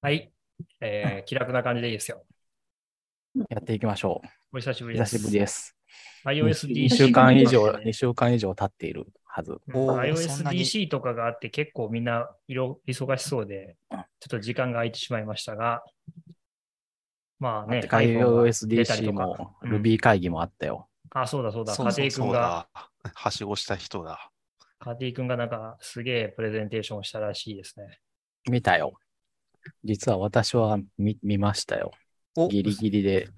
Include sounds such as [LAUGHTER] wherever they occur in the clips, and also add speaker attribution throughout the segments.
Speaker 1: はい。えー気楽な感じでいいですよ。
Speaker 2: やっていきましょ
Speaker 1: お久しぶ
Speaker 2: う。
Speaker 1: りで
Speaker 2: 久
Speaker 1: す。
Speaker 2: しぶりです。2
Speaker 1: iOSDC
Speaker 2: 週間以上、
Speaker 1: とかね
Speaker 2: 2週間以上経っているはず。
Speaker 1: うん
Speaker 3: おーそんなに
Speaker 1: iOSDC とかがあって結構みんな色忙しそうで、ちょっと時間が空いてしまいましたが、まあね、iPhone が出たり
Speaker 2: iOSDC
Speaker 1: とか
Speaker 2: も
Speaker 1: うん
Speaker 2: Ruby 会議もあったよ。
Speaker 1: あ、そうだそうだ、
Speaker 3: そう
Speaker 1: 家
Speaker 3: そう
Speaker 1: 庭
Speaker 3: そ
Speaker 1: 君
Speaker 3: う
Speaker 1: が、
Speaker 3: だ。はしごした人だ。
Speaker 1: 家庭君がなんかすげえプレゼンテーションをしたらしいですね。 [LAUGHS]
Speaker 2: 見たよ。実は私は見見ましたよ。
Speaker 3: お
Speaker 2: ギリギリで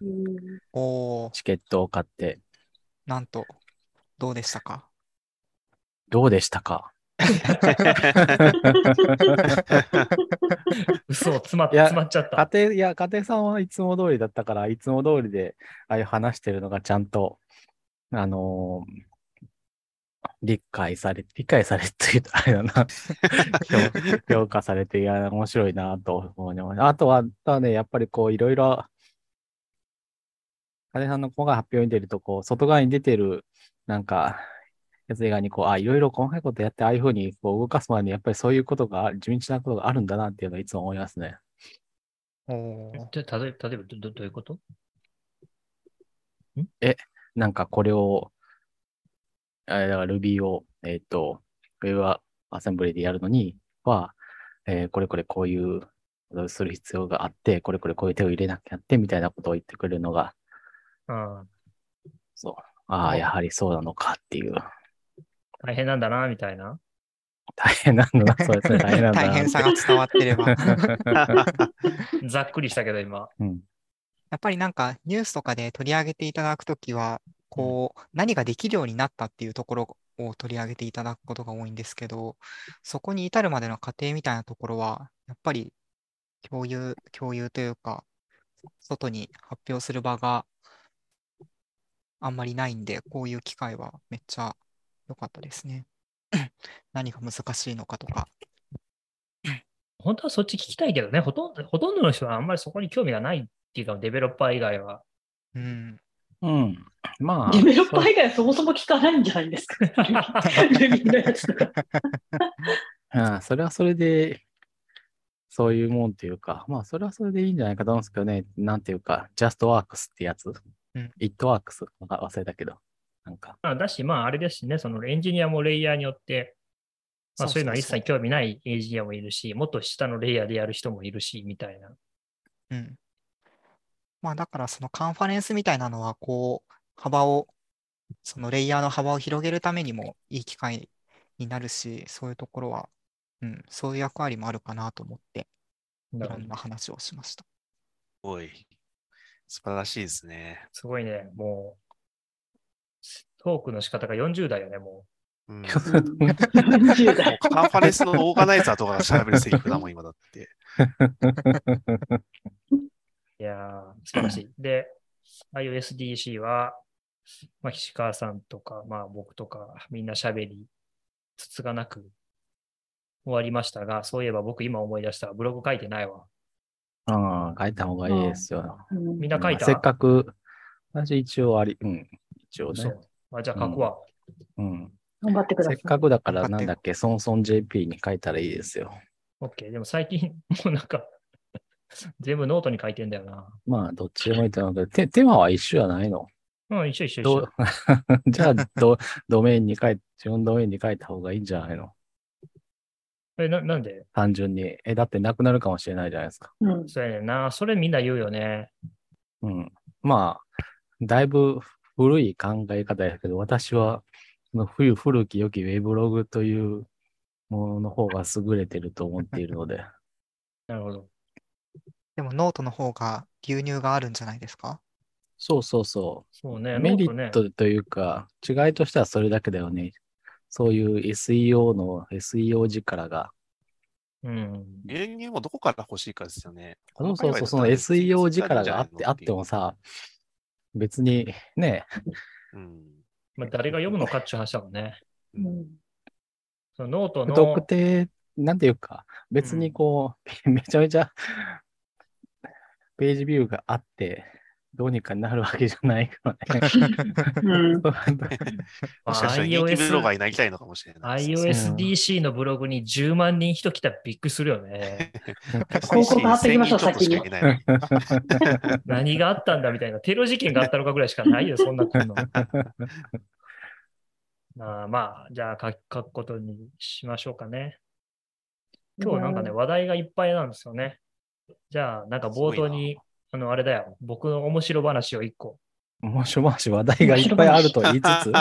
Speaker 3: おー
Speaker 2: チケットを買って。
Speaker 3: なんと、どうでし
Speaker 4: [LAUGHS]
Speaker 3: たか
Speaker 2: どうでしたか [LAUGHS]
Speaker 1: 嘘、詰まっ
Speaker 2: いや
Speaker 1: 詰まっちゃった
Speaker 2: 家。庭、いや、家庭さんはいつも通りだったから、いつも通りで、ああいう話してるのがちゃんと、あのー理解され、理解されっていうと [LAUGHS] あれだな。評評価されて、いや、面白いなと思います。あとは、あとはね、やっぱりこう、いろいろ、金さんの子が発表に出ると、こう、外側に出てる、なんか、やつ以外に、こう、あ、いろいろ細かいことやって、ああいうふうにこう動かすまでに、やっぱりそういうことが、地道なことがあるんだなっていうのをいつも思いますね。
Speaker 3: おー
Speaker 1: ちょ例えば、例えばどどどういうこと
Speaker 2: なんかこれを、あれだから Ruby を、えっ、と、Web アセンブリでやるのには、えーこれこれこういうことをする必要があって、これこれこういう手を入れなきゃってみたいなことを言ってくれるのが、
Speaker 1: うん、
Speaker 2: そう、ああ、
Speaker 3: お
Speaker 2: やはりそうなのかっていう、
Speaker 1: 大変なんだな、みたいな。
Speaker 2: 大変なんだな、そうですね、大変なんだな。
Speaker 3: 大変さが伝わって
Speaker 4: [LAUGHS]
Speaker 3: れば。や
Speaker 1: ざっくりしたけど、今。
Speaker 2: [LAUGHS] うん。
Speaker 3: っぱりなんかニュースとかで取り上げていただくときは、こう、何ができるようになったっていうところを取り上げていただくことが多いんですけど、そこに至るまでの過程みたいなところは、やっぱり共有、共有というか、外に発表する場があんまりないんで、こういう機会はめっちゃ良かったですね。 [CLEARS THROAT] 何が難しいのかとか。
Speaker 1: 本当はそっち聞きたいけどね、ほとんどほとんどの人はあんまりそこに興味がないっていうか、デベロッパー以外は。
Speaker 3: うん。
Speaker 2: うん。まあ、
Speaker 5: デベロッパー以外はそもそも聞かないんじゃないですか。レビューのやつとか。
Speaker 2: うん、それはそれで、そういうもんというか、まあ、それはそれでいいんじゃないかと思うんですけどね、なんていうか、just works ってやつ
Speaker 3: ん、
Speaker 2: it works が忘れたけど、なんか、
Speaker 1: まあ、だし、まあ、あれですしね、そのエンジニアもレイヤーによって、まあ、そういうのは一切興味ないエンジニアもいるし、もっと下のレイヤーでやる人もいるし、みたいな。
Speaker 3: うん。まあだからそのカンファレンスみたいなのはこう幅をそのレイヤーの幅を広げるためにもいい機会になるしそういうところは、うん、そういう役割もあるかなと思ってい
Speaker 1: だか
Speaker 3: ろ
Speaker 1: ら
Speaker 3: んな話をしました。おい。
Speaker 4: 素晴らしいですね。
Speaker 1: すごいね、もう、トークの仕方が40代よね、も
Speaker 4: うん、
Speaker 5: 40代。
Speaker 4: カンファレンスのオーガナイザーとかが喋るセリフだもん、今だって。
Speaker 1: う。いやー、素晴らし
Speaker 2: [CLEARS THROAT]
Speaker 1: い。で、iOSDC は、まあ、岸川さんとか、まあ、僕とか、みんな喋り、つつがなく終わりましたが、そういえば僕今思い出した、ブログ書いてないわ。
Speaker 2: うん、書いた方がいいですよ。
Speaker 1: みんな書いた
Speaker 2: せっかく、私一応あり、うん、一応
Speaker 1: そ
Speaker 2: ね
Speaker 1: う。。あじゃあ書くわ。
Speaker 2: うん。
Speaker 5: 頑張ってくださ
Speaker 2: せ
Speaker 5: い
Speaker 2: っ。かくだから、
Speaker 3: 頑張
Speaker 2: な
Speaker 3: って
Speaker 2: んだっけ、ソンソン JP に書いたらいいですよ。
Speaker 1: OK。でも最近、もうなんか、 [LAUGHS] 全部ノートに書いてんだよな。
Speaker 2: まあ、どっちでもいいと思うけど、てテーマは一緒じゃないの
Speaker 1: うん、一緒一緒一
Speaker 2: ど
Speaker 1: 緒
Speaker 2: う。 [LAUGHS] じゃあど、 [LAUGHS] ドメインに書い、自分のドメインに書いた方がいいんじゃないの
Speaker 1: えななんで
Speaker 2: 単純に。え、だってなくなるかもしれないじゃないですか。
Speaker 5: うん
Speaker 1: そうやねんな。それみんな言うよね。
Speaker 2: うん。まあ、だいぶ古い考え方ですけど、私は、その古古き良きウェブログというものの方が優れてると思っているので、
Speaker 1: なるほど。
Speaker 3: でもノートの方が牛乳があるんじゃないですか
Speaker 2: [LAUGHS] そうそうそ
Speaker 1: そう
Speaker 2: う。
Speaker 1: ね。
Speaker 2: メリ
Speaker 1: ノ
Speaker 2: ッ
Speaker 1: ーね。
Speaker 2: トというか、違いとしてはそれだけだよね。そういう SEO の SEO 力が、
Speaker 1: うん。
Speaker 4: 牛乳もどこから欲しいかですよね。
Speaker 2: そうそうそう、その SEO 力があって、あってもさ、別にね、
Speaker 4: うん。
Speaker 1: まあ、誰が読むのかっていう話だもんね。
Speaker 5: うん
Speaker 1: そのノート
Speaker 2: 不
Speaker 1: の。
Speaker 2: 特定、なんていうか、別
Speaker 1: うん
Speaker 2: にこう、めちゃめちゃページビューがあって、どうにかなるわけじゃないからね。
Speaker 5: うん。
Speaker 1: ま
Speaker 4: も
Speaker 1: あ
Speaker 4: しかしたら人気
Speaker 1: iOS
Speaker 4: ブロガーいないみたいのかもしれないですね。
Speaker 1: iOSDC のブログに10万人人来たらびっくりするよ
Speaker 4: [LAUGHS]
Speaker 1: ね。
Speaker 5: 広告貼ってきましょう
Speaker 4: 1000人ちょっとしかいないのに
Speaker 1: 何があったんだみたいな、テロ事件があったのかぐらいしかないよ、そんなこんなの。あー [LAUGHS] まあ、じゃあ書く書くことにしましょうかね。今日なんかね、話題がいっぱいなんですよね。じゃあ、なんか冒頭に、あの、あれだよ、僕の面白話を一
Speaker 4: [LAUGHS]
Speaker 1: 個。
Speaker 2: もうしょばし話題がいっぱいあると言いつつ、
Speaker 5: うん。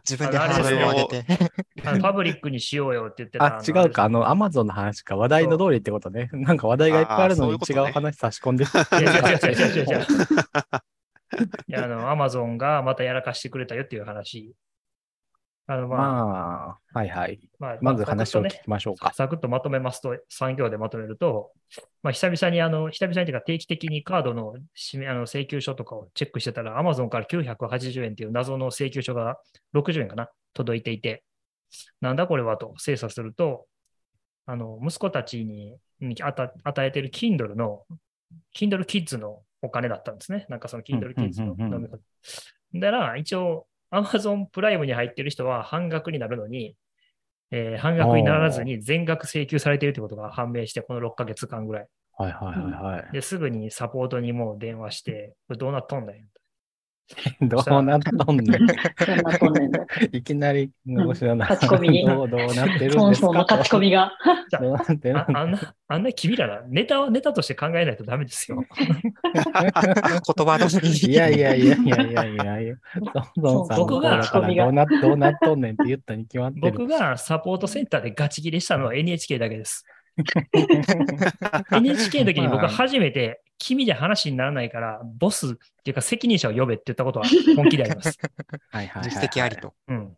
Speaker 3: 自分で
Speaker 1: あ
Speaker 3: ハ
Speaker 1: れ
Speaker 3: ードルを上
Speaker 4: それ
Speaker 3: げて。
Speaker 1: あのパブリックにしようよって言ってた。
Speaker 2: あ、違うか、あの、アマゾンの話か、話題の通りってことね。なんか話題がいっぱいあるのに
Speaker 4: あーそう
Speaker 2: 違
Speaker 4: いうこと
Speaker 2: う
Speaker 4: ね
Speaker 2: 話差し込んでる。
Speaker 1: いや違う違う違う違う違う。
Speaker 4: [LAUGHS]
Speaker 1: いや、あの、アマゾンがまたやらかしてくれたよっていう話。あの、まあ、
Speaker 2: まあ、はいはい。
Speaker 1: まあ、
Speaker 2: まず話を聞
Speaker 1: ね
Speaker 2: きましょうか。
Speaker 1: サクッとまとめますと、産業でまとめると、まあ、久々に、あの、久々にというか定期的にカードの締めあの請求書とかをチェックしてたら、Amazon から980円っていう謎の請求書が60円かな、届いていて、なんだこれはと精査すると、あの、息子たちににあた与えてる Kindle の、Kindle Kids のお金だったんですね。なんかその Kindle Kids の
Speaker 2: うんうんうんうん
Speaker 1: 飲み方。だから、一応、Amazon プライムに入ってる人は半額になるのに、えー半額にならずに全額請求されているということが判明して、この6ヶ月間ぐらい。
Speaker 2: はいはいはいはい。
Speaker 1: ですぐにサポートにもう電話して、これどうなっとんだよ。
Speaker 2: どうなっとんねん。
Speaker 5: そんなこんなんで
Speaker 2: いきなり、面白いな。
Speaker 5: うん書き込みに
Speaker 2: どうどうなってる
Speaker 5: ト
Speaker 2: ん
Speaker 5: ン
Speaker 2: です
Speaker 5: ソンの
Speaker 2: か
Speaker 5: 書き込みが。
Speaker 2: どうなってる
Speaker 1: あ
Speaker 2: ん
Speaker 1: あんな、あんな君らな、ネタはネタとして考えないとダメですよ。
Speaker 3: 言葉通りに。
Speaker 2: いやいやいやいやいやいやいや。どんどんさんの
Speaker 1: 僕が
Speaker 2: だからどうな、どうなっとんねんって言ったに決まってる。
Speaker 1: 僕がサポートセンターでガチ切れしたのは NHK だけです。NHK の時に僕は初めて、君じゃ話にならないから、ボスっていうか責任者を呼べって言ったことは本気であります。
Speaker 2: はいはいはいはい
Speaker 3: 実績あり。と。
Speaker 1: うん。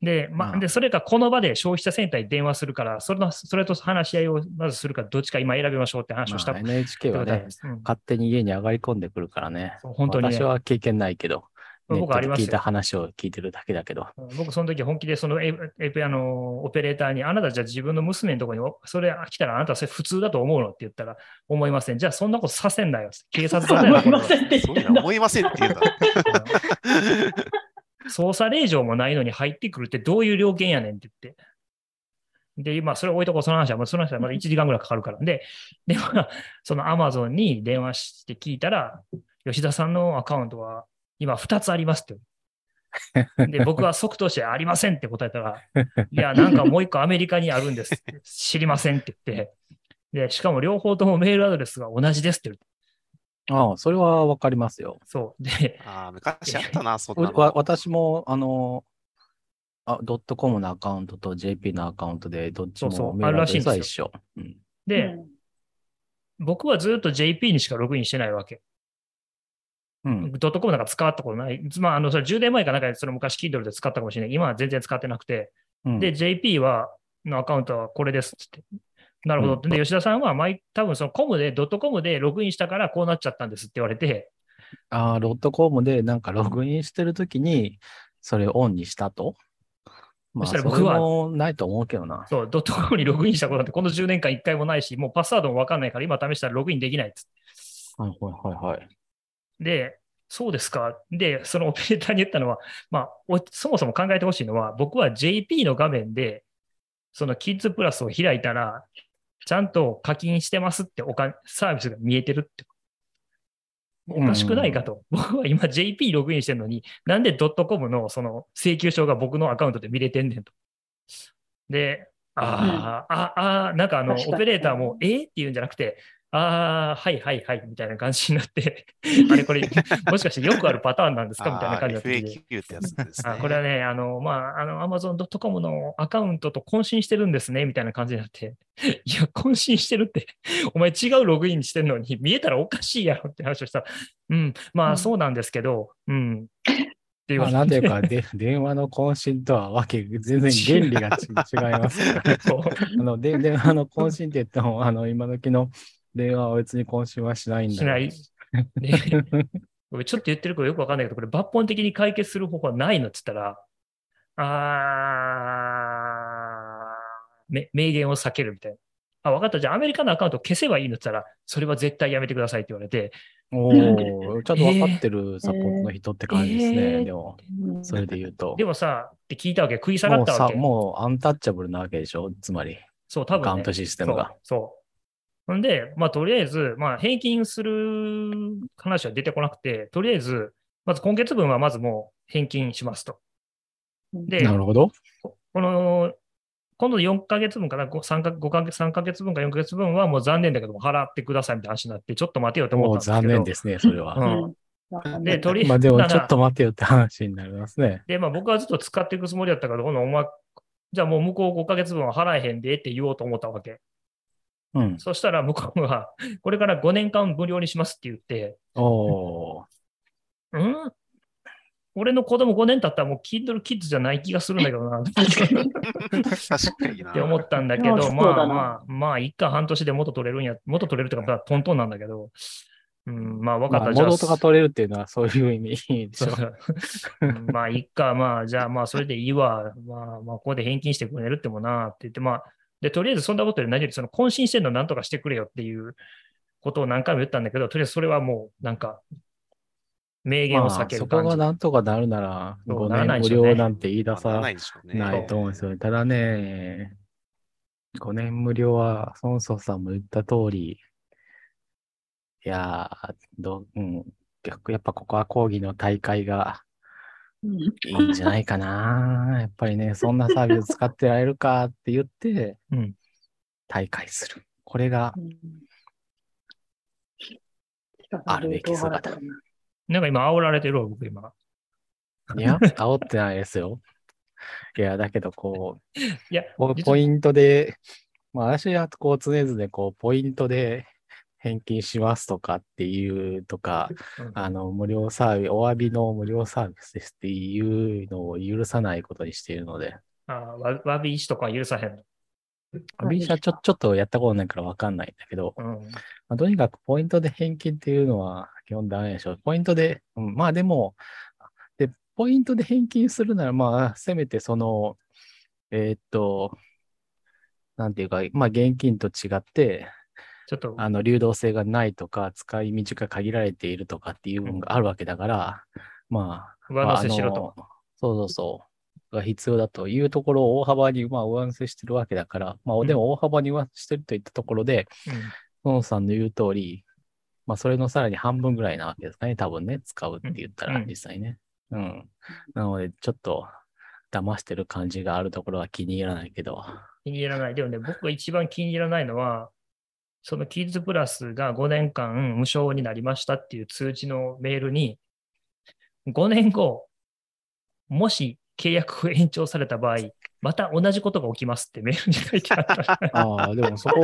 Speaker 1: で、ま
Speaker 2: う
Speaker 1: あ、
Speaker 2: ん
Speaker 1: で、それかこの場で消費者センターに電話するから、それの、それと話し合いをまずするか、どっちか今選びましょうって話をした
Speaker 2: まあ NHK
Speaker 1: って
Speaker 2: は
Speaker 1: ことあり
Speaker 2: ね
Speaker 1: ま、すうん
Speaker 2: 勝手に家に上がり込んでくるからね。
Speaker 1: そう本当にね
Speaker 2: 私は経験ないけど、ネッ
Speaker 1: 僕
Speaker 2: ト
Speaker 1: あ
Speaker 2: で
Speaker 1: ります
Speaker 2: 聞いた
Speaker 1: よ。
Speaker 2: 話を聞いてるだけだけど。
Speaker 1: 僕、その時本気で、その、え、え、あの、オペレーターに、あなたじゃあ自分の娘のところに、おそれ来たらあなたそれ普通だと思うのって言ったら、思いません。じゃあそんなことさせんなよ。警察
Speaker 5: [LAUGHS] 思
Speaker 1: だよ。
Speaker 5: いませんって
Speaker 4: す
Speaker 5: 言っ
Speaker 4: ごい
Speaker 5: た
Speaker 4: な、思いませんって言うんだ。
Speaker 1: [LAUGHS] 捜査令状もないのに入ってくるってどういう料件やねんって言って。で、まあ、それ置いとこう、その話は、もうその話はまだ1時間ぐらいかかるから。で、で、まあ、その Amazon に電話して聞いたら、吉田さんのアカウントは今2つありますって。で、僕は即答してありませんって答えたら、いや、なんかもう一個アメリカにあるんですって。知りませんって言って。で、しかも両方ともメールアドレスが同じですって言って。
Speaker 2: ああ、それはわかりますよ。
Speaker 1: そう。で、
Speaker 4: ああ、昔あったな、そんな
Speaker 2: わ
Speaker 4: の。
Speaker 2: 私も、あの、あ、ドットコムのアカウントと JP のアカウントで、どっち
Speaker 1: そうそ
Speaker 2: も
Speaker 1: う
Speaker 2: メールアドレス
Speaker 1: あ
Speaker 2: は
Speaker 1: るら
Speaker 2: 一
Speaker 1: し
Speaker 2: 緒。うん
Speaker 1: で、
Speaker 5: うん
Speaker 1: 僕はずっと JP にしかログインしてないわけ。
Speaker 2: うん。
Speaker 1: ドットコムなんか使ったことない。まあ、あの、それ10年前かなんかでその昔 Kindle で使ったかもしれない。今は全然使ってなくて。
Speaker 2: うん
Speaker 1: で、JP は、のアカウントはこれですっつって。なるほどって。で、吉田さんは毎、多分そのコムで、ドットコムでログインしたからこうなっちゃったんですって言われて、
Speaker 2: ああ、ドットコムでなんかログインしてるときに、それをオンにしたと。まあ、
Speaker 1: そした
Speaker 2: そ
Speaker 1: ら
Speaker 2: れ
Speaker 1: 僕は
Speaker 2: もないと思うけどな。
Speaker 1: そう、ドットコムにログインしたことなんてこの10年間1回もないし、もうパスワードもわかんないから今試したらログインできないっつって
Speaker 2: はいはいはいはい。
Speaker 1: で、そうですか。で、そのオペレーターに言ったのは、 [LAUGHS] まあ、おそもそも考えてほしいのは、僕は JP の画面で、そのキッズプラスを開いたら、ちゃんと課金してますってお金、サービスが見えてるって。おかしくないかと。僕は今 JP ログインしてるのに、なんでドットコムのその請求書が僕のアカウントで見れてんねんと。で、あー、あ、あー、なんかあの、
Speaker 5: 確かに
Speaker 1: オペレーターも、えー、って言うんじゃなくて、ああ、はいはいはい、みたいな感じになって、 [LAUGHS] あれこれ、もしかしてよくあるパターンなんですかみたいな
Speaker 4: あ
Speaker 1: 感じ
Speaker 4: ー
Speaker 1: だったんで。
Speaker 4: FAQ ってやつです
Speaker 1: あ
Speaker 4: ね。
Speaker 1: これはね、あの、まあ、あの、amazon.com のアカウントと渾身してるんですね、みたいな感じになって。いや、渾身してるって、 [LAUGHS] お前違うログインしてるのに、見えたらおかしいやろって話をしたら、うん、ま
Speaker 5: う
Speaker 1: あ、
Speaker 5: ん
Speaker 1: そうなんですけど、
Speaker 2: [LAUGHS]
Speaker 1: うん。っていう
Speaker 2: まあ、なんていうか、で [LAUGHS] 電話の渾身とはわけ、全然原理がち違い
Speaker 1: [LAUGHS]
Speaker 2: ますから。
Speaker 1: そう
Speaker 2: あの、で、電話の更新って言っても、あの、今時の電話は別に更新はしないんだよ
Speaker 1: し [LAUGHS] ない。で俺ちょっと言ってることよくわかんないけど、これ抜本的に解決する方法はないのって言ったら、あー、め名言を避けるみたいな。あ、わかった。じゃあアメリカのアカウント消せばいいのって言ったら、それは絶対やめてくださいって言われて、
Speaker 2: おお、ちゃんと分かってるサポートの人って感じですね。
Speaker 5: えー
Speaker 2: でも、
Speaker 5: うん
Speaker 2: それで言うと。
Speaker 1: でもさ、って聞いたわけ、食い下がっ
Speaker 2: もう
Speaker 1: たわ
Speaker 2: さ、
Speaker 1: け。
Speaker 2: もうアンタッチャブルなわけでしょつまり、
Speaker 1: そう、多
Speaker 2: アカ
Speaker 1: 分、
Speaker 2: ウ
Speaker 1: ね
Speaker 2: ント。システムが。
Speaker 1: そう。そうなんで、まあ、とりあえず、まあ、平均する話は出てこなくて、とりあえず、まず今月分はまずもう返金しますと。で、
Speaker 2: [LAUGHS] なるほど。
Speaker 1: ここの、今度4ヶ月分かな、5, 3か5ヶ月3ヶ月分か4ヶ月分はもう残念だけども払ってくださいみたいな話になって、ちょっと待てよと思
Speaker 2: も
Speaker 1: っ
Speaker 2: う
Speaker 1: たんです
Speaker 2: 残
Speaker 1: けど。
Speaker 2: 念ですね、それ
Speaker 1: う
Speaker 2: は。
Speaker 1: ん
Speaker 5: うん
Speaker 1: で、とりあえず、
Speaker 2: [LAUGHS] まあでも、
Speaker 1: ただ
Speaker 2: ちょっと待てよって話になりますね。
Speaker 1: で、まあ僕はずっと使っていくつもりだったから、ほな、お前、じゃあもう向こう5ヶ月分は払えへんでって言おうと思ったわけ。
Speaker 2: うん。
Speaker 1: そしたら向こうが、これから5年間無料にしますって言って、
Speaker 2: おお
Speaker 1: うん俺の子供5年経ったらもう Kindle Kids じゃない気がするんだけどなっ
Speaker 5: 確かに。
Speaker 4: 確かにな。
Speaker 1: て思ったんだけ
Speaker 5: いや
Speaker 1: ど、
Speaker 5: そう
Speaker 1: ま
Speaker 5: だ
Speaker 1: あ
Speaker 5: な
Speaker 1: まあ、まあ、一家半年で元取れるんや、元取れるとか、まあトントンなんだけど、うん、まあ分
Speaker 2: ー。
Speaker 1: かっ
Speaker 2: ま
Speaker 1: た、
Speaker 2: あ、
Speaker 1: じゃあ
Speaker 2: 元とか取れるっていうのはそういう意味でし
Speaker 1: そ
Speaker 2: ょ。 [LAUGHS]
Speaker 1: う [LAUGHS] うんまあ、いっか、まあ、じゃあ、まあ、それでいいわ。まあ、まあ、ここで返金してくれるってもな、って言って、まあ、で、とりあえずそんなことより何より、その、渾身してんのなんとかしてくれよっていうことを何回も言ったんだけど、とりあえずそれはもう、なんか、名言を
Speaker 2: ま
Speaker 1: 避
Speaker 2: あ、
Speaker 1: け
Speaker 2: そ
Speaker 1: る
Speaker 2: こ
Speaker 1: 感じ。
Speaker 2: がなんとかなるなら、
Speaker 1: そう
Speaker 2: 5
Speaker 1: ならない
Speaker 2: 年
Speaker 1: でし
Speaker 2: 無
Speaker 1: ょうね
Speaker 2: 料なんて言い出
Speaker 4: まあなら
Speaker 2: さ
Speaker 4: ないでしょうね。
Speaker 2: ないと思うんですよね。ただね、5年無料は、孫宗さんも言った通り、いやーどう、うん、逆やっぱここは講義の大会が
Speaker 5: うん
Speaker 2: いいんじゃないかな。やっぱりね、そんなサービス使ってられるかって言って、
Speaker 1: うん
Speaker 2: 大会する。これ
Speaker 5: [LAUGHS]
Speaker 2: が、あるべき姿
Speaker 5: うん
Speaker 1: なんか今、煽られてるわ、僕今。
Speaker 2: いや、煽ってないですよ。いや、だけどこう、
Speaker 1: いや、
Speaker 2: ポ
Speaker 1: 実は
Speaker 2: ポイントで、まあ、私はこう常々こうポイントで返金しますとかっていうとか、
Speaker 1: うん
Speaker 2: あの無料サービス、お詫びの無料サービスですっていうのを許さないことにしているので、
Speaker 1: あわわび石とか許さへんの。
Speaker 5: はい
Speaker 2: 私はちょちょっとやったことないからわかんないんだけど、
Speaker 1: うん。
Speaker 2: まあ、とにかくポイントで返金っていうのは基本ダメでしょう。ポイントで、うん、まあでも、で、ポイントで返金するなら、まあ、せめてその、えーっと、なんていうか、まあ、現金と違って、
Speaker 1: ちょっと、
Speaker 2: あの流動性がないとか、使い道が限られているとかっていう部分があるわけだから、まあ、
Speaker 1: 上
Speaker 2: ま
Speaker 1: 乗
Speaker 2: あ
Speaker 1: せしろと。
Speaker 2: あのそうそうそう。が必要だというところを大幅に、まあ、上乗せしてるわけだから、ま
Speaker 1: う
Speaker 2: あ、
Speaker 1: ん
Speaker 2: でも大幅に上乗せしてるといったところで、孫さんの言う通り、まあ、それのさらに半分ぐらいなわけですかね、多分ね、使うって言った
Speaker 1: う
Speaker 2: ら
Speaker 1: ん、
Speaker 2: 実際ね。うん。なので、ちょっと、騙してる感じがあるところは気に入らないけど、
Speaker 1: 気に入らない。でもね、僕が一番気に入らないのは、そのキッズプラスが5年間無償になりましたっていう通知のメールに、5年後、もし契約を延長された場合、また同じことが起きますってメールに書いてあった。
Speaker 2: ああ、でもそこ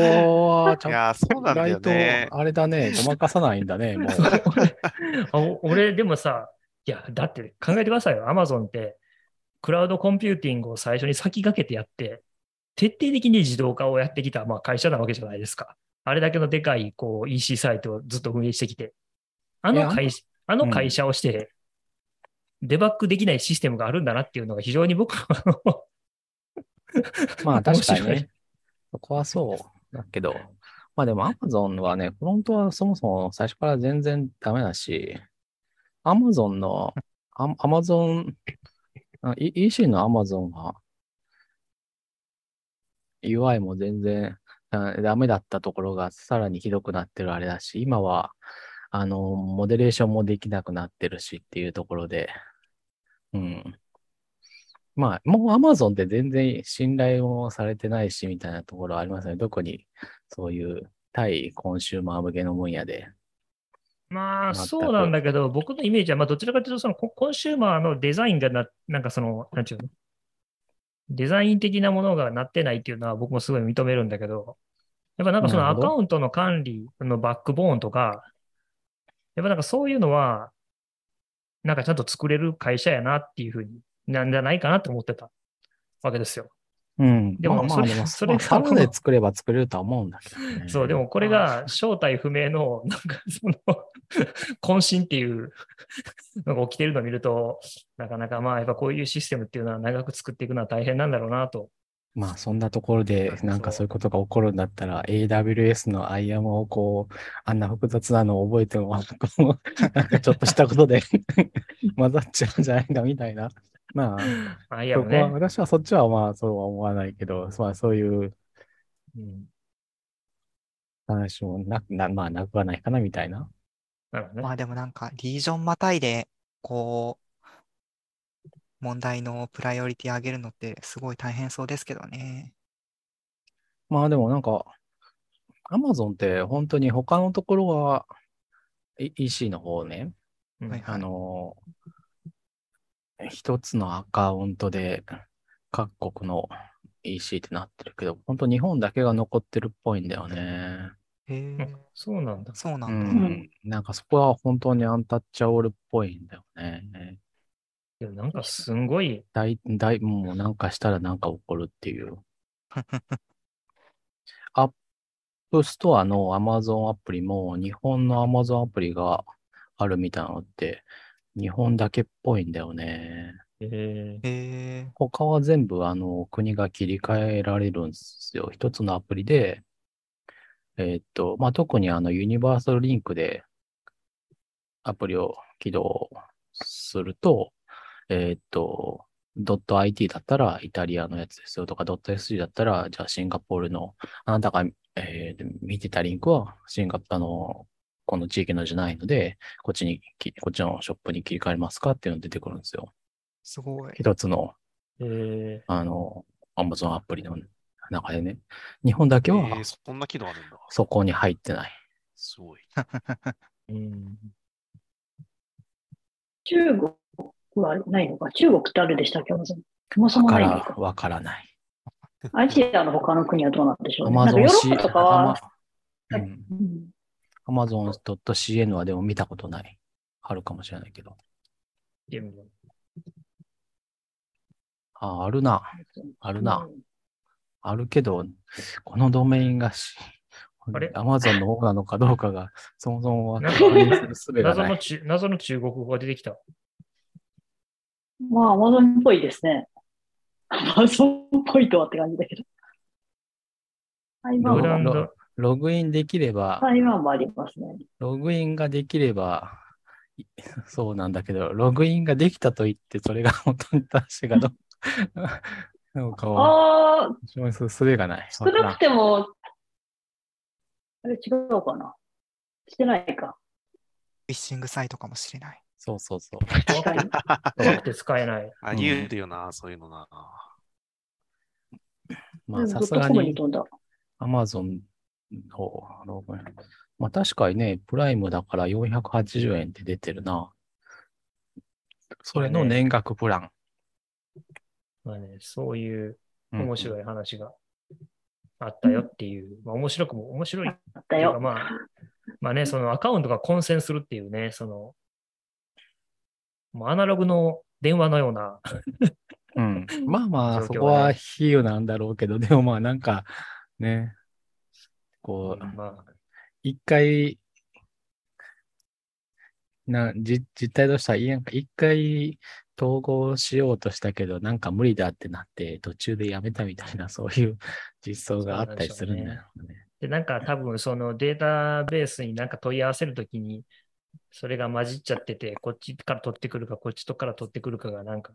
Speaker 2: は、ち
Speaker 4: い
Speaker 2: ゃんと
Speaker 4: やー、そうなんだよね
Speaker 2: 意外。と、あれだね、ごまかさないんだね、もう。
Speaker 1: あお俺、でもさ、いや、だって考えてくださいよ。アマゾンって、クラウドコンピューティングを最初に先駆けてやって、徹底的に自動化をやってきた、まあ、会社なわけじゃないですか。あれだけのでかいこう EC サイトをずっと運営してきて、あ
Speaker 2: いや
Speaker 1: の
Speaker 2: あの
Speaker 1: 会社あの会社をして、デバッグできないシステムがあるんだなっていうのが非常に僕は、あの [LAUGHS]
Speaker 2: まあ
Speaker 1: 面
Speaker 2: 確
Speaker 1: 白
Speaker 2: か
Speaker 1: い
Speaker 2: にね。そこはそうだけど、まあでも Amazon はね、フロントはそもそも最初から全然ダメだし、Amazon の、あ Amazon、あ E- EC の Amazon は UI も全然あダメだったところがさらにひどくなってるあれだし、今はあの、モデレーションもできなくなってるしっていうところで、うん。まあ、もう Amazon って全然信頼もされてないし、みたいなところはありますよね。特に、そういう対コンシューマー向けの分野で。
Speaker 1: まあ、
Speaker 2: 全く
Speaker 1: そうなんだけど、僕のイメージは、まあ、どちらかというと、そのココンシューマーのデザインがな、なんかその、なんちゅうの、デザイン的なものがなってないっていうのは、僕もすごい認めるんだけど、やっぱなんかその
Speaker 2: な
Speaker 1: ア
Speaker 2: るほど
Speaker 1: カウントの管理のバックボーンとか、やっぱなんかそういうのは、なんかちゃんと作れる会社やなっていうふうになんじゃないかなと思ってたわけですよ。
Speaker 2: うん
Speaker 1: でも
Speaker 2: まあ
Speaker 1: そ
Speaker 2: まあ
Speaker 1: れ
Speaker 2: でも、
Speaker 1: そ
Speaker 2: そ
Speaker 1: れ
Speaker 2: れ
Speaker 1: が
Speaker 2: サブで作れば作れるとは思うんだけど、ね。
Speaker 1: そう、でもこれが正体不明の、 [LAUGHS] なんかその、渾身っていう [LAUGHS] のが起きてるのを見ると、なかなかまあ、やっぱこういうシステムっていうのは長く作っていくのは大変なんだろうなと
Speaker 2: まあそんなところで
Speaker 1: そうそう
Speaker 2: なんかそういうことが起こるんだったら AWS の IAM をこう、あんな複雑なのを覚えても、こうなんかちょっとしたことで [LAUGHS] 混ざっちゃうんじゃないかみたいな。まあ、
Speaker 1: あ、いや
Speaker 2: そ
Speaker 1: も
Speaker 2: こ
Speaker 1: う
Speaker 2: は
Speaker 1: ね。
Speaker 2: 私はそっちはまあそうは思わないけど、まあそういう
Speaker 1: うん
Speaker 2: 話もなく、なまあなくはないかなみたいな。
Speaker 1: なるほど
Speaker 3: ま
Speaker 1: ね。
Speaker 3: あでもなんか、リージョンまたいで、こう、問題のプライオリティ上げるのってすごい大変そうですけどね。
Speaker 2: まあでもなんか、Amazon って本当に他のところは EC の方ね、
Speaker 1: うん
Speaker 3: はい
Speaker 2: あの、一つのアカウントで各国の EC ってなってるけど、本当日本だけが残ってるっぽいんだよね。
Speaker 3: へ
Speaker 1: う
Speaker 3: え
Speaker 1: ん、そうなんだ。
Speaker 3: そうな
Speaker 2: うん
Speaker 3: だ。
Speaker 2: ん。なんかそこは本当にアンタッチャブルっぽいんだよね。
Speaker 1: でもなんかすんごい、
Speaker 2: 大、大、もうなんかしたらなんか起こるって [LAUGHS] いう。アップストアの Amazon アプリも、日本の Amazon アプリがあるみたいなのって、日本だけっぽいんだよね。
Speaker 1: え
Speaker 3: へえ、
Speaker 2: 他は全部あの国が切り替えられるんですよ。一つのアプリで、えーっと、まあ、特にあのユニバーサルリンクでアプリを起動すると、えーっと、.it だったらイタリアのやつですよとか .sg だったら、じゃあシンガポールの、あなたが、えー見てたリンクはシンガあの、この地域のじゃないので、こっちにき、こっちのショップに切り替えますかっていうのが出てくるんですよ。
Speaker 3: すごい。
Speaker 2: 一つの
Speaker 1: ー、え
Speaker 2: あの、Amazon アプリの中でね。日本だけ
Speaker 4: え
Speaker 2: は
Speaker 4: ーそんな機能あるんだ。
Speaker 2: そこに入ってない。
Speaker 4: すごい。
Speaker 1: ー、うん。
Speaker 5: 中国はないのか中国ってあるでしたっけアマゾンそもそ
Speaker 2: わ
Speaker 5: も
Speaker 2: か、
Speaker 5: ないのから
Speaker 2: わからない。
Speaker 5: アジアの他の国はどうなんでしょう、ね、なんか
Speaker 2: Amazon
Speaker 5: ヨーロ
Speaker 2: C、
Speaker 5: ッパとかは、
Speaker 2: Ama- うん
Speaker 5: うん
Speaker 2: Amazon.cn はでも見たことない。あるかもしれないけど。
Speaker 1: でも
Speaker 2: あ、あるな。あるな。あるけど、このドメインがし、
Speaker 1: あれ
Speaker 2: Amazon の方なのかどうかが、そもそもわか
Speaker 1: なんか
Speaker 2: るすべが
Speaker 1: 謎
Speaker 2: な
Speaker 1: の
Speaker 2: い。
Speaker 1: 中謎の中国語が出てきた。
Speaker 5: まあ、アマゾンっぽいですね。アマゾンっぽいとはって感じだけど。台
Speaker 2: まあ
Speaker 1: ブ
Speaker 5: 湾
Speaker 1: ラ
Speaker 5: は
Speaker 1: ン
Speaker 2: ま
Speaker 1: ド、
Speaker 2: ログインできれば、
Speaker 5: 台湾もありますね。
Speaker 2: ログインができれば、い [LAUGHS] そうなんだけど、ログインができたと言って、それが [LAUGHS] 本当に正しいかどうなんか [LAUGHS] は、
Speaker 5: ああ、
Speaker 2: 証明する術がない。
Speaker 5: 少なくても、あれ違うかな。してないか。
Speaker 3: フィッシングサイトかもしれない。
Speaker 2: そうそうそう。
Speaker 5: 確かに。
Speaker 1: 怖くて使えない。
Speaker 4: あり得るよな、そういうのな。
Speaker 2: [LAUGHS] まあ、
Speaker 5: うん
Speaker 2: さ
Speaker 5: ど
Speaker 2: すが
Speaker 5: こに
Speaker 2: に
Speaker 5: 飛んだ。
Speaker 2: Amazon のログイン。まあ、確かにね、プライムだから480円って出てるな。それの年額プラン。
Speaker 1: まあね、そういう
Speaker 2: うん
Speaker 1: 面白い話があったよっていう、まあ面白くも面白いっ
Speaker 5: あってた
Speaker 1: いうか、
Speaker 5: よ。
Speaker 1: まあ、まあね、そのアカウントが混戦するっていうね、その、もうアナログの電話のような、
Speaker 2: うん。まあまあ、
Speaker 1: 状況
Speaker 2: そ
Speaker 1: ね
Speaker 2: こは比喩なんだろうけど、でもまあなんか、ね、こう、
Speaker 1: まあ、
Speaker 2: 一回、な、じ、実態としては、いや、一回統合しようとしたけど、なんか無理だってなって、途中でやめたみたいな、 [LAUGHS] そういう実装があったりするんだよね。
Speaker 1: で、なんか多分そのデータベースになんか問い合わせるときに、それが混じっちゃってて、こっちから取ってくるか、こっちとから取ってくるかが、なんか、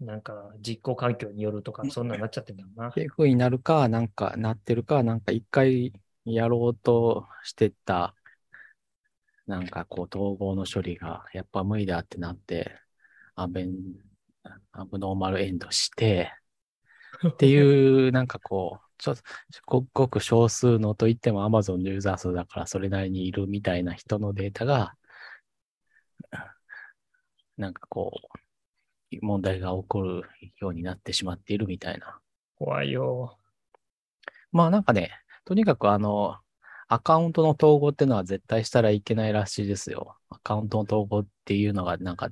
Speaker 1: なんか実行環境によるとか、そんなんなっちゃってんだろうな
Speaker 2: って。いう風になるか、なんか、なってるか、なんか一回やろうとしてた、なんかこう、統合の処理が、やっぱ無理だってなって、アベン、アブノーマルエンドして、っていう、なんかこう、ちょごごく少数のといっても Amazon のユーザー数だからそれなりにいるみたいな人のデータが、なんかこう、問題が起こるようになってしまっているみたいな。
Speaker 1: [LAUGHS] 怖いよ。
Speaker 2: まあなんかね、とにかくあの、アカウントの統合っていうのは絶対したらいけないらしいですよ。アカウントの統合っていうのがなんか、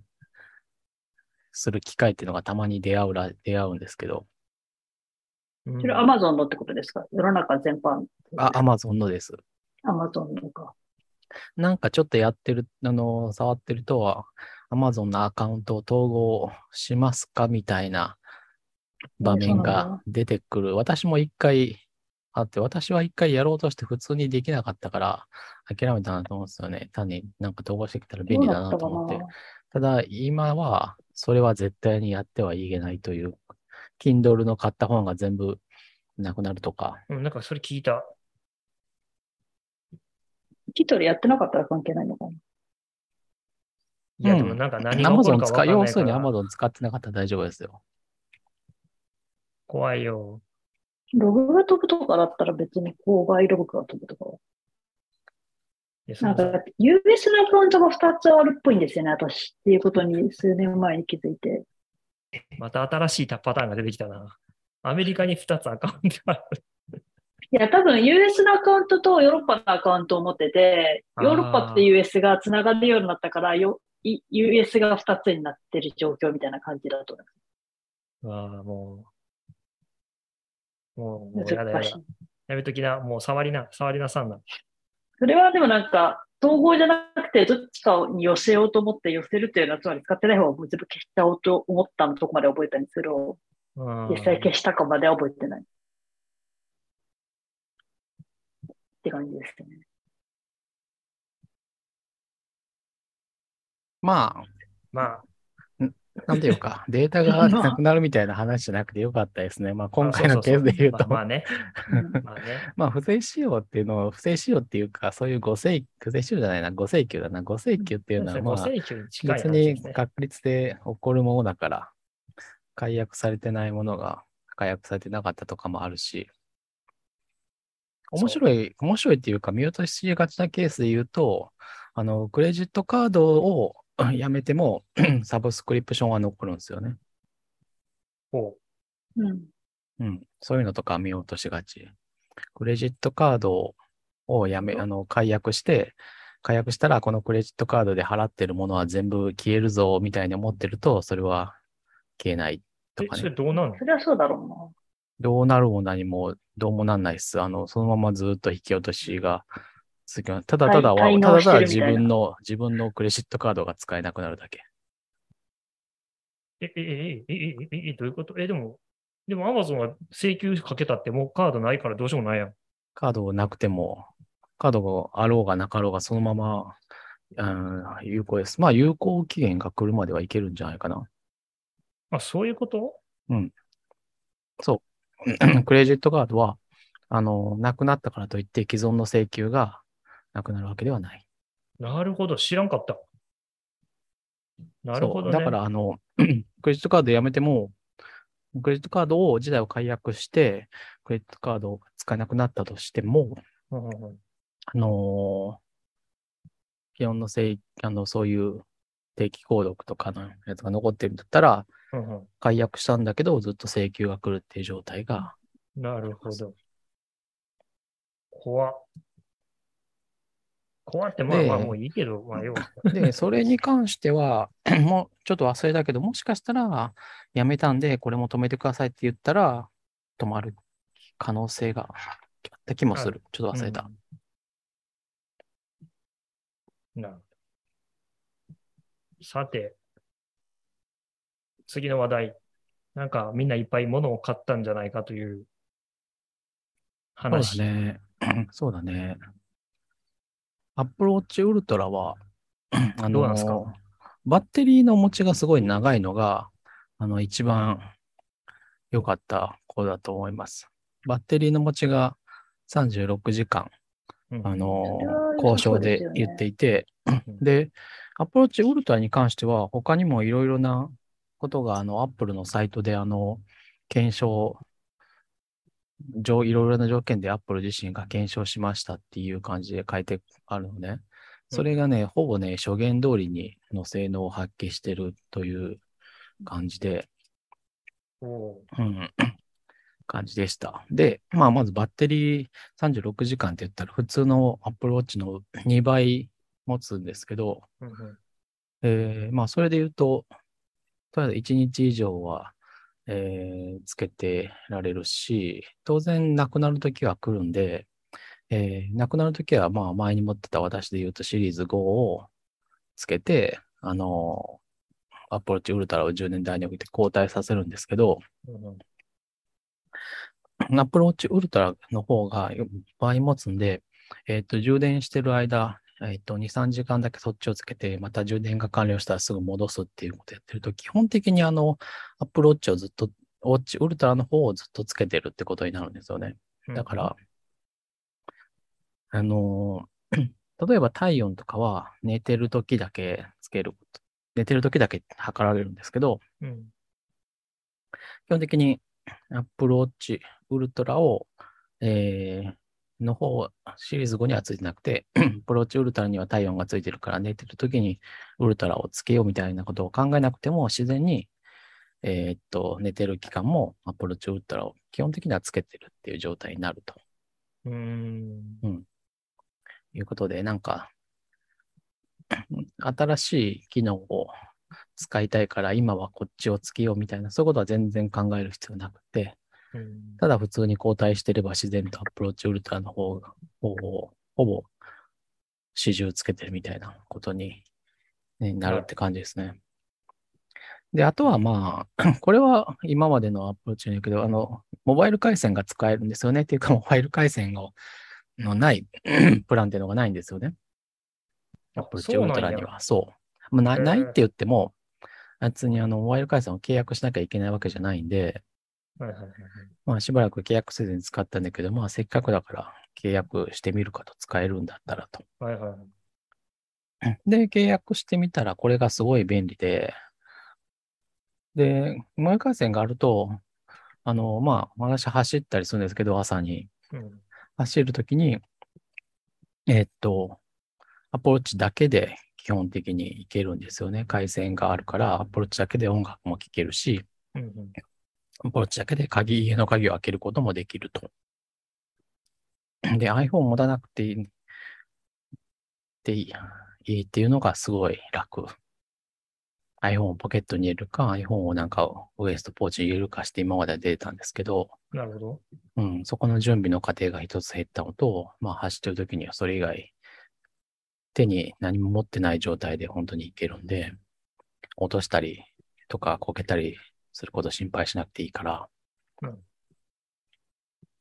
Speaker 2: する機会っていうのがたまに出会うら、出会うんですけど、
Speaker 1: うん
Speaker 5: それアマゾンのってことですか世の中全般。
Speaker 2: あ、Amazon のです。
Speaker 5: アマゾンのか。
Speaker 2: なんかちょっとやってる、あの、触ってるとは、Amazon のアカウントを統合しますかみたいな場面が出てくる。私も一回あって、私は一回やろうとして普通にできなかったから、諦めたなと思うんですよね。単になんか統合してきたら便利だなと思って。ただ、今は、それは絶対にやってはいけないという、Kindle の買った本が全部なくなるとか、
Speaker 1: うん、なんかそれ聞いた。
Speaker 5: キトルやってなかったら関係ないのかな。
Speaker 1: いや、
Speaker 2: うん
Speaker 1: でもなんか何が
Speaker 2: アマ
Speaker 1: 起こ
Speaker 2: ゾ
Speaker 1: る
Speaker 2: ン
Speaker 1: か分
Speaker 2: 使
Speaker 1: か
Speaker 2: い、
Speaker 1: んないから
Speaker 2: 要するに Amazon 使ってなかったら大丈夫ですよ。
Speaker 1: 怖いよ。
Speaker 5: ログが飛ぶとかだったら別に購買ログが飛ぶとかは。
Speaker 1: いやそ
Speaker 5: なん
Speaker 1: もそも
Speaker 5: か、US のアカウントが2つあるっぽいんですよね、私。っていうことに数年前に気づいて。
Speaker 1: また新しいパターンが出てきたな。アメリカに2つアカウントがある。
Speaker 5: いや、多分 US のアカウントとヨーロッパのアカウントを持ってて、
Speaker 1: あー
Speaker 5: ヨーロッパって US がつながるようになったから、よい US が2つになってる状況みたいな感じだと思います。
Speaker 1: わあ、もう。もう、もうやだや
Speaker 5: 難
Speaker 1: だ
Speaker 5: しい。。
Speaker 1: やめときな。もう触りな、触りなさんな。
Speaker 5: それはでもなんか、統合じゃなくて、どっちかに寄せようと思って寄せるというのは、つまり使ってない方を全部消しちゃおうと思ったのとこまで覚えたんですけど、
Speaker 1: うん
Speaker 5: 実際消したかまでは覚えてない。って感じですね。 [LAUGHS]
Speaker 2: まあ、
Speaker 1: まあ、
Speaker 2: なんてい
Speaker 1: [LAUGHS]
Speaker 2: うか、データがなくなるみたいな話じゃなくてよかったですね。まあ、今回の
Speaker 1: あそう
Speaker 2: ケ
Speaker 1: そ
Speaker 2: ー
Speaker 1: う
Speaker 2: ス
Speaker 1: そ
Speaker 2: で
Speaker 1: う
Speaker 2: 言うと、
Speaker 1: まあまあね。
Speaker 5: うん
Speaker 1: まあね。
Speaker 2: まあ、不正使用っていうのを、不正使用っていうか、そういう誤請、不正使用じゃないな、誤請求だな、誤請求っていうのは、ま
Speaker 1: ご
Speaker 2: あ、
Speaker 1: 請求に近い話
Speaker 2: 別
Speaker 1: で
Speaker 2: に
Speaker 1: すね
Speaker 2: 確率で起こるものだから、解約されてないものが解約されてなかったとかもあるし、
Speaker 1: そう
Speaker 2: 面白い、面白いっていうか、見落としがちなケースで言うと、あの、クレジットカードをやめても、 [CLEARS THROAT] サブスクリプションは残るんですよね。
Speaker 1: こ
Speaker 5: うん。
Speaker 2: うん。そういうのとか見落としがち。クレジットカードをやめ、あの、解約して、解約したら、このクレジットカードで払ってるものは全部消えるぞ、みたいに思ってると、それは消えないうと
Speaker 1: え、
Speaker 2: か
Speaker 1: それ
Speaker 2: ね。
Speaker 1: どうなの
Speaker 5: それはそうだろ
Speaker 2: どうなるも何も、どうもなんないっす。あの、そのままずっと引き落としが続きます。ただただは、
Speaker 5: 滞
Speaker 2: た
Speaker 5: 納
Speaker 2: だ
Speaker 5: して
Speaker 2: ただ
Speaker 5: るみた
Speaker 2: 自
Speaker 5: いな
Speaker 2: 分の、自分のクレジットカードが使えなくなるだけ。
Speaker 1: え、え、え、え、え、え、え、えどういうことえ、でも、でも Amazon は請求かけたってもうカードないからどうしようもないやん。
Speaker 2: カードなくても、カードがあろうがなかろうが、そのまま、うん、有効です。まあ、有効期限が来るまではいけるんじゃないかな。
Speaker 1: あ、そういうこと
Speaker 2: [CLEARS THROAT] クレジットカードは、あの、なくなったからといって、既存の請求がなくなるわけではない。
Speaker 1: なるほど。知らんかった。なるほど、ね。
Speaker 2: そうだから、あの、 [CLEARS THROAT] クレジットカードやめても、クレジットカードを自体を解約して、クレジットカードを使えなくなったとしても、
Speaker 1: うんうんうん、
Speaker 2: あのー基本の請あの、そういう定期購読とかのやつが残ってるんだったら、
Speaker 1: うんうん
Speaker 2: 解約したんだけど、ずっと請求が来るっていう状態が、
Speaker 1: なるほど。怖っ怖って、まあ
Speaker 2: で
Speaker 1: まあもういいけど、まあよ。
Speaker 2: で、それに関しては、 [COUGHS] もうちょっと忘れたけど、もしかしたら、やめたんで、これも止めてくださいって言ったら、止まる可能性があった気もする。ちょっと忘れた。
Speaker 1: うんなるほどさて、次の話題。なんかみんないっぱい物を買ったんじゃないかという
Speaker 2: そ
Speaker 1: 話。
Speaker 2: うだね。
Speaker 1: [CLEARS THROAT]
Speaker 2: そうだね。Apple Watch Ultra は、あ
Speaker 1: どうなんですか
Speaker 2: バッテリーの持ちがすごい長いのが、あの、一番良かった子だと思います。バッテリーの持ちが36時間、
Speaker 1: うん
Speaker 2: あの
Speaker 5: それは、
Speaker 2: 交渉
Speaker 5: そうです
Speaker 2: で
Speaker 5: よね
Speaker 2: 言っていて、
Speaker 1: うん
Speaker 2: で、Apple Watch Ultra に関しては、他にもいろいろなことが、あの、Apple のサイトで、あの、検証、上いろいろな条件で Apple 自身が検証しましたっていう感じで書いてあるのね。それがね、ほぼね、初見通りにの性能を発揮してるという感じで、
Speaker 1: おう
Speaker 2: うん、感じでした。で、まあ、まずバッテリー36時間って言ったら、普通の Apple Watch の2倍持つんですけど、
Speaker 1: うんうん
Speaker 2: えーまあ、それで言うと、とりあえず1日以上は、えーつけてられるし、当然、なくなるときは来るんで、えーなくなるときは、まあ、前に持ってた私で言うと、シリーズ5をつけて、あのー、Apple Watch Ultra を10年代に置いて交代させるんですけど、
Speaker 1: うんうん
Speaker 2: アプローチウルトラの方がよ倍持つんで、えっ、と、充電してる間、えっ、と、2、3時間だけそっちをつけて、また充電が完了したらすぐ戻すっていうことやってると、基本的にあの、アプローチをずっと、ウォッチウルトラの方をずっとつけてるってことになるんですよね。だから、あの [CLEARS THROAT] ー例えば体温とかは寝てる時だけつけること。寝てる時だけ測られるんですけど、
Speaker 1: うん、うん。
Speaker 2: 基本的に Apple Watch Ultra を、えーの方、シリーズ5にはついてなくて、Apple [CLEARS THROAT] Watch Ultra には体温がついてるから寝てる時にウルトラをつけようみたいなことを考えなくても自然に、えーっと、寝てる期間も Apple Watch Ultra を基本的にはつけてるっていう状態になると。
Speaker 1: うーん。
Speaker 2: ということで、なんか、 [CLEARS THROAT] 新しい機能を使いたいから、今はこっちをつけようみたいな、そういうことは全然考える必要なくて、
Speaker 1: うん
Speaker 2: ただ普通に交代してれば自然とアプローチウルトラの方が、ほぼ、ほぼ、始終つけてるみたいなことに、ね、なるって感じですね。で、あとはまあ、 [CLEARS THROAT] これは今までのアプローチに行くけど、あの、モバイル回線が使えるんですよね。っていうか、モバイル回線ののない [CLEARS THROAT] プランっていうのがないんですよね。アプローチウルトラには。そう。まあ、
Speaker 1: へ
Speaker 2: な
Speaker 1: ー
Speaker 2: ないって言っても、別にあの、モバイル回線を契約しなきゃいけないわけじゃないんで、
Speaker 1: そうなんや。はいはいはい
Speaker 2: まあしばらく契約せずに使ったんだけど、まあせっかくだから契約してみるかと使えるんだったらと。
Speaker 1: はい。はいはい。
Speaker 2: で、契約してみたらこれがすごい便利で、で、前回線があると、あの、まあ私走ったりするんですけど、朝に。
Speaker 1: うん。
Speaker 2: 走るときに、えーっと、アプローチだけで基本的にいけるんですよね。回線があるから、アプローチだけで音楽も聴けるし、
Speaker 1: うんうん。
Speaker 2: ポロッチだけで鍵、家の鍵を開けることもできると。で、iPhone を持たなくていい、でいいいいっていうのがすごい楽。iPhone をポケットに入れるか、iPhone をなんかウエストポーチに入れるかして今までは出てたんですけど、
Speaker 1: なるほど。
Speaker 2: うん、そこの準備の過程が一つ減ったのと、まあ走ってる時にはそれ以外、手に何も持ってない状態で本当にいけるんで、落としたりとかこけたりすること心配しなくていいから、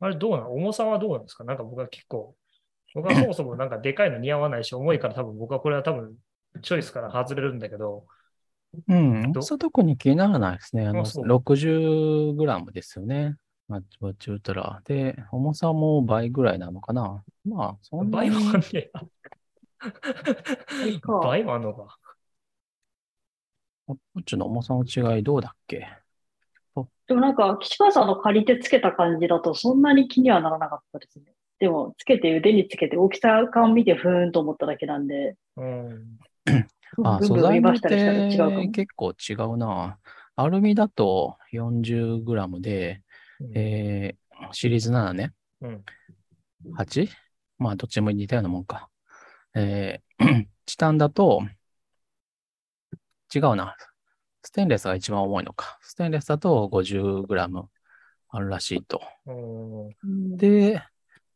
Speaker 1: あれどうなの重さはどうなんですかなんか僕は結構、僕はそもそもなんかでかいの似合わないし、重いから多分僕はこれは多分チョイスから外れるんだけど、
Speaker 2: うん、
Speaker 1: ど
Speaker 2: 重さ特に気にならないですね。あの、
Speaker 1: あそう
Speaker 2: 60g ですよね。マッチバッチウルトラ。で、重さも倍ぐらいなのかな。まあ、そんな
Speaker 1: 倍
Speaker 2: に
Speaker 1: もあんねや。
Speaker 5: か
Speaker 1: 倍もあんのか。
Speaker 2: アップルウォッチの重さの違いどうだっけ
Speaker 5: でもなんか、岸川さんの借りてつけた感じだと、そんなに気にはならなかったですね。でも、つけて腕につけて、大きさ感見て、ふーんと思っただけなんで、
Speaker 1: うん。
Speaker 2: あ、
Speaker 5: ブン
Speaker 2: 素
Speaker 5: ブン
Speaker 2: 材
Speaker 5: 見
Speaker 2: によ
Speaker 5: ま
Speaker 2: っ
Speaker 5: したりしたら違うか
Speaker 2: て
Speaker 5: も。
Speaker 2: 結構違うな。アルミだと 40g で、えーシリーズ7ね。
Speaker 1: うん。
Speaker 2: 8? まあ、どっちも似たようなもんか。えー [CLEARS THROAT] チタンだと、違うな。ステンレスが一番重いのか。ステンレスだと 50g あるらしいと。
Speaker 1: うん。
Speaker 5: うん
Speaker 2: で、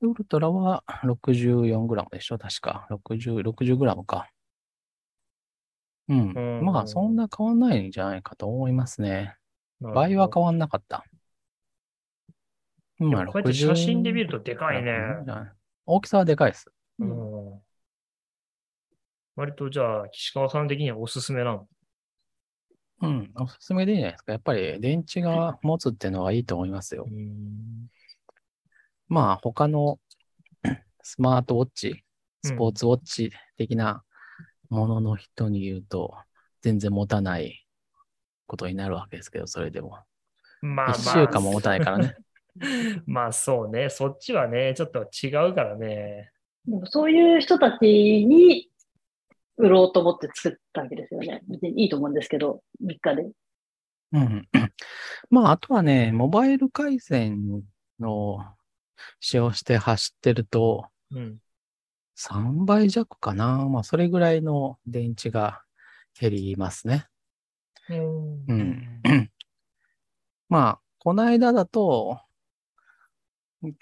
Speaker 2: ウルトラは 64g でしょ確か。60、60g か。うん。
Speaker 1: うん
Speaker 2: まあ、そんな変わんないんじゃないかと思いますね。倍は変わんなかった。
Speaker 1: で
Speaker 2: 今
Speaker 1: もこうやって写真で見
Speaker 2: る
Speaker 1: るとでかいね。
Speaker 2: 大きさはでかいです。
Speaker 5: う
Speaker 1: うんん。割とじゃあ、岸川さん的にはおすすめなの。
Speaker 2: うん、おすすめでいいんじゃないですか。やっぱり電池が持つってのはいいと思いますよ
Speaker 1: う。ん。
Speaker 2: まあ、他の [CLEARS THROAT] スマートウォッチ、
Speaker 1: うん
Speaker 2: スポーツウォッチ的なものの人に言うと、全然持たないことになるわけですけど、それでも。
Speaker 1: まあまあ。
Speaker 2: 1週間も持たないからね。
Speaker 1: [LAUGHS] まあそうね、そっちはね、ちょっと違うからね。
Speaker 5: でもそういう人たちに売ろうと思って作ったわけですよね。別にいいと思うんですけど、3日 [LAUGHS] で。
Speaker 2: [LAUGHS] うん。まあ、あとはね、モバイル回線の使用して走ってると、
Speaker 1: うん。
Speaker 2: 3倍弱かな。まあ、それぐらいの電池が減りますね。う。
Speaker 3: うんん
Speaker 2: [COUGHS] まあ、この間だと、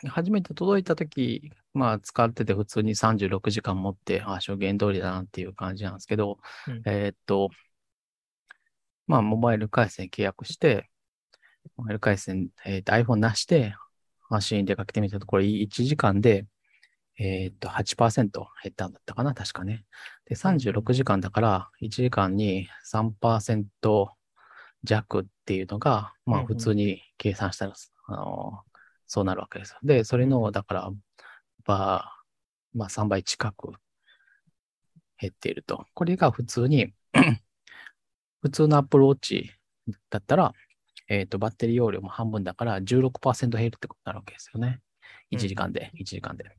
Speaker 2: 初めて届いたとき、まあ、使ってて普通に36時間持って、あ、証言通りだなっていう感じなんですけど、
Speaker 1: うん
Speaker 2: えーっと、まあ、モバイル回線契約して、モバイル回線、えーっと iPhone なしで、話に出かけてみたところ、1時間で、えーっと、8%減ったんだったかな、確かね。で、36時間だから、1時間に3%弱っていうのが、ま
Speaker 1: うん
Speaker 2: あ、
Speaker 1: うん
Speaker 2: 普通に計算したら、あの、そうなるわけですよ。で、それの、だから、ば、まあ、3倍近く減っていると。これが普通に、 [CLEARS THROAT] 普通の Apple Watch だったら、えっ、と、バッテリー容量も半分だから16%減るってことになるわけですよね。
Speaker 1: うん
Speaker 2: 1時間で、1時間で。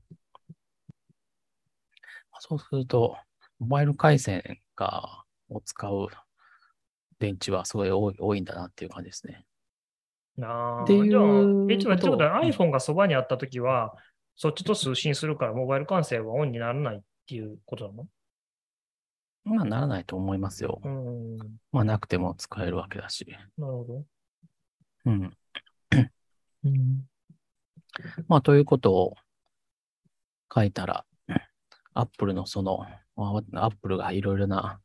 Speaker 2: そうすると、モバイル回線が、を使う電池はすごい多い多いんだなっていう感じですね。
Speaker 1: なあ。
Speaker 2: って
Speaker 1: じゃ
Speaker 2: いう
Speaker 1: あ、え、ちょっと待ってちょっと
Speaker 2: こと
Speaker 1: 待って iPhone がそばにあったときは、そっちと通信するから、モバイル管制はオンにならないっていうことなの
Speaker 2: まあ、ならないと思いますよ。
Speaker 1: うん。なる
Speaker 2: まあ、なくても使えるわけだし。
Speaker 1: ほど。
Speaker 2: うん。
Speaker 1: うん。
Speaker 2: まあ、ということを書いたら、アップルのその、アップルがいろいろな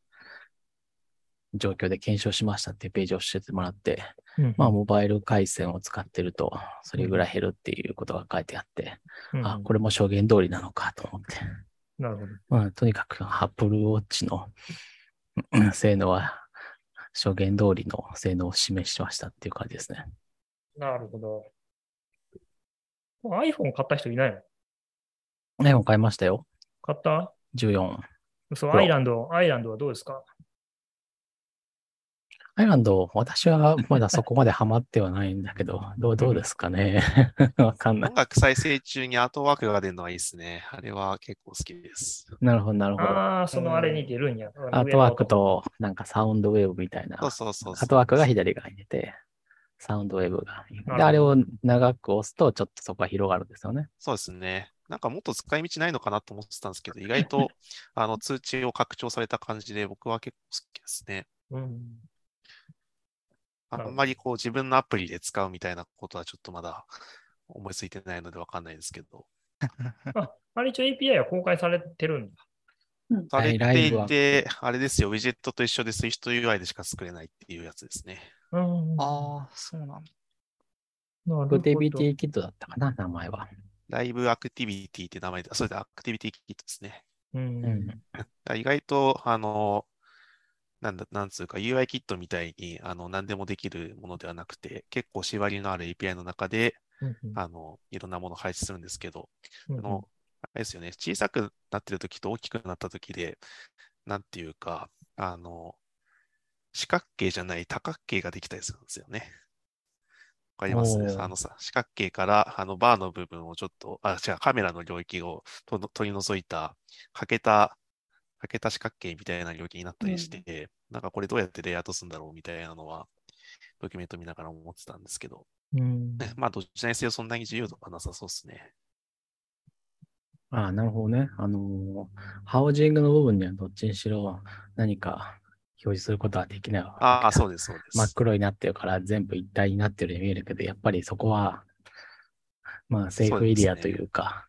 Speaker 2: 状況で検証しましたっていうページを教えてもらって、まあ、モバイル回線を使ってると、それぐらい減るっていうことが書いてあって、
Speaker 1: うん
Speaker 2: あ、これも証言通りなのかと思って。
Speaker 1: なるほど。
Speaker 2: うん、とにかく、アップルウォッチのうん性能は、証言通りの性能を示しましたっていう感じですね。
Speaker 1: なるほど。もう iPhone 買った人いないの
Speaker 2: ね、もう買いましたよ。
Speaker 1: 買った
Speaker 2: 14。
Speaker 1: そう、
Speaker 2: そう
Speaker 1: アイランド、アイランドはどうですか
Speaker 2: アイランド、私はまだそこまでハマってはないんだけど、どうどうですかね [LAUGHS] わかんない
Speaker 4: 音。楽再生中にアートワークが出るのはいいですね。あれは結構好きです。
Speaker 2: なるほど、なるほど。
Speaker 1: ああ、そのあれに出るんや。
Speaker 2: アートワークと、なんかサウンドウェーブみたいな。
Speaker 4: そうそうそう
Speaker 2: ア
Speaker 4: そう。
Speaker 2: ートワークが左側に出て、サウンドウェーブが。
Speaker 1: ほど
Speaker 2: で、あれを長く押すと、ちょっとそこが広がるんですよね。
Speaker 4: そうですね。なんかもっと使い道ないのかなと思ってたんですけど、意外とあの通知を拡張された感じで僕は結構好きですね。
Speaker 1: うん。
Speaker 4: あ
Speaker 1: なるほど
Speaker 4: んまりこう自分のアプリで使うみたいなことはちょっとまだ思いついてないのでわかんないですけど。
Speaker 1: あ、あれ一応 API は公開されてるんだ。
Speaker 4: され
Speaker 2: ラ
Speaker 4: て
Speaker 2: イ
Speaker 4: い
Speaker 2: ブは
Speaker 4: て、あれですよ、ウィジェットと一緒で SwiftUI でしか作れないっていうやつですね。
Speaker 1: うん。
Speaker 3: ああ、そうな
Speaker 1: な
Speaker 3: んだ。
Speaker 1: るほ
Speaker 2: ア
Speaker 1: ど
Speaker 2: クティビティキットだったかな、名前は。
Speaker 4: ライブアクティビティって名前で、あそれでアクティビティキットですね。
Speaker 1: う。
Speaker 2: うんん。
Speaker 4: だから意外と、あの、なんだ、なんつうか UI キットみたいに、あの、何でもできるものではなくて、結構縛りのある API の中で、
Speaker 1: うん
Speaker 4: あの、いろんなものを配置するんですけど、
Speaker 1: うん
Speaker 4: あの、あれですよね、小さくなってる時と大きくなった時で、なんていうか、あの、四角形じゃない多角形ができたりするんですよね。わかります
Speaker 2: おー
Speaker 4: あのさ、四角形から、あの、バーの部分をちょっと、あ、違う、カメラの領域をとの取り除いた、欠けた、欠けた四角形みたいな領域になったりして、なんかこれどうやってレイアウトするんだろうみたいなのは、ドキュメント見ながら思ってたんですけど、
Speaker 1: うん
Speaker 4: ねまあ、どっちにせよそんなに自由度はなさそうですね。
Speaker 2: ああ、なるほどね。あのーハウジングの部分にはどっちにしろ何か表示することはできないわけだ
Speaker 4: ああ、そうです、そうです。
Speaker 2: 真っ黒になってるから全部一体になってるように見えるけど、やっぱりそこは、まあセーフエリアというか、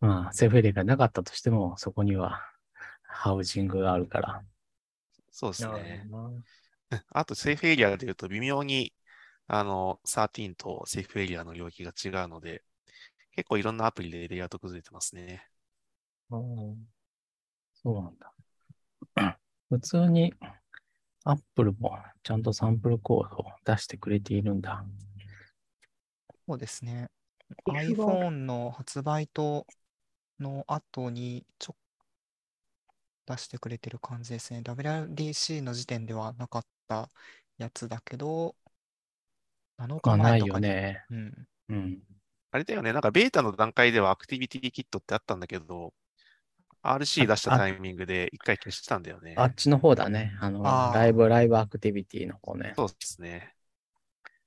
Speaker 2: まあセーフエリアがなかったとしても、そこにはハウジングがあるから。
Speaker 4: そうです
Speaker 1: なる
Speaker 4: ね。
Speaker 1: ほどな
Speaker 4: [LAUGHS] あと、セーフエリアで言うと、微妙に、あの、13とセーフエリアの領域が違うので、結構いろんなアプリでレイアウト崩れてますね。
Speaker 1: うん
Speaker 2: そうなんだ。 [CLEARS THROAT] 普通に Apple もちゃんとサンプルコードを出してくれているんだ。
Speaker 3: そうですね。
Speaker 5: 一番
Speaker 3: iPhone の発売との後にちょ出してくれてる感じですね。WRDC の時点ではなかったやつだけど、7
Speaker 2: ま
Speaker 3: 日
Speaker 2: あ
Speaker 3: 前
Speaker 2: ない
Speaker 3: と
Speaker 2: よ
Speaker 3: かに、
Speaker 2: ね。
Speaker 3: うん、
Speaker 2: うん。
Speaker 4: あれだよね、なんかベータの段階ではアクティビティキットってあったんだけど、RC 出したタイミングで一回消したんだよね。
Speaker 2: あっちの方だね。あの、
Speaker 3: あー
Speaker 2: ライブ、ライブアクティビティの方ね。
Speaker 4: そうですね。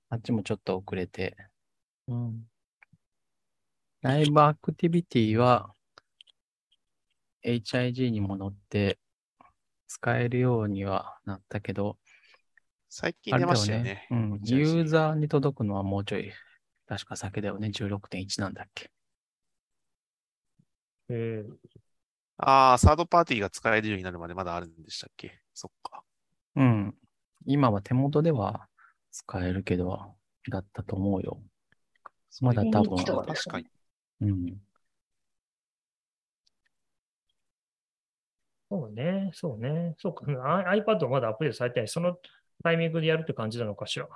Speaker 2: あっちもちょっと遅れて。
Speaker 1: うん
Speaker 2: ライブアクティビティは HIG にも載って使えるようにはなったけど、
Speaker 4: 最近
Speaker 2: あれ
Speaker 4: 出
Speaker 2: だ
Speaker 4: ま
Speaker 2: よ
Speaker 4: した
Speaker 2: ね
Speaker 4: よね。。
Speaker 2: うん、
Speaker 4: HIG
Speaker 2: ユーザーに届くのはもうちょい、確か先だよね。16.1なんだっけ。
Speaker 1: えー
Speaker 4: ああ、サードパーティーが使えるようになるまでまだあるんでしたっけそっか。
Speaker 2: うん。今は手元では使えるけど、だったと思うよ。まだ多分
Speaker 5: 日記とか
Speaker 4: 確かに。
Speaker 2: うん。
Speaker 1: そうね、そうね。そうか、あ iPad はまだアップデートされてない。そのタイミングでやるって感じなのかしら。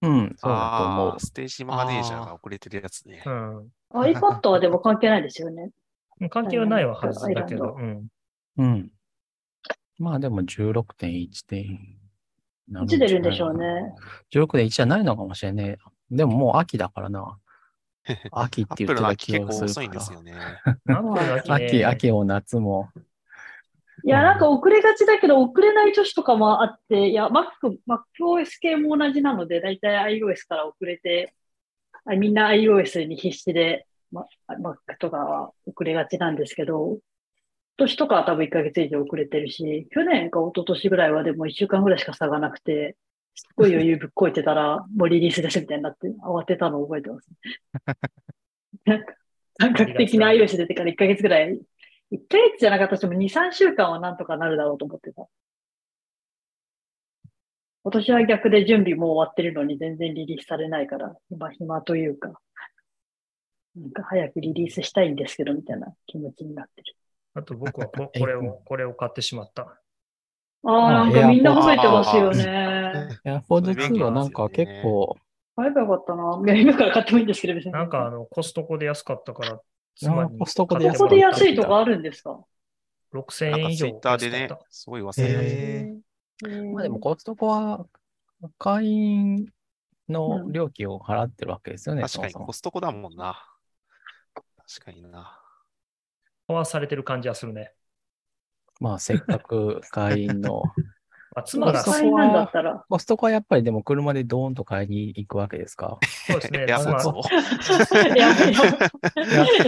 Speaker 2: うん、そうだと思
Speaker 4: あ
Speaker 2: う
Speaker 4: あ、。ステージマネージャーが遅れてるやつね
Speaker 1: う。ん。
Speaker 5: iPad はでも関係ないですよね。
Speaker 1: 関係はないはずだけど、
Speaker 5: は
Speaker 1: うん。
Speaker 2: うん。まあでも16.1点。
Speaker 5: こっち出るんでしょうね。。
Speaker 2: 16.1じゃないのかもしれない。でももう秋だから
Speaker 4: [LAUGHS]
Speaker 2: な。秋っ
Speaker 4: アッ
Speaker 2: て言って
Speaker 4: プルの
Speaker 2: た
Speaker 4: 秋
Speaker 2: 気
Speaker 4: 結
Speaker 2: が
Speaker 4: 構
Speaker 2: する
Speaker 4: 遅
Speaker 2: か
Speaker 4: いんで
Speaker 2: ら。
Speaker 4: す
Speaker 2: [LAUGHS]
Speaker 4: よね。
Speaker 1: アップル秋ね
Speaker 2: 秋、秋も夏も。
Speaker 5: いや、なんか遅れがちだけど、遅れない女子とかもあって、いや、Mac、MacOS 系も同じなので、だいたい iOS から遅れて、あみんな iOS に必死で、ま、Mac とかは遅れがちなんですけど、今年とかは多分1ヶ月以上遅れてるし、去年か一昨年ぐらいはでも1週間ぐらいしか差がなくて、すっごい余裕ぶっこいてたら、もうリリースですみたいになって、慌てたのを覚えてます。
Speaker 1: [LAUGHS]
Speaker 5: なんか、感覚的な iOS 出てから1ヶ月ぐらい1ヶ月じゃなかったとしても2、3週間はなんとかなるだろうと思ってた。今年は逆で準備もう終わってるのに全然リリースされないから、今暇というか、なんか早くリリースしたいんですけどみたいな気持ちになってる。
Speaker 1: あと僕は
Speaker 2: [LAUGHS]
Speaker 1: ここれを、これを買ってしまった。
Speaker 5: ああ、なん
Speaker 2: エア
Speaker 5: か
Speaker 2: ポッ
Speaker 5: みんな褒めてますよね。
Speaker 2: AirPods 2はなんか結構、
Speaker 5: 買えばよかったな。いや、今から買ってもいいんですけど、別に。
Speaker 1: なんかあの、コストコで安かったから、
Speaker 2: あーコストコで
Speaker 5: こ
Speaker 1: 買っても
Speaker 5: こ
Speaker 1: ら
Speaker 5: で
Speaker 1: っ
Speaker 5: 安いとこあるんですか
Speaker 1: た
Speaker 4: な
Speaker 1: 6000
Speaker 4: んか
Speaker 1: 円以
Speaker 4: ツ
Speaker 1: 上
Speaker 4: イッターでね
Speaker 1: 安かっ、
Speaker 4: すごい忘れがち
Speaker 3: へえ
Speaker 2: まあでもコストコは会員の料金を払ってるわけですよね、
Speaker 4: 確
Speaker 2: そ
Speaker 4: か
Speaker 2: も
Speaker 4: に
Speaker 2: そも
Speaker 4: コストコだもんな。確かにな。
Speaker 1: た。買わされてる感じはするね。
Speaker 2: まあせっかく会員
Speaker 5: [LAUGHS]
Speaker 2: の。
Speaker 1: まあ、妻
Speaker 5: ま
Speaker 1: が、
Speaker 5: あ、
Speaker 2: コ
Speaker 1: そ
Speaker 2: スト
Speaker 5: 買いなんだっ
Speaker 2: [LAUGHS]
Speaker 5: たら。
Speaker 2: コストコはやっぱりでも車でドーンと買いに行くわけですか。
Speaker 1: うですね。
Speaker 4: エアポ
Speaker 1: 妻
Speaker 4: ーツを。
Speaker 5: いやいや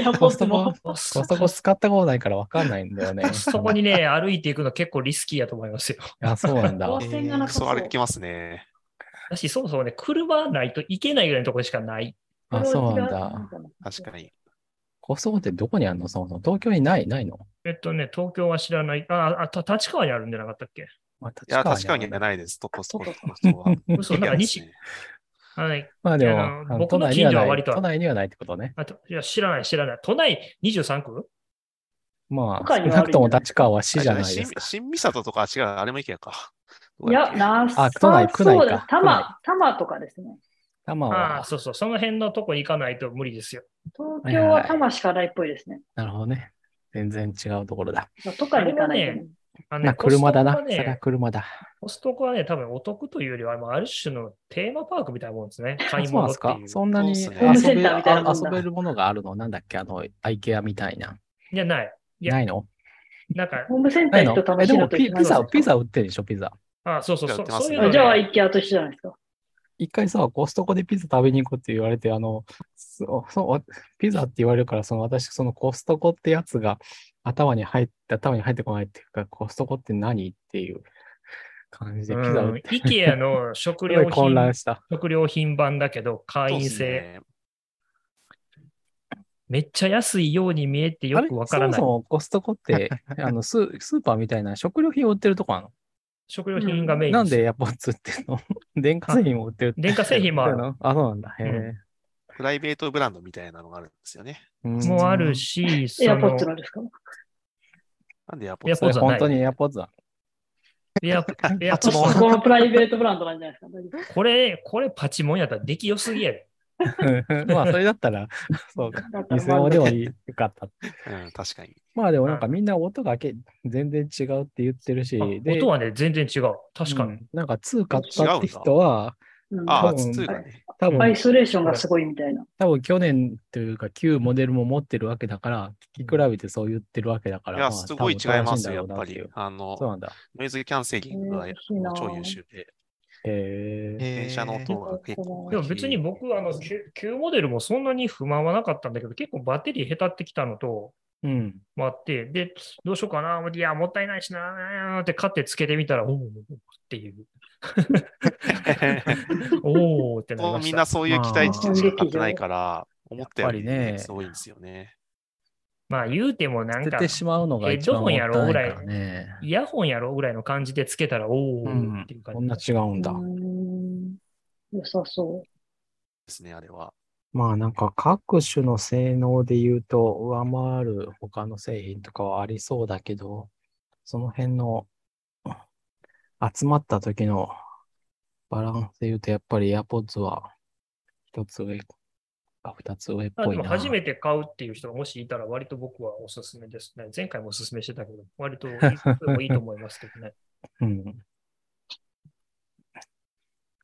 Speaker 5: エアポ
Speaker 2: コ
Speaker 5: ッ
Speaker 2: ス
Speaker 5: ド
Speaker 2: トコ
Speaker 5: も。、
Speaker 2: コストコ使ったことないからわかんないんだよね。
Speaker 1: [LAUGHS] そこにね、歩いていくの結構リスキーやと思いますよ。
Speaker 2: あ、そうなん
Speaker 5: [LAUGHS]
Speaker 2: だ。
Speaker 5: 動線がな
Speaker 4: ク
Speaker 5: さ
Speaker 4: ソ
Speaker 5: そう。
Speaker 4: 歩きますね。
Speaker 1: だし、そもそもね、車ないといけないぐらいのところしかない。
Speaker 2: あ、そうなんだ。。
Speaker 4: 確かに。
Speaker 2: コストコってどこにあるのそもそも東京にないないの
Speaker 1: えっとね、東京は知らない。あ、あた立川にあるんじゃなかったっけ
Speaker 2: まあ、
Speaker 4: いや、確か
Speaker 2: あ
Speaker 4: に
Speaker 2: るんだ
Speaker 4: ないです。とコストコのコストコは。
Speaker 1: 嘘なんか西はい。
Speaker 2: まあでも、
Speaker 1: あの
Speaker 2: あの
Speaker 1: 僕
Speaker 2: 都
Speaker 1: の
Speaker 2: 内には
Speaker 1: 近所は
Speaker 2: ない
Speaker 1: 割とある
Speaker 2: 都内にはないってことね。
Speaker 1: あといや知らない、知らない。都内23区
Speaker 2: まあ、
Speaker 5: 他
Speaker 2: 少
Speaker 5: にはあ
Speaker 2: な
Speaker 5: る
Speaker 2: く
Speaker 5: んじゃない
Speaker 2: とも立川は市じゃない
Speaker 4: 新
Speaker 2: ですか。
Speaker 4: 新三郷とか違う、あれも池やか。ど
Speaker 5: いう
Speaker 4: っ
Speaker 5: や、
Speaker 4: け
Speaker 5: な
Speaker 2: あ
Speaker 5: さ
Speaker 2: 都内区内か
Speaker 5: そうです。多摩、多摩とかですね。
Speaker 2: 多摩
Speaker 1: ああ、
Speaker 2: は、
Speaker 1: そうそう。その辺のとこに行かないと無理ですよ。
Speaker 5: 東京は多摩しかないっぽいですね。
Speaker 2: なるほどね。全然違うところだ。
Speaker 5: 都会に行かないとね。
Speaker 1: あのね
Speaker 2: な、車だな。
Speaker 1: コ
Speaker 2: そ
Speaker 1: ストコ
Speaker 2: れ
Speaker 1: は
Speaker 2: は
Speaker 1: ね、
Speaker 2: 車だ。
Speaker 1: コストコはね、多分お得というよりは、まあある種のテーマパークみたいなもんですね。買い
Speaker 2: そうな
Speaker 1: 物
Speaker 2: んで
Speaker 1: っ
Speaker 2: す
Speaker 1: て
Speaker 2: か
Speaker 1: いう。
Speaker 2: そんなに
Speaker 4: そうっすね
Speaker 5: ホーム
Speaker 2: 遊
Speaker 5: セ
Speaker 2: べ
Speaker 5: ンターみたいなもんだ
Speaker 2: 遊べるものがあるのなんだっけあの、IKEA みたいな。
Speaker 1: いや、ない。いや
Speaker 2: ないの
Speaker 1: なんか、
Speaker 5: ホームセンタ
Speaker 2: ない
Speaker 5: ー
Speaker 2: の
Speaker 5: 行くと楽
Speaker 2: え、
Speaker 5: し
Speaker 2: で
Speaker 5: いの
Speaker 2: も
Speaker 5: と
Speaker 2: ピ
Speaker 5: 一緒なん
Speaker 2: ピ
Speaker 5: です
Speaker 2: ザ、
Speaker 5: よ
Speaker 2: ピザ売ってるでしょ、ピザ。
Speaker 1: ああそうそうそ
Speaker 4: や
Speaker 1: う。
Speaker 4: ってます
Speaker 1: そう
Speaker 4: ね
Speaker 1: いうの、ね、
Speaker 5: じゃあ、一気と一緒じゃないですか。
Speaker 2: 一回さ、コストコでピザ食べに行こうって言われて、あの、そそうわピザって言われるから、その私、そのコストコってやつが頭に入って、頭に入ってこないっていうか、コストコって何っていう感じで、ピザ
Speaker 1: う
Speaker 2: 売っ
Speaker 1: ん
Speaker 2: て、、
Speaker 1: IKEA の食
Speaker 2: すご
Speaker 1: 料
Speaker 2: い混
Speaker 1: 品
Speaker 2: 乱、した。
Speaker 1: 食料品版だけど、会
Speaker 4: そうっ
Speaker 1: 員
Speaker 4: す
Speaker 1: 制。
Speaker 4: ね。
Speaker 1: めっちゃ安いように見えてよくわから
Speaker 2: あれ
Speaker 1: ない
Speaker 2: そ。もそもコスト
Speaker 1: [LAUGHS]
Speaker 2: コって、あのスー、スーパーみたいな食料品を売ってるとこなの
Speaker 1: 食料品がメイン
Speaker 2: なん
Speaker 1: す
Speaker 2: でやっぱ売ってるの [LAUGHS] 電化製品も売ってるって
Speaker 1: 電化製品もある
Speaker 2: のあ、そうなんだ。へえ。
Speaker 4: プライベートブランドみたいなのがあるんですよね。
Speaker 2: うん
Speaker 1: もある。し、そ
Speaker 5: エアポ
Speaker 1: の
Speaker 5: ッツのですか
Speaker 4: なんでエアポ
Speaker 1: エ
Speaker 4: ー
Speaker 1: ア
Speaker 4: ツ
Speaker 1: ポッ
Speaker 2: それ
Speaker 1: ツはない
Speaker 2: 本当にエアポッズだ。
Speaker 1: エ
Speaker 2: [LAUGHS]
Speaker 1: アエアポ
Speaker 5: そ
Speaker 1: ッ
Speaker 5: こ
Speaker 1: ツ
Speaker 5: このプライベートブランドなんじゃないですか大丈夫
Speaker 1: これ、これパチモンやったら出来良すぎやで。
Speaker 2: [LAUGHS] まあ、それだったら、そ
Speaker 1: [LAUGHS]
Speaker 2: うか。
Speaker 5: だった
Speaker 2: 偽
Speaker 5: らま
Speaker 2: 物
Speaker 5: あ
Speaker 2: でもいいよかった。
Speaker 4: うん、確かに。
Speaker 2: まあでもなんかみんな音がけ全然違うって言ってるし、
Speaker 1: あ
Speaker 2: で
Speaker 1: 音はね、全然違う。確かに。
Speaker 2: うんなんか2買ったって人は、
Speaker 5: うん
Speaker 4: あ
Speaker 2: 多
Speaker 4: あ、
Speaker 2: 分
Speaker 4: つうかね。
Speaker 2: 多
Speaker 5: アイ
Speaker 2: 分、
Speaker 5: ソレーションがすごいみたいな。
Speaker 2: 多分去年というか旧モデルも持ってるわけだから、聞き比べてそう言ってるわけだか
Speaker 4: い
Speaker 2: ら、
Speaker 4: や、
Speaker 2: まあ
Speaker 4: すごい違いますよ、や
Speaker 2: 多
Speaker 4: っ
Speaker 2: 分
Speaker 4: ぱ
Speaker 2: 楽しいんだろうな
Speaker 4: り
Speaker 2: っていう。そう
Speaker 4: あの、
Speaker 2: なんだ。
Speaker 4: ノイズキャンセリングが
Speaker 5: えー欲しいな
Speaker 4: 超優秀で、
Speaker 2: へえ。
Speaker 4: 電車の音が結構。
Speaker 1: でも別に僕はあの旧旧モデルもそんなに不満はなかったんだけど、結構バッテリー下手ってきたのと、
Speaker 2: うん。
Speaker 1: もあって、で、どうしようかな、いや、もったいないしなーって買ってつけてみたら、おーっていう、おーってなり
Speaker 4: [LAUGHS] もう [LAUGHS]
Speaker 1: まし
Speaker 4: みん
Speaker 1: た
Speaker 4: な。そういう期待値しか買ってないから、思ったより
Speaker 2: やっぱりね
Speaker 4: すごいんですよね。
Speaker 1: まあ言うてもなん
Speaker 2: 捨て
Speaker 1: か
Speaker 2: て、しまうのが一番もったいないからね。
Speaker 1: イヤホンやろぐらいの感じでつけたら、おーっていう
Speaker 2: こ
Speaker 1: 感
Speaker 2: ん
Speaker 1: じ。
Speaker 2: な違うん
Speaker 5: う
Speaker 2: だ。
Speaker 5: ーん良さそ
Speaker 4: ですね、あれは。
Speaker 2: まあなんか各種の性能で言うと上回る他の製品とかはありそうだけど、その辺の集まった時のバランスで言うとやっぱり AirPods は一つ上か二つ上っ
Speaker 1: あ
Speaker 2: ぽ
Speaker 1: で
Speaker 2: い
Speaker 1: も
Speaker 2: な。
Speaker 1: 初めて買うっていう人がもしいたら、割と僕はおすすめですね。前回もおすすめしてたけど、割といいでもいいと思いますけどね。
Speaker 2: うん。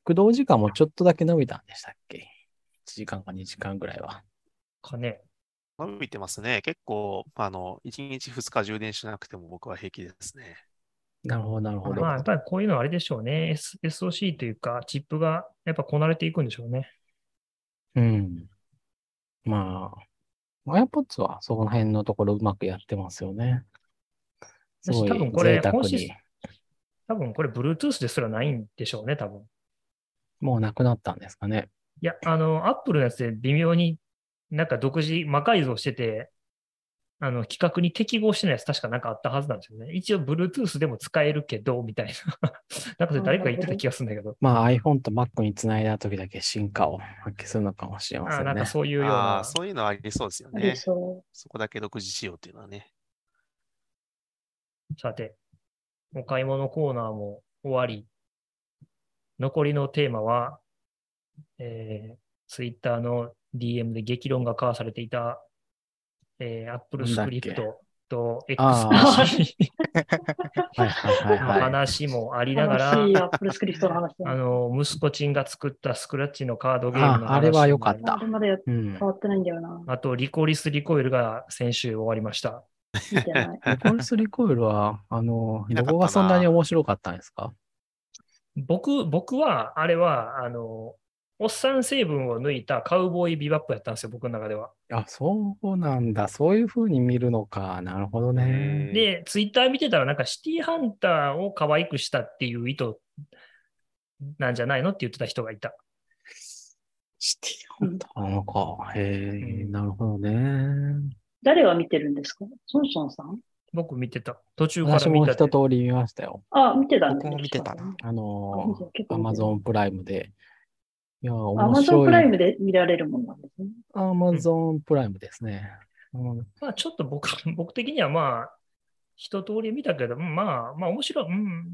Speaker 2: 駆動時間もちょっとだけ伸びたんでしたっけ ?1 時間か2時間ぐらいは。
Speaker 1: かね。
Speaker 4: 伸びてますね。結構、あの、1日2日充電しなくても僕は平気ですね。
Speaker 2: なるほど、なるほど。
Speaker 1: まあ、やっぱりこういうのはあれでしょうね。S- SOC というか、チップがやっぱこなれていくんでしょうね。
Speaker 2: うん。まあ、AirPods はその辺のところうまくやってますよね。すご
Speaker 1: 私
Speaker 2: い
Speaker 1: 多分これ
Speaker 2: 贅沢
Speaker 1: 本
Speaker 2: に
Speaker 1: 質。多分これ、Bluetooth ですらないんでしょうね、多分。
Speaker 2: もうなくなったんですかね。
Speaker 1: いや、あの、Apple のやつで微妙になんか独自魔改造してて、あの、規格に適合してないやつ確かなんかあったはずなんですよね。一応 Bluetooth でも使えるけど、みたいな。 [LAUGHS] なんかそれ誰かが言ってた気がするんだけど。
Speaker 2: まあ iPhone と Mac につないだ時だけ進化を発揮するのかもしれま
Speaker 1: あ
Speaker 2: せ
Speaker 1: あ
Speaker 2: ん
Speaker 1: なん
Speaker 2: ね
Speaker 1: か。そういうよう
Speaker 4: ああ、
Speaker 1: な。
Speaker 4: そういうのはありそうですよ
Speaker 5: あり
Speaker 4: ね。
Speaker 5: そ
Speaker 4: そこだけ独自仕様っていうのはね。
Speaker 1: さて、お買い物コーナーも終わり、残りのテーマは、えー、Twitter の DM で激論が交わされていた、えー、Apple
Speaker 2: なんだっけ
Speaker 1: Script と X
Speaker 2: あはい
Speaker 1: の
Speaker 2: はいはいはい。
Speaker 1: 話もあ
Speaker 5: う。
Speaker 1: りながら、
Speaker 5: 楽しいアップルスクリプトの話
Speaker 1: あ
Speaker 5: だ。
Speaker 1: の、息子ちんが作ったスクラッチのカードゲームの話
Speaker 2: ああれは良かっ
Speaker 1: も
Speaker 2: た
Speaker 5: あれまだや
Speaker 2: うん
Speaker 5: 変。わってないんだよな。
Speaker 1: あと、リコリス・リコイルが先週終わりました。
Speaker 5: 見
Speaker 1: [LAUGHS]
Speaker 5: てない。
Speaker 2: リコルスリコイルは、あの、
Speaker 4: いな
Speaker 2: どこ
Speaker 4: かったな
Speaker 2: がそんなに面白かったんですか
Speaker 1: 僕、僕は、あれは、あの、おっさん成分を抜いたカウボーイビバップやったんですよ、僕の中では。
Speaker 2: あ、そうなんだ。そういう風に見るのか。なるほどね。
Speaker 1: で、ツイッター見てたら、なんかシティハンターを可愛くしたっていう意図なんじゃないのって言ってた人がいた。
Speaker 2: シティハンターなのか。へえ、
Speaker 1: うん
Speaker 2: なるほどね。
Speaker 5: 誰が見てるんですかソンソンさん
Speaker 1: 僕見てた。途中から
Speaker 2: 私も
Speaker 1: 見た
Speaker 2: 一
Speaker 1: で。
Speaker 2: 通り見ましたよ。
Speaker 5: あ、見てたん
Speaker 3: 僕も見てたな
Speaker 2: あの
Speaker 5: あ結
Speaker 2: ー、
Speaker 5: 構
Speaker 2: ア
Speaker 5: 見
Speaker 2: マ
Speaker 5: てる
Speaker 2: ゾンプライムで。いやー、
Speaker 5: ア
Speaker 2: 面
Speaker 5: マゾン
Speaker 2: 白
Speaker 5: プ
Speaker 2: い。
Speaker 5: ライムで見られるもんなんですね。
Speaker 2: アマゾンプライムですね。うん
Speaker 1: まあ、ちょっと僕、 [LAUGHS] 僕的にはまあ、一通り見たけど、うんまあ、まあ、面白い。うん、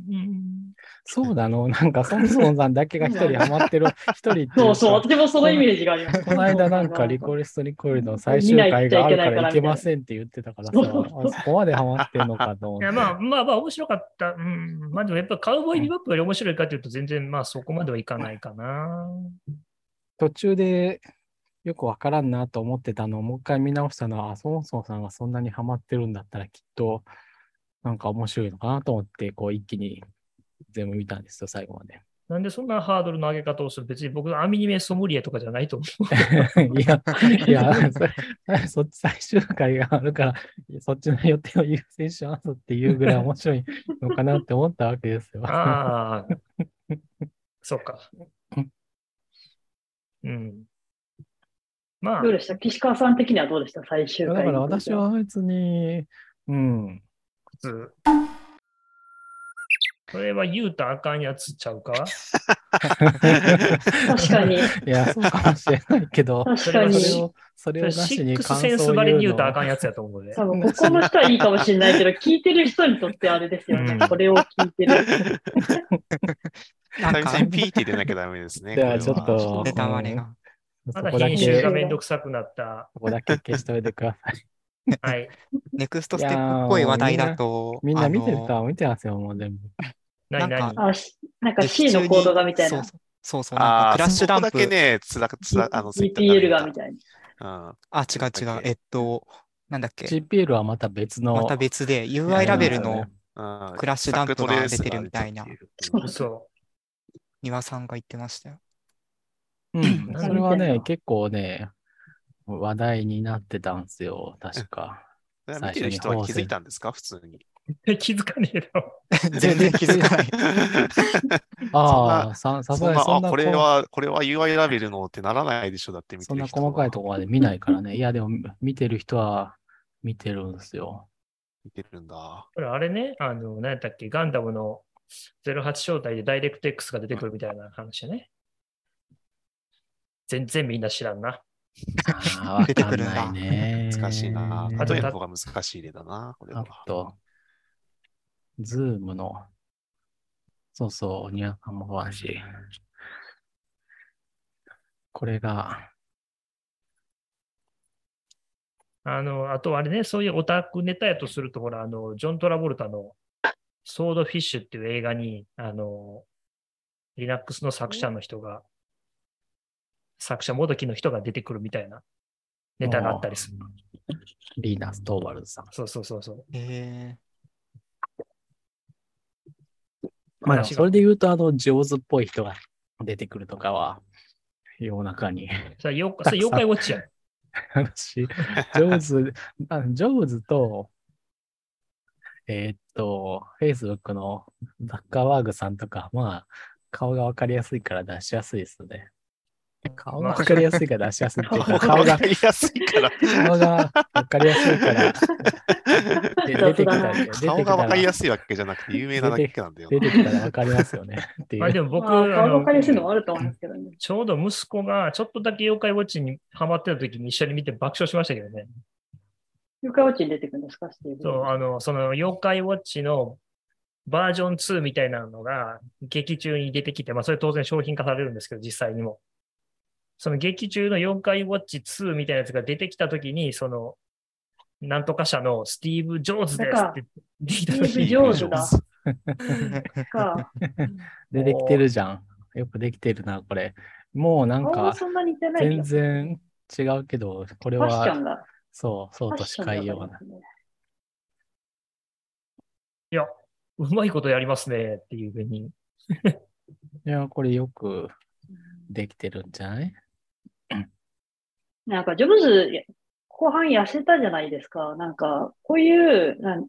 Speaker 1: うん。
Speaker 2: そうなの。なんか、ソンソンさんだけが一人ハマって
Speaker 5: [LAUGHS]
Speaker 2: る。一人っていうか
Speaker 5: そうそう、私もそのイメージがあります。
Speaker 2: この間なんかリコリストリコイルの最終回があるから行けませんって言ってたからさ、
Speaker 5: そう
Speaker 2: あ
Speaker 5: そうそう
Speaker 2: そこまでハマってんのかと
Speaker 1: い
Speaker 2: 思って。
Speaker 1: やまあ、まあ、まあ、面白かった。うん。まあ、でもやっぱカウボーイビバップより面白いかというと、全然まあ、そこまではいかないかな。
Speaker 2: 途中でよくわからんなと思ってたのをもう一回見直したのは、あそもそもさんがそんなにハマってるんだったらきっとなんか面白いのかなと思って、こう一気に全部見たんですよ、最後ま
Speaker 5: [LAUGHS]
Speaker 2: で。
Speaker 1: なんでそんなハードルの上げ方をする別に僕、アニメソムリエとかじゃないと思う。
Speaker 2: [LAUGHS] いや、いや、そそっち最終回があるから、そっちの予定を優先しますっていうぐらい面白いのかなって思ったわけですよ。
Speaker 1: ああ。そうか。うん。まあ
Speaker 5: どう、でした岸川さん的にはどうでした最終
Speaker 2: [LAUGHS] だ
Speaker 5: 回。
Speaker 2: から私。は別に、うん、
Speaker 1: 普通。それは言うたらあかんやつちゃうか
Speaker 5: 確かに。
Speaker 2: [LAUGHS] いや、そうかもしれないけど、
Speaker 5: 確
Speaker 1: そ
Speaker 5: か
Speaker 1: れ
Speaker 2: そ
Speaker 1: は
Speaker 5: に。
Speaker 2: れを、それをな
Speaker 1: シ
Speaker 2: し
Speaker 1: ッ
Speaker 2: に
Speaker 1: クス
Speaker 2: 感
Speaker 1: セン
Speaker 2: 想
Speaker 1: ス
Speaker 2: を
Speaker 1: ばり
Speaker 2: 言
Speaker 1: に言
Speaker 2: う
Speaker 1: う
Speaker 2: の
Speaker 1: たらあかんやつやと思うで。
Speaker 5: 多分、ここの人はいいかもしれないけど、聞いてる人にとってあれですよね。
Speaker 1: うん
Speaker 5: これを聞いてる。
Speaker 3: なんか
Speaker 4: 完全にピーって出なきゃダメです
Speaker 3: [LAUGHS]
Speaker 4: ね。
Speaker 2: じゃあ
Speaker 4: こ
Speaker 2: ち
Speaker 4: れ
Speaker 2: ょっ
Speaker 4: は
Speaker 2: と、
Speaker 3: ネタバレが。
Speaker 2: うん、そ
Speaker 1: まだ
Speaker 2: こだ
Speaker 1: 編集
Speaker 2: け、
Speaker 1: がめんどくさくなった。
Speaker 2: そこだけ消しといてください。
Speaker 1: はい。
Speaker 3: ネクストステップっぽい話題だと、
Speaker 2: みんな見て
Speaker 3: あ
Speaker 2: た
Speaker 3: の
Speaker 2: 見てますよ、もう全部。
Speaker 1: 何
Speaker 3: なん
Speaker 1: 何
Speaker 3: か
Speaker 5: あ、しなんか
Speaker 3: 劇
Speaker 5: C
Speaker 3: 中
Speaker 5: の
Speaker 3: に
Speaker 5: コードがみたい
Speaker 3: そ
Speaker 5: な
Speaker 3: う。そうそうそう、な
Speaker 4: あ
Speaker 3: んか
Speaker 4: あ、
Speaker 3: クラッシュダン
Speaker 4: そこだけ
Speaker 3: プ。
Speaker 4: ね、つら、つら、あの、ツイッター
Speaker 5: EPL がみたいな。
Speaker 4: な。
Speaker 3: あ、違う違う。えっと、なんだっけ。
Speaker 2: GPL はまた別の。
Speaker 3: また別で、UI ラベルの
Speaker 4: うん。うん
Speaker 3: クラッシュダンプが出てるみたいな
Speaker 4: サクトレースが出てるっていううん
Speaker 1: 嘘。 [LAUGHS]
Speaker 3: 庭さんが言ってましたよ。
Speaker 2: うん、それは
Speaker 5: 見てん
Speaker 2: ね、
Speaker 5: の
Speaker 2: 結構ね、話題になってたんですよ、確か。
Speaker 4: それは見てる人は気づいたんですか普通に。
Speaker 1: 気づかねえだろ。
Speaker 3: 全然気づか
Speaker 4: [LAUGHS]
Speaker 3: ない。
Speaker 2: ああ、ささす
Speaker 4: そ
Speaker 2: が
Speaker 4: ん
Speaker 2: に [LAUGHS]
Speaker 4: な、
Speaker 2: そん
Speaker 4: あ、
Speaker 2: な
Speaker 4: これ
Speaker 2: こ
Speaker 4: は、これは UI ラベルのってならないでしょだって見て
Speaker 2: そん
Speaker 4: る
Speaker 2: な
Speaker 4: 人
Speaker 2: 細かいと
Speaker 4: こ
Speaker 2: ころまで見ないからね。いや、でも見てる人は見てるんです
Speaker 4: [LAUGHS]
Speaker 2: よ。
Speaker 4: 見てるんだ。
Speaker 1: これあれね、あの、何やったっけ、ガンダムの08招待でダイレクト X が出てくるみたいな話ね。全然みんな知らんな。
Speaker 2: あー
Speaker 3: 出てくるんだ
Speaker 2: わかないね
Speaker 4: 難しいな。
Speaker 1: あと
Speaker 4: 例えば方が難しい例だな、これ
Speaker 2: あ
Speaker 4: は。
Speaker 2: と、ズームの、そうそう、ニュアカも不安し。これが、
Speaker 1: あの、あとあれね、そういうオタクネタやとすると、ほら、あの、ジョン・トラボルタのソードフィッシュっていう映画に、あの、Linux の作者の人が、作者もどきの人が出てくるみたいなネタがあったりする。
Speaker 2: リーナ・ストーバルズさん。
Speaker 1: そうそうそうそう。
Speaker 3: え
Speaker 2: まあ、でも
Speaker 1: 話が
Speaker 2: それで言うと、あの、ジョーズっぽい人が出てくるとかは、世の中に。 [LAUGHS]
Speaker 1: それ妖怪それ妖怪ウォッ
Speaker 5: [LAUGHS]
Speaker 1: チやん。
Speaker 2: 私、ジョーズ、あジョーズと、えーっと、Facebook のザッカーワーグさんとか、まあ、顔がわかりやすいから出しやすいですね。顔がわかりやすいから出しやすいっていうか、顔
Speaker 4: 顔が
Speaker 2: が
Speaker 4: や、りやすいから。
Speaker 2: 顔がわかりやすいから、で [LAUGHS] 出てきたら、出てきた
Speaker 4: 顔がわ
Speaker 2: ら
Speaker 4: かり、やすいわけじゃなくて、有名なだけなんだよ
Speaker 2: 出
Speaker 4: な。
Speaker 2: てきたらわかりますよねってい
Speaker 1: まあ
Speaker 2: う。
Speaker 1: でも僕、
Speaker 5: まあ、
Speaker 1: あ
Speaker 5: 顔
Speaker 1: の
Speaker 5: 分かりやすいのはあると思いますけどね。
Speaker 1: ちょうど息子がちょっとだけ妖怪ウォッチにハマってた時に一緒に見て爆笑しましたけどね。
Speaker 5: 床落ちに出てくるんですかっていう。
Speaker 1: そう、あの、その妖怪ウォッチのバージョン2みたいなのが劇中に出てきて、まあそれ当然商品化されるんですけど、実際にも。その劇中の妖怪ウォッチ2みたいなやつが出てきたときに、その、なんとか社のスティーブ・ジョーズですって出てきた
Speaker 5: スティ
Speaker 1: 時
Speaker 5: ーブ・
Speaker 1: に
Speaker 5: ジョーズだ。 [LAUGHS]
Speaker 3: ー
Speaker 5: か。
Speaker 2: 出てきてるじゃん。よくできてるな、これ。もうなん
Speaker 5: 顔は
Speaker 2: か、
Speaker 5: そんなに似てないけ
Speaker 2: 全
Speaker 5: ど。フ
Speaker 2: 然違うけど、これ
Speaker 5: ァッショ
Speaker 2: は
Speaker 5: ン、が。
Speaker 2: そう、そ
Speaker 5: フ
Speaker 2: う
Speaker 5: ァ
Speaker 2: と
Speaker 5: ッ
Speaker 2: し
Speaker 5: ション
Speaker 2: か
Speaker 5: が
Speaker 2: 言い
Speaker 5: 分
Speaker 2: よう
Speaker 5: か
Speaker 2: が
Speaker 5: り
Speaker 2: な
Speaker 5: ま
Speaker 2: い。
Speaker 5: すね。
Speaker 1: [LAUGHS] うまいことやりますねっていうふうに。
Speaker 2: いや、これよくできてるんじゃない
Speaker 5: なんか、ジョブズ、後半痩せたじゃないですか。なんか、こういう、なん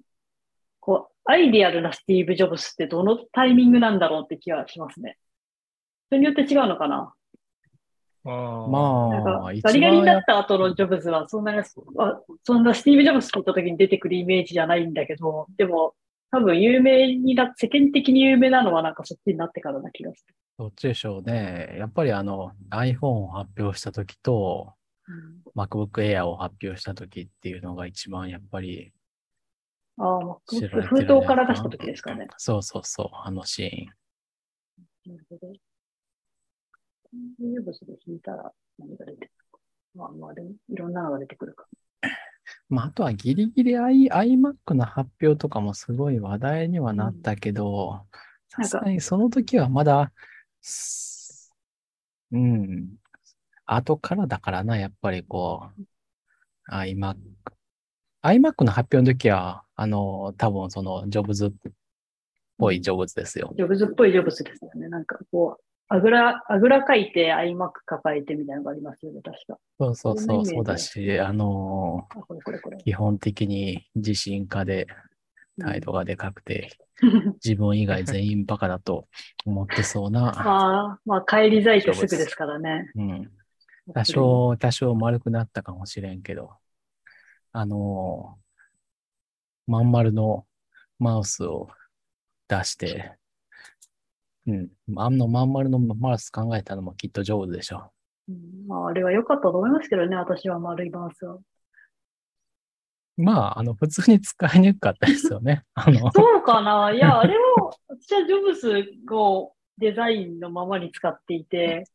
Speaker 5: こう、アイディアルなスティーブ・ジョブスってどのタイミングなんだろうって気がしますね。人によって違うのかな。
Speaker 1: まあ
Speaker 5: なん
Speaker 2: ま
Speaker 5: か
Speaker 2: あ、、一
Speaker 5: ガリガリに
Speaker 2: 番
Speaker 5: な
Speaker 2: や
Speaker 5: っ、た後のジョブズは、そんな、あそんなスティーブ・ジョブズって言った時に出てくるイメージじゃないんだけど、でも、多分有名にな、世間的に有名なのはなんかそっちになってからな気がする。
Speaker 2: どっちでしょうね。やっぱりあの、iPhone を発表した時と、MacBook Air を発表した時っていうのが一番やっぱり、
Speaker 5: ああ、まあ
Speaker 2: 知られてるね
Speaker 5: 封筒から出した時ですかね。
Speaker 2: そうそうそう、あのシーン。
Speaker 5: なるほど。有物で引いたら何が出てくるか。まあまあでも、いろんなのが出てくるか。
Speaker 2: まあ、あとはギリギリ i iMac の発表とかもすごい話題にはなったけど、
Speaker 5: うん
Speaker 2: さすがにその時はまだ、すうん、後からだからな、やっぱりこう、iMac。iMac の発表の時は、あの、多分その、ジョブズっぽいジョブズですよ。
Speaker 5: ジョブズっぽいジョブズですよね。なんかこう、あぐら、あぐらかいて、iMac 抱えてみたいなのがありますよね、確か。
Speaker 2: そうそう
Speaker 5: そん
Speaker 2: そ
Speaker 5: なイメ
Speaker 2: う、
Speaker 5: ージ
Speaker 2: そうだし、あの、
Speaker 5: あ、これこれこれ。
Speaker 2: 基本的に自信家で態
Speaker 5: [LAUGHS]
Speaker 2: 度がでかくて、
Speaker 5: うん。
Speaker 2: 自分以外全員バカだと思ってそうな、
Speaker 5: まあ、まあ、帰り咲いてすぐですからね。
Speaker 2: うん、多少、多少丸くなったかもしれんけど、あのーまん丸のマウスを出して、うん、あのまん丸のマウス考えたのもきっと上手でしょ
Speaker 5: うん。まあ、あれは良かったと思いますけどね、私は丸いバウスは。
Speaker 2: う。まあ、あの、普通に使いにくかったですよ
Speaker 5: [LAUGHS]
Speaker 2: ね。あの、
Speaker 5: そうかないや、あれを、私はジョブズをデザインのままに使っていて、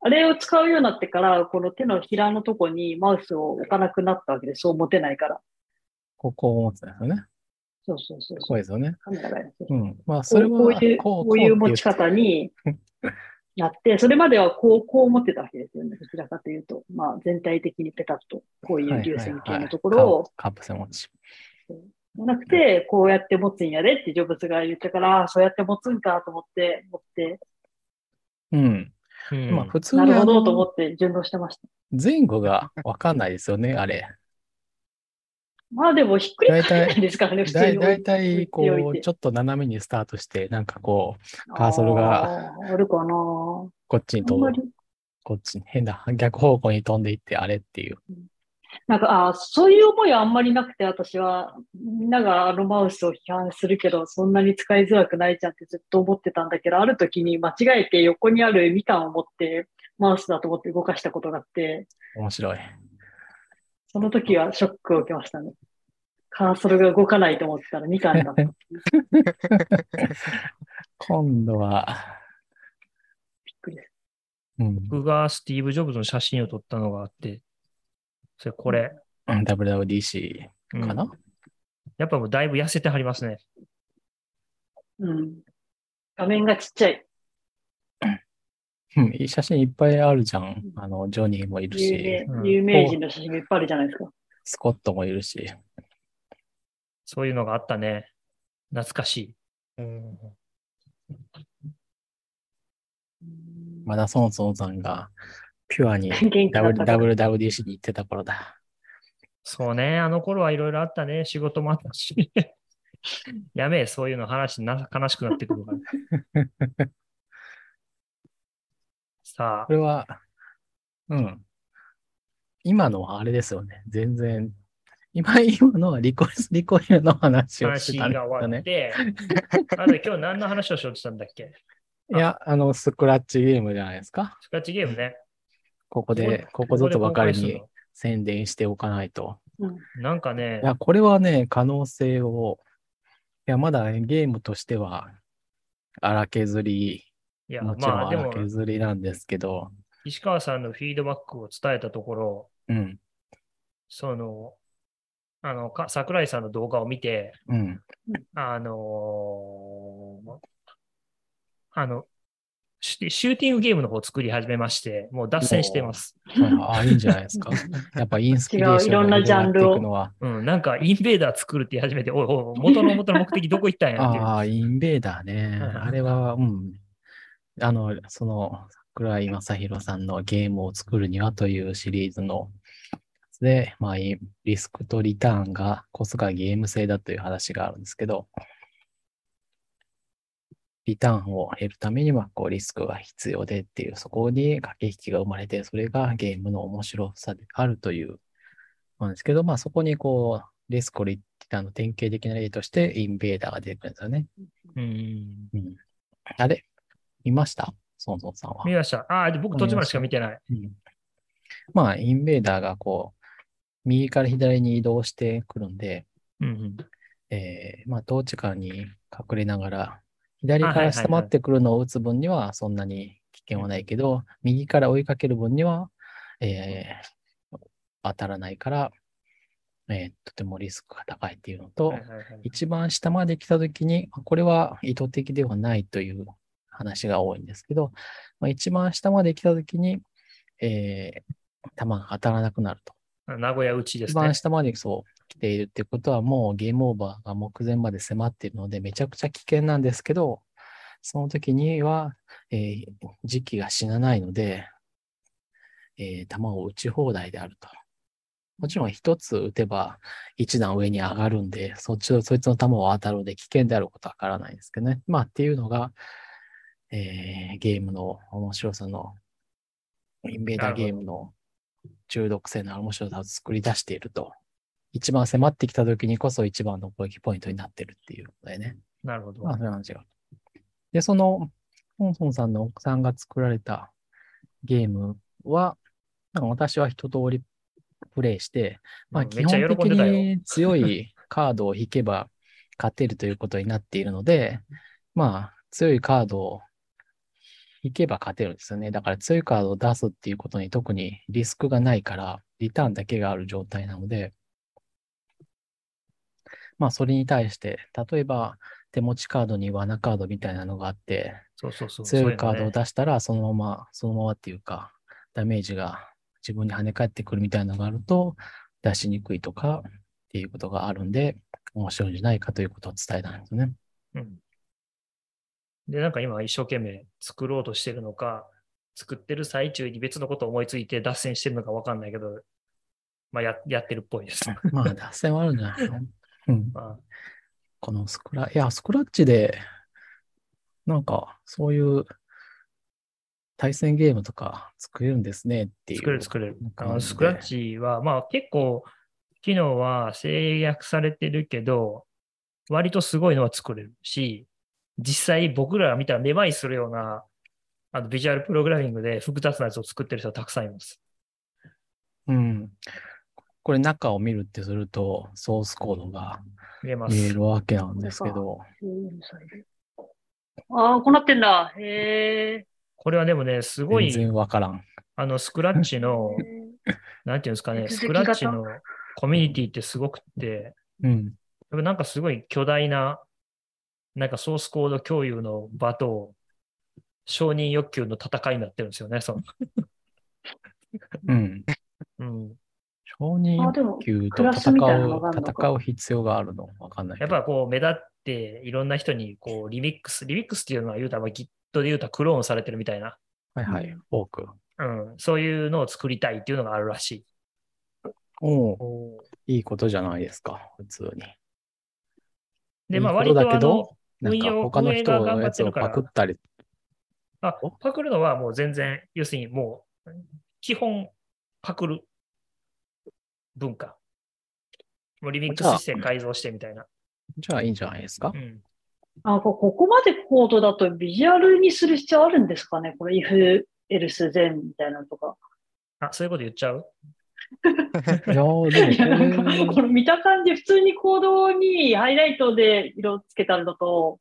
Speaker 5: あれを使うようになってから、この手のひらのとこにマウスを置かなくなったわけで、そう持てないから。
Speaker 2: ここを持つんですよね。
Speaker 5: そうそうそう
Speaker 2: こ
Speaker 5: そうう。
Speaker 2: ですよね。
Speaker 5: カメラがやって
Speaker 2: う
Speaker 5: る
Speaker 2: ん。まあ、それは、
Speaker 5: こういう、こういう持ち
Speaker 2: 方
Speaker 5: 方になって、それまではこう、こう持ってたわけですよね。どちらかというと、まあ全体的にペタッと、こういう流線形のところを
Speaker 2: カープ線持ち。
Speaker 5: じゃなくて、こうやって持つんやでってジョブズが言ったから、ああそうやって持つんかと思って、持って、
Speaker 2: うん。
Speaker 1: うん
Speaker 2: まあ、普通
Speaker 5: な
Speaker 2: に
Speaker 5: る
Speaker 2: あ
Speaker 5: ほどと
Speaker 2: の
Speaker 5: 思って順応してました。
Speaker 2: 前後がわかんないですよね、あれ。
Speaker 5: まあでもひっくり返らないですからね、普
Speaker 2: だ
Speaker 5: 通 [LAUGHS]
Speaker 2: い
Speaker 5: に。
Speaker 2: だいたい、こ、
Speaker 5: 置いうて
Speaker 2: ちょっと斜めにスタートして、なんかこう、カーソルが
Speaker 5: あー。あるかなぁ
Speaker 2: こっちに
Speaker 5: あんま
Speaker 2: 飛
Speaker 5: り
Speaker 2: ぶ、。こっちに変な、逆方向に飛んでいって、あれっていう。
Speaker 5: なんか、あーそういう思いはあんまりなくて、私は、みんながあのマウスを批判するけど、そんなに使いづらくないじゃんってずっと思ってたんだけど、ある時に間違えて横にあるみかんを持って、マウスだと思って動かしたことがあって、
Speaker 2: 面白い。
Speaker 5: その時はショックを受けましたね。カーソルが動かないと思ってたらみかん
Speaker 1: [LAUGHS]
Speaker 5: だった。びっ
Speaker 2: 今度は、
Speaker 5: くりです。
Speaker 2: うん、
Speaker 1: 僕がスティーブ・ジョブズの写真を撮ったのがあって、それこれ、
Speaker 2: WWDC
Speaker 1: うん
Speaker 2: かな、
Speaker 1: やっぱもうだいぶ痩せてはりますね。
Speaker 5: うん。画面がちっちゃい。
Speaker 2: うん、いい写真いっぱいあるじゃん。あの、ジョニーもいる
Speaker 5: 有
Speaker 2: し、
Speaker 1: うん
Speaker 5: 名有名人の写真がいっぱいあるじゃないですか。
Speaker 2: スコットもいるし。
Speaker 1: そういうのがあったね。懐かしい。
Speaker 2: まだ孫孫さんがピュアに
Speaker 5: 元気だ [LAUGHS] ったから
Speaker 2: WWDC に行ってた頃だ。
Speaker 1: そうね、あの頃はいろいろあったね。仕事もあったし。 [LAUGHS] やめえ、そういうの話な、悲しくなってくるから。
Speaker 2: [LAUGHS]
Speaker 1: さ
Speaker 2: これは、うん。今のはあれですよね。全然。今、今のはリコイル、 [LAUGHS] リコイルの
Speaker 1: あ、
Speaker 2: 話を
Speaker 1: 話
Speaker 2: して
Speaker 1: が
Speaker 2: たんだ
Speaker 1: 終わっ
Speaker 2: ね。 [LAUGHS]
Speaker 1: て、あれ今日何の話をしようとしたんだっけ
Speaker 2: いや、あの、スクラッチゲームじゃないですか。
Speaker 1: スカッチゲームね。
Speaker 2: ここで、こ
Speaker 1: こ
Speaker 2: こぞとばかり
Speaker 1: ここで公開
Speaker 2: に宣伝しておかないと。
Speaker 1: するの。なんかね
Speaker 2: い、や、これはね、可能性を、いや、まだゲームとしては、荒削り、
Speaker 1: いや、
Speaker 2: もちろん
Speaker 1: まあで
Speaker 2: 荒
Speaker 1: も、
Speaker 2: 削りなんですけど、
Speaker 1: 石川さんのフィードバックを伝えたところ、
Speaker 2: うん、
Speaker 1: その、あの、か桜井さんの動画を見て、
Speaker 2: うん、
Speaker 1: あのーあの、シュシューティングゲームの方を作り始めまして、もう脱線してます。
Speaker 2: ああ、いいんじゃないですか。やっぱインスピレーション
Speaker 5: 違ういろんなジャンルを
Speaker 2: 広がっていくのは、
Speaker 1: うん、なんかインベーダー作るって言い始めて、おいおい、元の元の目的どこ行ったんやっていう。
Speaker 2: [LAUGHS] ああ、インベーダーね。
Speaker 1: うん
Speaker 2: あれは、うん。あの、その、桜井正宏さんのゲームを作るにはというシリーズの、で、まあ、いリスクとリターンがコスがゲーム性だという話があるんですけど、リターンを得るためには、こう、リスクが必要でっていう、そこに駆け引きが生まれて、それがゲームの面白さであるという、なんですけど、まあ、そこにこう、リスク、リターンの典型的な例として、インベーダーが出てくるんですよね。
Speaker 1: うん。
Speaker 2: うんあれ見ましたソンソンさんは
Speaker 1: 見。ました。ああ、で僕途中までしか見てない。
Speaker 2: うんまあ、インベーダーがこう、右から左に移動してくるんで、
Speaker 1: うん
Speaker 2: えーまあ、どっちかに隠れながら、左か
Speaker 1: あはいはいは
Speaker 2: ら
Speaker 1: い
Speaker 2: 下回ってくるのを打つ分にはそんなに危険はないけど、右から追いかける分には、えー当たらないから、えーとてもリスクが高いっていうの
Speaker 1: う
Speaker 2: と、
Speaker 1: ん。はいはいはい
Speaker 2: 一番下まで来たときに、あこれは意図的ではないという話が多いんですけど、まあ、一番下まで来たときに、えー、弾が当たらなくなると。
Speaker 1: あ名古屋うちで
Speaker 2: 一
Speaker 1: すね
Speaker 2: 番。下までそう来ているってことは、もうゲームオーバーが目前まで迫っているので、めちゃくちゃ危険なんですけど、その時には、えー時期が死なないので、えー弾を撃ち放題であると。もちろん一つ撃てば一段上に上がるんで、そっちの、そいつの弾を当たるので危険であることはわからないんですけどね。まあっていうのが、えーゲームの面白さの、インベーダーゲームの中毒性のある面白さを作り出していると。一番迫ってきた時にこそ一番の攻撃ポイントになってるっていうことでね。
Speaker 1: なるほど。
Speaker 2: まあ、そういう話がある。で、その、ホンソンさんの奥さんが作られたゲームは、なんか私は一通りプレイして、まあ、
Speaker 1: うんめっ
Speaker 2: 基
Speaker 1: ちゃ喜
Speaker 2: 本的
Speaker 1: んでたよ。
Speaker 2: に強いカードを引けば勝てるということになっているので、まあ、強いカードを引けば勝てるんですよね。だから強いカードを出すっていうことに特にリスクがないから、リターンだけがある状態なので、まあ、それに対して、例えば、手持ちカードに罠カードみたいなのがあって、
Speaker 1: そうそうそう。
Speaker 2: 強いカードを
Speaker 1: だ
Speaker 2: 出したら、そのまま、そのままっていうか、ダメージが自分に跳ね返ってくるみたいなのがあると、出しにくいとかっていうことがあるんで、面白いんじゃないかということを伝えたんですね。
Speaker 1: うんで、なんか今一生懸命作ろうとしてるのか、作ってる最中に別のことを思いついて脱線してるのかわかんないけど、まあややってるっぽいです。
Speaker 2: まあ、脱線はあるんじゃ
Speaker 1: [LAUGHS]
Speaker 2: ないの、うん、
Speaker 1: まあ
Speaker 2: このスクラ、いや、スクラッチで、なんか、そういう対戦ゲームとか作れるんですねっていう。
Speaker 1: 作れる作れる。あ
Speaker 2: 感
Speaker 1: の
Speaker 2: じで
Speaker 1: スクラッチは、まあ結構、機能は制約されてるけど、割とすごいのは作れるし、実際僕らが見たらめまいするような、あのビジュアルプログラミングで複雑なやつを作ってる人はたくさんいます。
Speaker 2: うん。これ中を見るってすると、ソースコードが
Speaker 1: 見えま
Speaker 2: 見え
Speaker 1: す
Speaker 2: る。わけなんですけど、
Speaker 5: ああ、こうなってんだ。へえ。
Speaker 1: これはでもね、すご
Speaker 2: 全
Speaker 1: い、
Speaker 2: 然わからん。
Speaker 1: あの、スクラッチの、なんていうんですかね、
Speaker 5: 手
Speaker 1: ス
Speaker 5: 続き
Speaker 1: ク
Speaker 5: 型
Speaker 1: ラッチのコミュニティってすごくって、
Speaker 2: うん。
Speaker 1: やっぱなんかすごい巨大な、なんかソースコード共有の場と、承認欲求の戦いになってるんですよね、その。
Speaker 2: うん。
Speaker 1: うん。
Speaker 2: 承認
Speaker 5: あでも
Speaker 2: 欲求と
Speaker 5: クラス
Speaker 2: 戦
Speaker 5: みたいなの
Speaker 2: う
Speaker 5: があるのか、
Speaker 2: 戦う必要があるのわかんな
Speaker 1: や
Speaker 2: いけ
Speaker 1: っ
Speaker 2: ど。
Speaker 1: ぱこう目立っていろんな人にこうリミックス、リミックスっていうのは言うたらまあ Git で言うたらクローンされてるみたいな、
Speaker 2: はいはい。多く。
Speaker 1: うん、そういうのを作りたいっていうのがあるらし
Speaker 2: お
Speaker 1: い。
Speaker 2: いいことじゃないですか、普通に。
Speaker 1: で、まあ
Speaker 2: いい
Speaker 1: 割
Speaker 2: こと
Speaker 1: と
Speaker 2: だ
Speaker 1: あ
Speaker 2: け
Speaker 1: の
Speaker 2: ど、、なんか
Speaker 1: 運用
Speaker 2: 他の人
Speaker 1: 運営が頑
Speaker 2: の
Speaker 1: 張
Speaker 2: や
Speaker 1: って
Speaker 2: つ
Speaker 1: る
Speaker 2: を
Speaker 1: から
Speaker 2: パクったり。
Speaker 1: あ、パクるのはもう全然、要するにもう基本パクる文化。もうリミックスして改造してみたいな。
Speaker 2: じゃあいいんじゃな
Speaker 1: [LAUGHS]
Speaker 2: いですか
Speaker 1: う。ん、
Speaker 5: あこここまでコードだとビジュアルにする必要あるんですかねこれ if, else, then みたいなのとか。
Speaker 1: あ、そういうこと言っちゃう
Speaker 2: いやーでも
Speaker 5: [LAUGHS] いや、なんか、
Speaker 2: こ
Speaker 5: これ見た感じ、普通にコードにハイライトで色をつけたのと、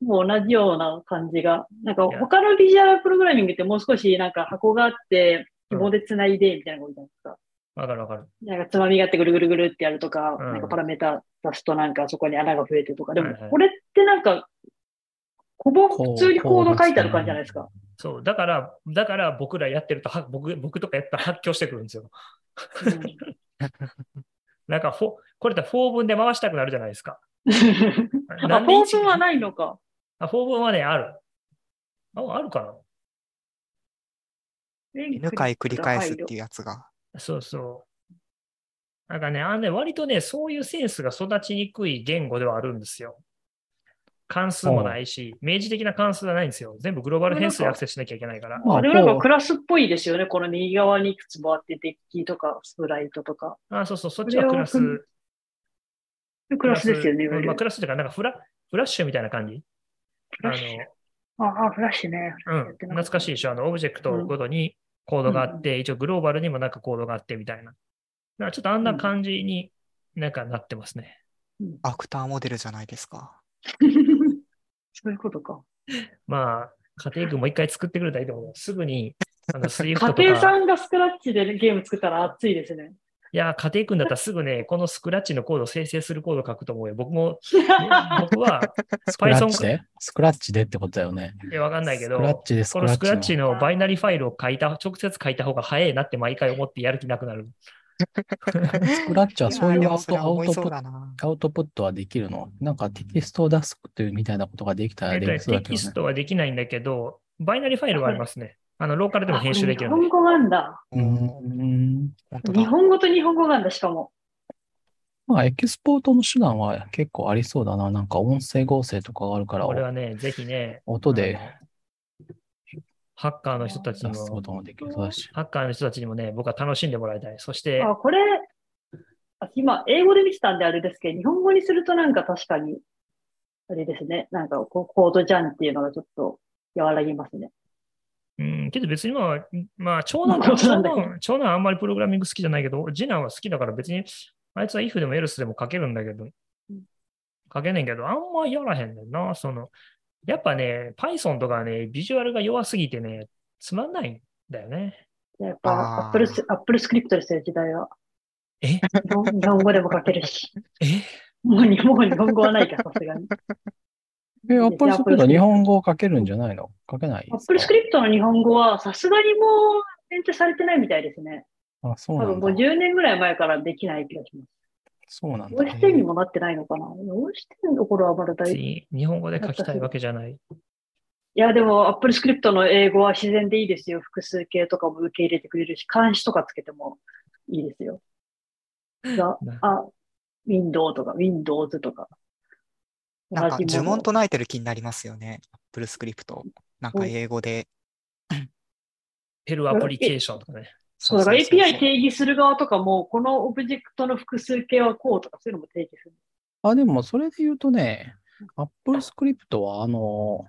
Speaker 5: もう同じような感じが。なんか、
Speaker 1: いや
Speaker 5: 他のビジュアルプログラミングってもう少しなんか箱があって、紐で繋いで、みたいなことじゃないですか。
Speaker 1: わかるわかる。
Speaker 5: なんか、つまみがあってぐるぐるぐるってやるとか、
Speaker 1: うん
Speaker 5: なんかパラメータ足すとなんかそこに穴が増えてとか。でも
Speaker 1: はいはい、
Speaker 5: これってなんか、ほぼ
Speaker 2: こう
Speaker 5: 普通にコード書いてある感じじゃないで
Speaker 1: [LAUGHS]
Speaker 5: すか。
Speaker 1: そう。だから、だから僕らやってると、は僕僕とかやったら発狂してくるんですよ。なんかフォ、これだったら4分で回したくなるじゃないです
Speaker 5: [LAUGHS]
Speaker 1: か。
Speaker 5: うん
Speaker 1: な
Speaker 5: あ、
Speaker 1: んで
Speaker 5: 法
Speaker 1: 一
Speaker 5: 文はないのか。
Speaker 1: あ、4分はね、ある。あ、あるか
Speaker 5: N
Speaker 3: N 回繰り返すっていうやつが。
Speaker 1: なそうそう。なんかね、あのね、割とね、そういうセンスが育ちにくい言語ではあるんですよ。関数もないし、明示的な関数がないんですよ。全部グローバル変数でアクセスしなきゃいけないから。
Speaker 2: まあ
Speaker 5: あれはなん
Speaker 2: こ
Speaker 5: か
Speaker 2: う
Speaker 5: クラスっぽいですよね。この右側にいくつもあって、デッキとかスプライトとか。
Speaker 1: あ、そうそう、そっちはクラ
Speaker 5: それを
Speaker 1: ス。
Speaker 5: クラスですよね、いわゆる
Speaker 1: まあ、クラスというか、なんかフラフラッシュみたいな感じ。
Speaker 5: フラッシュああ、フラッシュね。
Speaker 1: あの、うん、懐かしいでしょ。あの、オブジェクトごとにコードがあって、一応グローバルにもなんかコードがあってみたいな。だからちょっとあんな感じになんかなってますね。
Speaker 3: アクターモデルじゃないですか。
Speaker 5: [LAUGHS] そういうことか。
Speaker 1: まあ、家庭群もう一回作ってくれたらいいと思う。すぐに、あ
Speaker 2: [LAUGHS]
Speaker 1: の、スイフト
Speaker 5: 家
Speaker 1: とか。
Speaker 5: 庭さんがスクラッチでゲーム作ったら熱いです
Speaker 1: [LAUGHS]
Speaker 5: ね。
Speaker 1: いや、家庭君だったらすぐね、このスクラッチのコードを生成するコードを書くと思うよ。僕
Speaker 2: [LAUGHS]
Speaker 1: も、僕は、
Speaker 2: スクラッ
Speaker 1: Python
Speaker 2: チでスクラッチでってことだよね。
Speaker 1: いやわかんないけど、
Speaker 2: スクラッ
Speaker 1: こ
Speaker 2: チでスク
Speaker 1: の
Speaker 2: ラ
Speaker 1: スクラッ
Speaker 2: ッチ
Speaker 1: チ
Speaker 2: の。
Speaker 1: のバイナリーファイルを書いた、直接書いた方が早いなって毎回思ってやる気なくなる。
Speaker 2: スクラッチはそういう
Speaker 3: やで
Speaker 2: ア
Speaker 3: も
Speaker 2: ウ
Speaker 3: そ
Speaker 2: ト
Speaker 3: れは
Speaker 2: アウ
Speaker 3: 重い
Speaker 2: トプ
Speaker 3: そう
Speaker 2: ット
Speaker 3: だな。
Speaker 2: アウトプットはできるのなんかテキストを出すというみたいなことができた
Speaker 1: え
Speaker 2: ら
Speaker 1: っ
Speaker 2: で
Speaker 1: とね
Speaker 2: きそうだ
Speaker 1: テ
Speaker 2: けど
Speaker 1: キス
Speaker 2: ね。
Speaker 1: トはできないんだけど、バイナリーファイルはありますね。あの、ローカルでも編集できる
Speaker 5: あ
Speaker 1: んで
Speaker 5: これ日。本語なんだ。
Speaker 2: うー
Speaker 3: おー
Speaker 2: ん。
Speaker 3: 本当
Speaker 5: 日
Speaker 3: だ。
Speaker 5: 本語と日本語なんだ、しかも。
Speaker 2: まあ、エキスポートの手段は結構ありそうだな。なんか音声合成とかがあるから
Speaker 1: こ、れはね、ぜひね、
Speaker 2: 音で
Speaker 1: ハッカーの人たちに
Speaker 2: 出すこ
Speaker 1: も、
Speaker 2: ともできるそうだし。
Speaker 1: ハッカーの人たちにもね、僕は楽しんでもらいたい。そして、
Speaker 5: あ、これ、あ今、英語で見てたんであれですけど、日本語にするとなんか確かに、あれですね。なんかこうコードじゃんっていうのがちょっと和らぎますね。
Speaker 1: うん、けど別にまあ、まあ、長男
Speaker 5: まあそうな
Speaker 1: 長
Speaker 5: んだけど
Speaker 1: 男、長男あんまりプログラミング好きじゃないけど、次男は好きだから別に、あいつは if でも else でも書けるんだけど
Speaker 5: うん、
Speaker 1: 書けねえけど、あんまやらへんねんな。その、やっぱね、Python とかね、ビジュアルが弱すぎてね、つまんないんだよね。
Speaker 5: やっぱ、ア
Speaker 3: あー
Speaker 5: ップルス、アップルスクリプトですよ、時代は。
Speaker 1: え
Speaker 5: 日本日本語でも書けるし。 [LAUGHS]
Speaker 1: え
Speaker 5: もう日もう日本語はないから、さすがに。
Speaker 2: え、アップルスクリプトは
Speaker 5: じ
Speaker 2: 日
Speaker 5: ゃあ
Speaker 2: 本語を書けるんじゃないの書けない
Speaker 5: アップルスク
Speaker 2: リ
Speaker 5: リプトの日本語は、さすがにもう、認定されてないみたいですね。
Speaker 2: プト。あ、そう
Speaker 5: 多
Speaker 2: な
Speaker 5: 分
Speaker 2: ん
Speaker 5: もう
Speaker 2: だ。
Speaker 5: 10年ぐらい前からできない気がします。
Speaker 2: そうなんだ。
Speaker 5: OS10 にもなってないのかな ?OS10 の頃はまだ大
Speaker 1: 別
Speaker 5: い
Speaker 1: に日本語で書きたいわけじゃない。
Speaker 5: や、でも、アップルスクリプトの英語は自然でいいですよ。複数形とかも受け入れてくれるし、監視とかつけてもいいですよ。
Speaker 3: [LAUGHS]
Speaker 5: が
Speaker 1: な
Speaker 5: あ、Windows とか、Windows とか。
Speaker 3: なんか
Speaker 5: 同じ
Speaker 3: 呪
Speaker 5: もの
Speaker 3: 文唱えてる気になりますよね。アップルスクリプト。なんか英語で。
Speaker 1: ヘルアプリケーションとかね。
Speaker 5: そう、だから
Speaker 3: そうそうそう
Speaker 5: API 定義する側とかも、このオブジェクトの複数形はこうとか、そういうのも定義する。
Speaker 2: あ、でもそれで言うとね、アップルスクリプトは、あの、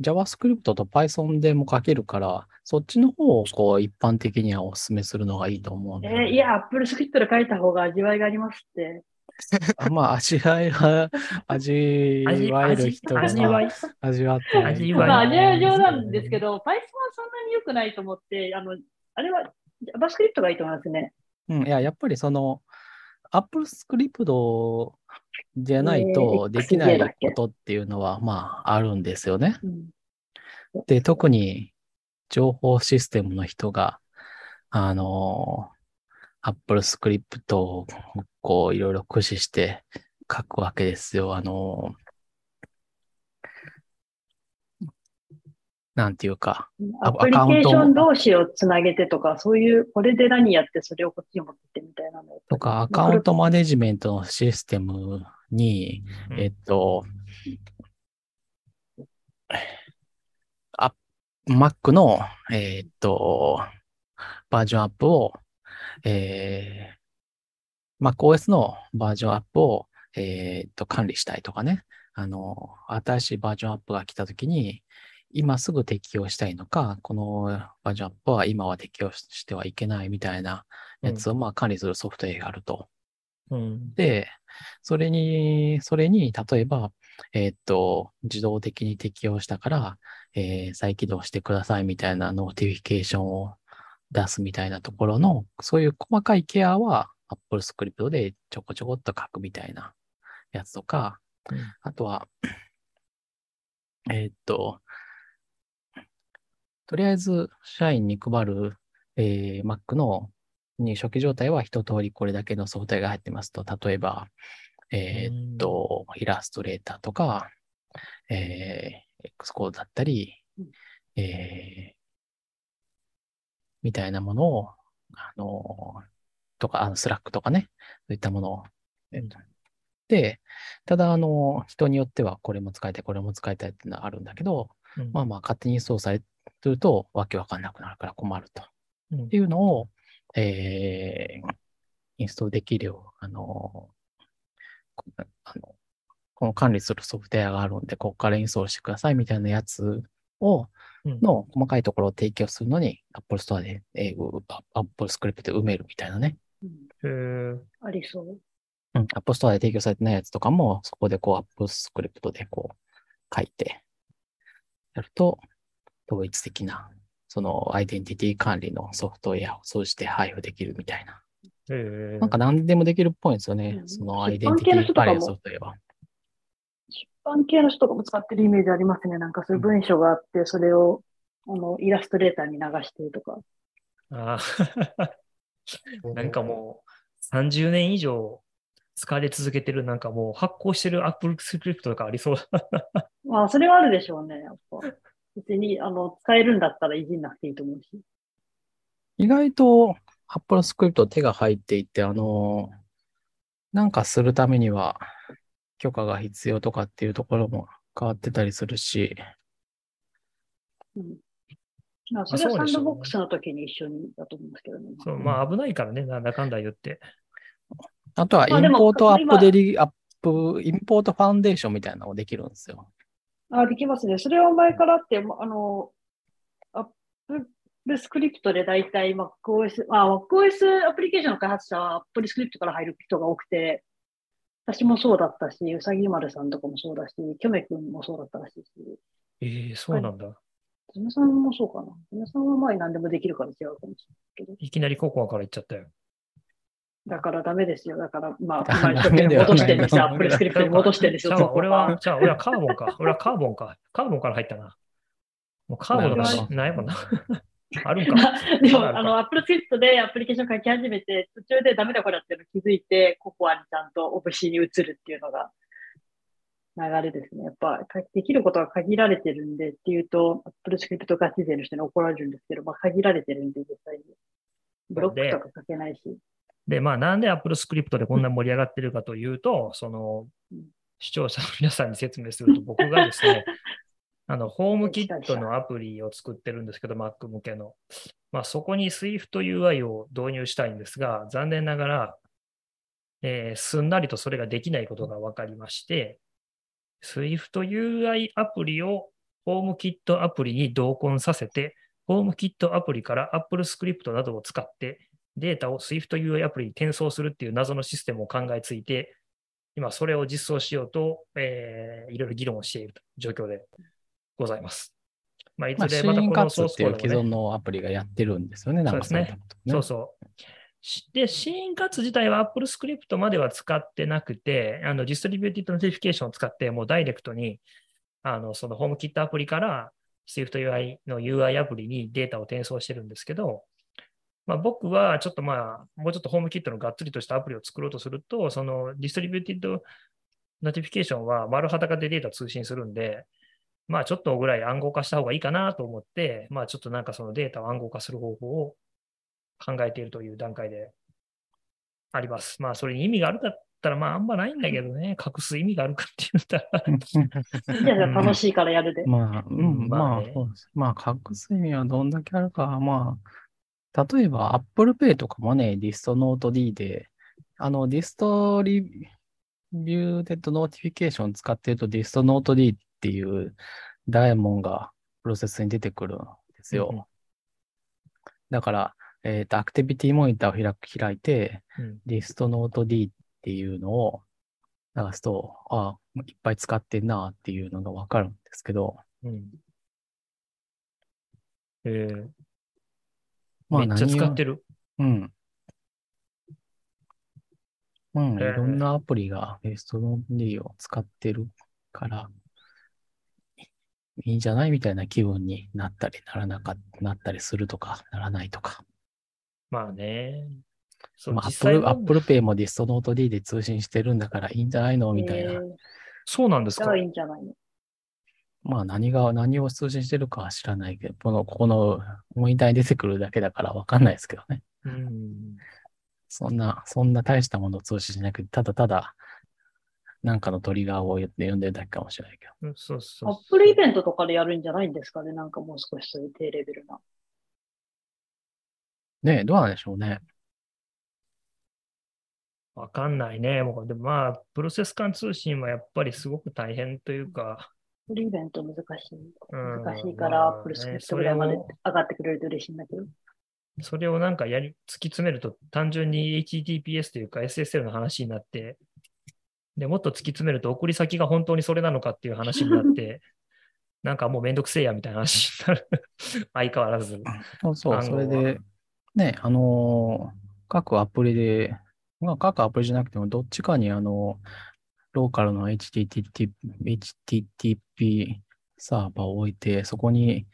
Speaker 2: JavaScript と Python でも書けるから、そっちの方をこう一般的にはお勧めするのがいいと思うん
Speaker 5: え
Speaker 2: だよ
Speaker 5: ー
Speaker 2: ね
Speaker 5: いや、アップルスクリプトで書いた方が味わいがありますって。
Speaker 2: あまあ、味わいは、味
Speaker 1: 味
Speaker 2: わえる人が
Speaker 1: 味味わい。
Speaker 2: 味わってない
Speaker 1: 味わい
Speaker 5: まあ、味わい上なんですけど、Python はそんなに良くないと思って、あの、あれは JavaScript がいいと思いますね。
Speaker 2: うん、いや、やっぱりその、Apple Script じゃないと
Speaker 5: えー
Speaker 2: できない
Speaker 5: XJ だっけ
Speaker 2: ことっていうのは、まあ、あるんですよね。
Speaker 5: うん
Speaker 2: で、特に情報システムの人が、あの、Apple Script をこう、いろいろ駆使して書くわけですよ。あの、なんていうか、あ
Speaker 5: アプリケーション同士をつなげてとか、そういう、これで何やってそれをこっちに持ってってみたいなの
Speaker 2: とか、アカウントマネジメントのシステムに、
Speaker 1: うん
Speaker 2: えっと、あ Mac の、えーっと、バージョンアップを、えー、MacOS のバージョンアップを、えーっと、管理したいとかね。あの、新しいバージョンアップが来たときに、今すぐ適用したいのか、このバージョンアップは今は適用してはいけないみたいなやつを、まあ、管理するソフトウェアがあると。
Speaker 1: うん。
Speaker 2: で、それに、それに、例えば、えーっと、自動的に適用したから、えー再起動してくださいみたいなノーティフィケーションを出すみたいなところの、そういう細かいケアは Apple Script でちょこちょこっと書くみたいなやつとか
Speaker 1: うん、
Speaker 2: あとは、えーっと、とりあえず社員に配る、えー Mac のに初期状態は一通りこれだけのソフトウェアが入ってますと、例えば、えーっと、イラストレーターとか、えー、X コードだったり
Speaker 5: うん、
Speaker 2: えー、みたいなものを、あの、とか、あの、スラックとかね、そういったものを。えーっとで、ただ、あの、人によってはこれも使いたい、これも使いたいっていうのはあるんだけど、
Speaker 1: うん
Speaker 2: まあまあ勝手に操作するとわけわかんなくなるから困ると。
Speaker 1: うん
Speaker 2: っていうのを、えーインストールできるよう、あの、こあのこの管理するソフトウェアがあるんで、ここからインストールしてくださいみたいなやつを、
Speaker 1: うん
Speaker 2: の細かいところを提供するのに、Apple Store で、えー、Apple Script で埋めるみたいなね。
Speaker 5: うん
Speaker 1: へー
Speaker 5: ありそう。
Speaker 2: うん、Apple Store で提供されてないやつとかも、そこでこう Apple Script でこう書いて、やると、統一的な、そのアイデンティティ管理のソフトウェアを通じて配布できるみたいな。
Speaker 1: へー
Speaker 2: なんか何でもできるっぽいんですよね
Speaker 5: う。ん
Speaker 2: そのアイデンティティ管理のソフトウェアは。
Speaker 5: 出版系の人とかも使ってるイメージありますね。なんかそういう文章があって、それを、あの、イラストレーターに流してとか。
Speaker 1: あーなんかもう30年以上使われ続けてる、なんかもう発行してる Apple Script とかありそう [LAUGHS] だ。
Speaker 5: まあ、それはあるでしょうね、やっぱ。別に、あの、使えるんだったらいじんなくていいと思うし。
Speaker 2: 意外と Apple Script 手が入っていて、あの、なんかするためには許可が必要とかっていうところも変わってたりするし、
Speaker 5: うん。まあ、それは
Speaker 1: ま
Speaker 5: サ
Speaker 1: あそうで
Speaker 5: ン
Speaker 1: しょうね
Speaker 5: ドボックスの時に一緒にだと思うんですけどね。
Speaker 1: そうまあ危ないからね、なんだかんだ言って。
Speaker 2: あとは、イ
Speaker 5: まあ
Speaker 2: ン
Speaker 5: でも
Speaker 2: ポートアップデ
Speaker 5: 今
Speaker 2: リ、アップ、インポートファンデーションみたいなのもできるんですよ。
Speaker 5: あ、できますね。それは前からあって、まあの、Apple Script で大体 MacOS、まあ、MacOS アプリケーションの開発者は Apple Script から入る人が多くて、私もそうだったし、うさぎ丸さんとかもそうだし、きょめくんもそうだったらしいし、
Speaker 1: えー、そうなんだ。
Speaker 5: つむさんもそうかな。つむさんは前何でもできるから違うかもしれないけど。
Speaker 1: いきなりココアから言っちゃったよ。
Speaker 5: だからダメですよ。だから、まあ、
Speaker 2: ダメ
Speaker 5: 今一生懸命戻してるんですよ。
Speaker 2: ダメ
Speaker 5: Apple
Speaker 2: だ
Speaker 5: Script に戻してるんですよ。
Speaker 1: じゃ
Speaker 5: そ
Speaker 1: あ
Speaker 5: こ
Speaker 1: 俺は、じゃあ俺はカーボンか。 [LAUGHS] 俺はカーボンか。カーボンから入ったな。もうカーボンの
Speaker 5: なる
Speaker 1: 話
Speaker 2: ほ
Speaker 1: ないもんな。 [LAUGHS] あるんか。
Speaker 5: でも、
Speaker 1: あ
Speaker 5: あの、アップルスイットでアプリケーション書き始めて、途中でダメだこれだっていうの気づいて、ココアにちゃんとオブシに移るっていうのが流れですね。やっぱ、かできることが限られてるんでっていうと、アップルスクリプトガチ勢の人に怒られるんですけど、まあ、限られてるんで、絶対に。ブロックとか書けないし。
Speaker 1: で、まあ、なんで Apple Script でこんな盛り上がってるかというと、その
Speaker 5: うん、
Speaker 1: 視聴者の皆さんに説明すると、僕がですね、あの、ホームキットのアプリを作ってるんですけど、Mac 向けの。まあ、そこに SwiftUI を導入したいんですが、残念ながら、えーすんなりとそれができないことが分かりまして、SwiftUI アプリを HomeKit アプリに同梱させて、HomeKit アプリから Apple Script などを使って、データを SwiftUI アプリに転送するっていう謎のシステムを考えついて、今それを実装しようと、えーいろいろ議論をしている状況でございます。まあ、い
Speaker 2: ま
Speaker 1: ず
Speaker 2: あ、シ
Speaker 1: れまた
Speaker 2: ー
Speaker 1: こ
Speaker 2: ンカ
Speaker 1: の
Speaker 2: ッ
Speaker 1: ソー
Speaker 2: ツっ
Speaker 1: ス
Speaker 2: て
Speaker 1: コ
Speaker 2: い
Speaker 1: ー
Speaker 2: う
Speaker 1: ド
Speaker 2: 既
Speaker 1: も
Speaker 2: 存
Speaker 1: ね、
Speaker 2: のアプリがやってるんですよね、なんか
Speaker 1: そうですね
Speaker 2: いことね
Speaker 1: そうそう。しで、シーンカツ自体は Apple Script までは使ってなくて、あの、ディストリビューティッドノティフィケーションを使って、もうダイレクトに、あの、その HomeKit アプリから SwiftUI の UI アプリにデータを転送してるんですけど、まあ、僕はちょっとまあ、もうちょっと HomeKit のがっつりとしたアプリを作ろうとすると、そのディストリビューティッドノティフィケーションは丸裸でデータ通信するんで、まあちょっとぐらい暗号化した方がいいかなと思って、まあちょっとなんかそのデータを暗号化する方法を考えているという段階であります。まあそれに意味があるかったら、まああんまないんだけどね、隠す意味があるかって言ったら、
Speaker 5: いや、じゃあ楽しいからやるで。
Speaker 2: まあ、うん、
Speaker 1: まあ
Speaker 2: まあ
Speaker 1: ね、
Speaker 2: そうです。まあ、隠す意味はどんだけあるか、まあ、例えば Apple Pay とかもね、ディストノート D で、あの、ディストリビューテッドノーティフィケーション使ってると、ディストノート D っていうダイヤモンがプロセスに出てくるんです
Speaker 1: うんうん
Speaker 2: よ。だから、えっと、アクティビティモニターを開く、開いて、
Speaker 1: うん
Speaker 2: ディストノート D っていうのを流すと、ああ、いっぱい使ってんなっていうのがわかるんですけど、
Speaker 1: うんえー
Speaker 2: まあ、
Speaker 1: めっちゃ使
Speaker 2: 何を
Speaker 1: ってる。
Speaker 2: うん。うん、い
Speaker 1: ええ
Speaker 2: ろんなアプリが Best.D を使ってるから、いいんじゃないみたいな気分になったり、ならなかった、なったりするとか、ならないとか。
Speaker 1: まあね。そう、
Speaker 2: まあ、
Speaker 1: 実際
Speaker 2: Apple,
Speaker 1: は
Speaker 2: Apple Pay も DistoNote-D で通信してるんだからいいんじゃない [LAUGHS] のみたい
Speaker 5: え
Speaker 2: な。
Speaker 5: ー
Speaker 1: そうなんです
Speaker 5: じ
Speaker 1: か
Speaker 5: ゃあいいんじゃないの
Speaker 2: まあ、何が、何を通信してるかは知らないけど、この、ここのモニターに出てくるだけだからわかんないですけどね。
Speaker 1: うん
Speaker 2: そんな、そんな大したものを通信しなくて、ただただ、なんかのトリガーを読んでるだけかもしれないけど。
Speaker 1: うんそうそう。
Speaker 5: アップルイベントとかでやるんじゃないんですかねなんかもう少しそういう低レベルな。
Speaker 2: ねえ、どうなんでしょうね。
Speaker 1: わかんないね。もうでもまあ、プロセス間通信はやっぱりすごく大変というか、
Speaker 5: アップルイベント難しい。
Speaker 1: うん
Speaker 5: 難しいから、
Speaker 1: まあ
Speaker 5: アップルスクリプトぐらいまで
Speaker 1: ねそれ
Speaker 5: 上がってくれると嬉しいんだけど。
Speaker 1: それをなんかやり、突き詰めると単純に HTTPS というか SSL の話になって、で、もっと突き詰めると送り先が本当にそれなのかっていう話にな
Speaker 2: [LAUGHS]
Speaker 1: って、なんかもうめんどくせえやみたいな話になる。相変わらず。
Speaker 2: そうそ
Speaker 1: あ
Speaker 2: う、
Speaker 1: の
Speaker 2: それで、ねえ、あのー各アプリで、まあ、各アプリじゃなくても、どっちかに、あの、ローカルの HTTP、HTTP サーバーを置いて、そこに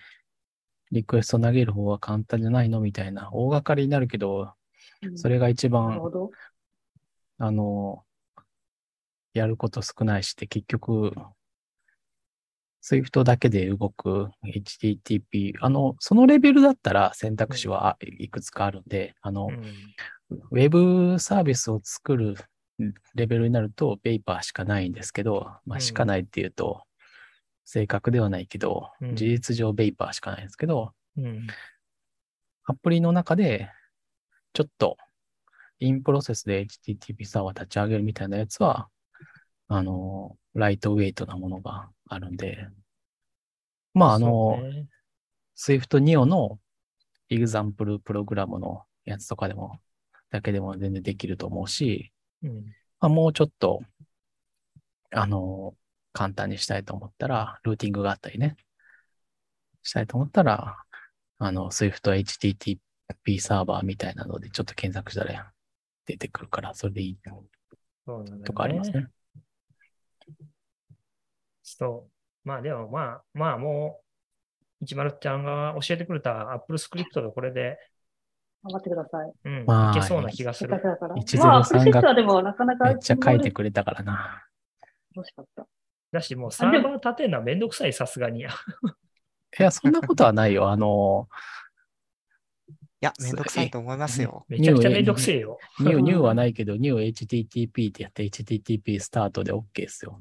Speaker 2: リクエスト投げる方が簡単じゃないのみたいな、大掛かりになるけど、それが一
Speaker 5: うんな
Speaker 2: 番
Speaker 5: るほど。
Speaker 2: あの、やること少ないしって、結局、Swift だけで動く HTTP、あの、そのレベルだったら選択肢はいくつかあるんで、あの
Speaker 1: う、ん
Speaker 2: ウェブサービスを作るレベルになると、ベイパーしかないんですけど、ま
Speaker 1: うん
Speaker 2: あ、しかないっていうと、正確ではないけど
Speaker 1: う、ん
Speaker 2: 事実上ベイパーしかないんですけど、
Speaker 1: うん。
Speaker 2: アプリの中で、ちょっと、インプロセスで HTTP サーバー立ち上げるみたいなやつは、あの、ライトウェイトなものがあるんで、まあ、あの、
Speaker 1: そうね
Speaker 2: Swift Neo の Example プログラムのやつとかでも、だけでも全然できると思うし、
Speaker 1: うん
Speaker 2: まあ、もうちょっと、あの、簡単にしたいと思ったら、ルーティングがあったりね、したいと思ったら、あの、Swift HTTP サーバーみたいなので、ちょっと検索したら出てくるから、それでいい
Speaker 1: そうなんだよね
Speaker 2: とかありますね。
Speaker 1: そう。まあでもまあ、まあもう、一丸ちゃんが教えてくれた Apple スクリプトでこれで、
Speaker 5: 頑張ってください。
Speaker 1: うん、
Speaker 2: まあ
Speaker 1: いけそうな気がす
Speaker 5: せっ
Speaker 1: る
Speaker 5: かく。だから。
Speaker 2: 103
Speaker 5: まあ、アップルセ
Speaker 2: が
Speaker 5: クターでもなかなか
Speaker 2: めっちゃ書いてくれたからな。
Speaker 5: 欲しかった。
Speaker 1: だし、もうサーバー立てるのはめんどくさい、さすがに。
Speaker 2: いや、そんなことはないよ。あの、
Speaker 3: や、めんどくさいと思いますよ。
Speaker 1: [LAUGHS] めちゃくちゃめんどくせえよ。
Speaker 2: ニュー、
Speaker 5: うん
Speaker 2: ニューはないけど、ニュー HTTP ってやって HTTP スタートで OK ですよ。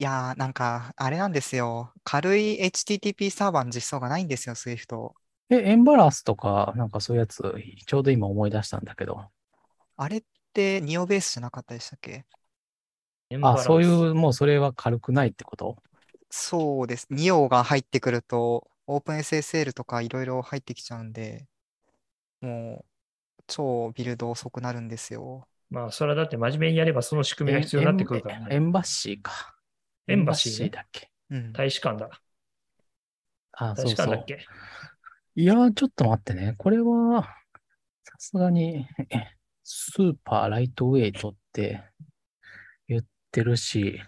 Speaker 3: いやー、なんか、あれなんですよ。軽い HTTP サーバーの実装がないんですよ、Swift。
Speaker 2: え、エンバランスとか、なんかそういうやつ、ちょうど今思い出したんだけど。
Speaker 3: あれってニオベースじゃなかったでしたっけ
Speaker 2: あ、そうい
Speaker 1: エンバランス。
Speaker 2: う、もうそれは軽くないってこと
Speaker 3: そうです。2行が入ってくると、OpenSSL とかいろいろ入ってきちゃうんで、もう、超ビルド遅くなるんですよ。
Speaker 1: まあ、それはだって真面目にやればその仕組みが必要になってくるからね。
Speaker 2: エンバッシーか。
Speaker 1: エンバシーね
Speaker 2: エだっけ。
Speaker 3: うん。
Speaker 1: 大使館だ。
Speaker 2: あ、そ
Speaker 1: 大
Speaker 2: う
Speaker 1: 使
Speaker 2: そ
Speaker 1: 館だっ
Speaker 2: う。
Speaker 1: け
Speaker 2: いやー、ちょっと待ってね。これは、さすがに、えスーパーライトウェイトって言ってるし、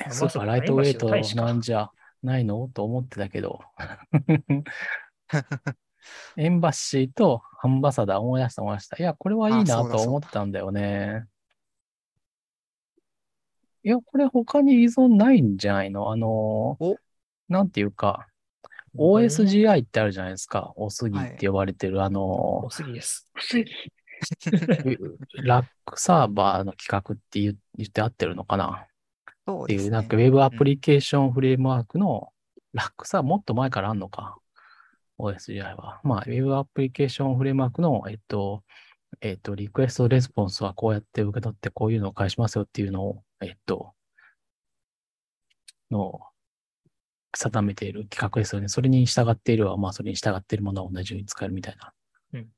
Speaker 2: え
Speaker 1: あ
Speaker 2: スーパーライトウェイト
Speaker 1: まさか
Speaker 2: なんじゃないのと思ってたけど。 [LAUGHS] エンバッシーとアンバサダー思い出した思い出した。いや、これはいい
Speaker 3: あ
Speaker 2: な
Speaker 3: そう
Speaker 2: と
Speaker 3: だそうだ
Speaker 2: 思ったんだよね。いや、これ他に依存ないんじゃないのあのー
Speaker 3: お
Speaker 2: なんていうか、
Speaker 1: うん
Speaker 2: OSGI ってあるじゃないですか。おすぎって呼ばれてる、あの
Speaker 1: おすぎです。
Speaker 3: [LAUGHS]
Speaker 2: ー、ラックサーバーの企画って言う言って合ってるのかな
Speaker 3: そう
Speaker 2: っていう、
Speaker 3: です
Speaker 2: なんかウ
Speaker 3: ね。
Speaker 2: ェブアプリケーションフレームワークのラックさ、もっと前からあんのか。OSGI は。まあ、ウェブアプリケーションフレームワークの、えっと、えっと、リクエストレスポンスはこうやって受け取ってこういうのを返しますよっていうのを、えっと、の、定めている企画ですよね。それに従っているは、まあ、それに従っているものは同じように使えるみたいな。
Speaker 1: うん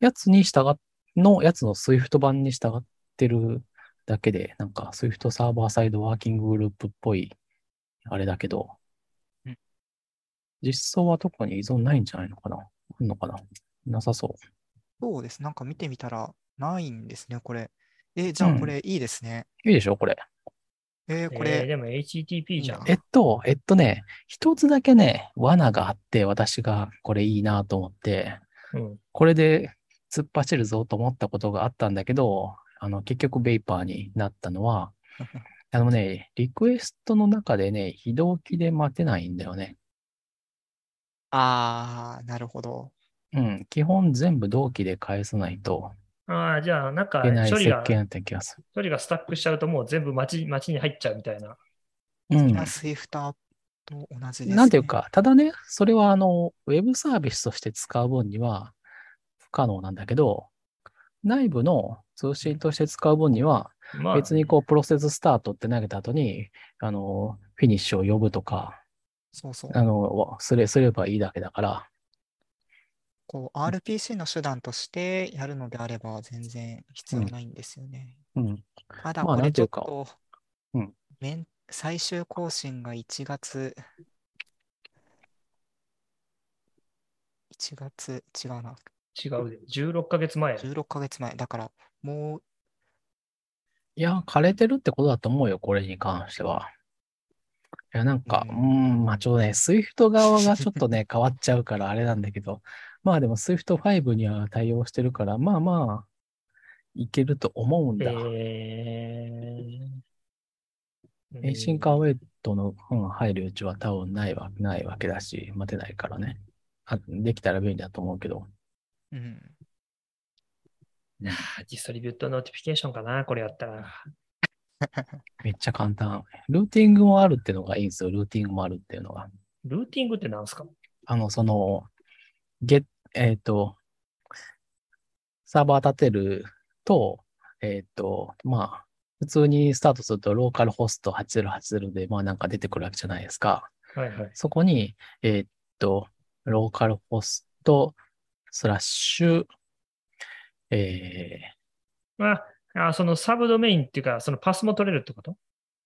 Speaker 2: やつに従っ、の、やつの Swift 版に従ってるだけで、なんか Swift サーバーサイドワーキンググループっぽい、あれだけど
Speaker 3: うん、
Speaker 2: 実装は特に依存ないんじゃないのかなあんのかななさそう。
Speaker 3: そうです。なんか見てみたら、ないんですね、これ。え、じゃあ
Speaker 2: うん
Speaker 3: これいいですね。
Speaker 2: いいでしょこれ。
Speaker 3: えーこ
Speaker 1: えー
Speaker 3: れ、
Speaker 1: でも HTTP じゃん。
Speaker 2: えっと、えっとね、一つだけね、罠があって、私がこれいいなと思って、
Speaker 1: うん。
Speaker 2: これで突っ走るぞと思ったことがあったんだけど、あの、結局ベイパーになったの
Speaker 3: [LAUGHS]
Speaker 2: は、あのね、リクエストの中でね、非同期で待てないんだよね。
Speaker 3: あー、なるほど。
Speaker 2: うん、基本全部同期で返さないと
Speaker 1: ああ、じゃあ、なんか
Speaker 2: いけない
Speaker 1: 処理
Speaker 2: 設
Speaker 1: が、
Speaker 2: 計なった気がする。
Speaker 1: 処理がスタックしちゃうともう全部街街に入っちゃうみたいな。
Speaker 2: うん。
Speaker 3: スイフタと同じです
Speaker 2: なんていう
Speaker 3: ね。
Speaker 2: か、ただね、それはあの、ウェブサービスとして使う分には不可能なんだけど、内部の通信として使う分には、
Speaker 1: まあ、
Speaker 2: 別にこう、プロセススタートって投げた後に、あの、フィニッシュを呼ぶとか、
Speaker 3: そうそう。
Speaker 2: あの、すれ、すればいいだけだから、
Speaker 3: こう、RPC の手段としてやるのであれば全然必要
Speaker 2: うん
Speaker 3: ないんですよね。
Speaker 2: うん。
Speaker 3: ただ、
Speaker 2: まあ
Speaker 3: こ
Speaker 2: な
Speaker 3: れ
Speaker 2: ん
Speaker 3: ち
Speaker 2: てい
Speaker 3: ょ
Speaker 2: う
Speaker 3: っ
Speaker 2: か
Speaker 3: と、
Speaker 2: うん
Speaker 3: めん最終更新が1月、1月、違うな、
Speaker 1: 違うで。16ヶ月前。
Speaker 3: 16ヶ月前。だから、もう、
Speaker 2: いや、枯れてるってことだと思うよ、これに関しては。いや、なんか、う
Speaker 3: う
Speaker 2: ー
Speaker 3: ん
Speaker 2: ん、まあちょっとね、スイフト側がちょっとね、変わっちゃうからあれなんだけど、まあでもスイフト5には対応してるから、まあまあ、いけると思うんだ。
Speaker 1: えー、
Speaker 2: エンシンカーウェイトの、うん、入るうちは多分ないわないわけだし、待てないからね。あできたら便利だと思うけど。
Speaker 3: うん、
Speaker 1: ディストリビュートノーティフィケーションかな、これやったら。
Speaker 2: めっちゃ簡単。ルーティングもあるっていうのがいいんですよ。ルーティングもあるっていうのが。
Speaker 1: ルーティングってなんですか
Speaker 2: あの、その、ゲえっ、と、サーバー立てると、えっ、と、まあ、普通にスタートすると、ローカルホスト8080で、まあなんか出てくるわけじゃないですか。
Speaker 1: はいはい。
Speaker 2: そこに、えーっと、ローカルホスト、スラッシュ、えー、
Speaker 1: まあ、あそのサブドメインっていうか、そのパスも取れるってこと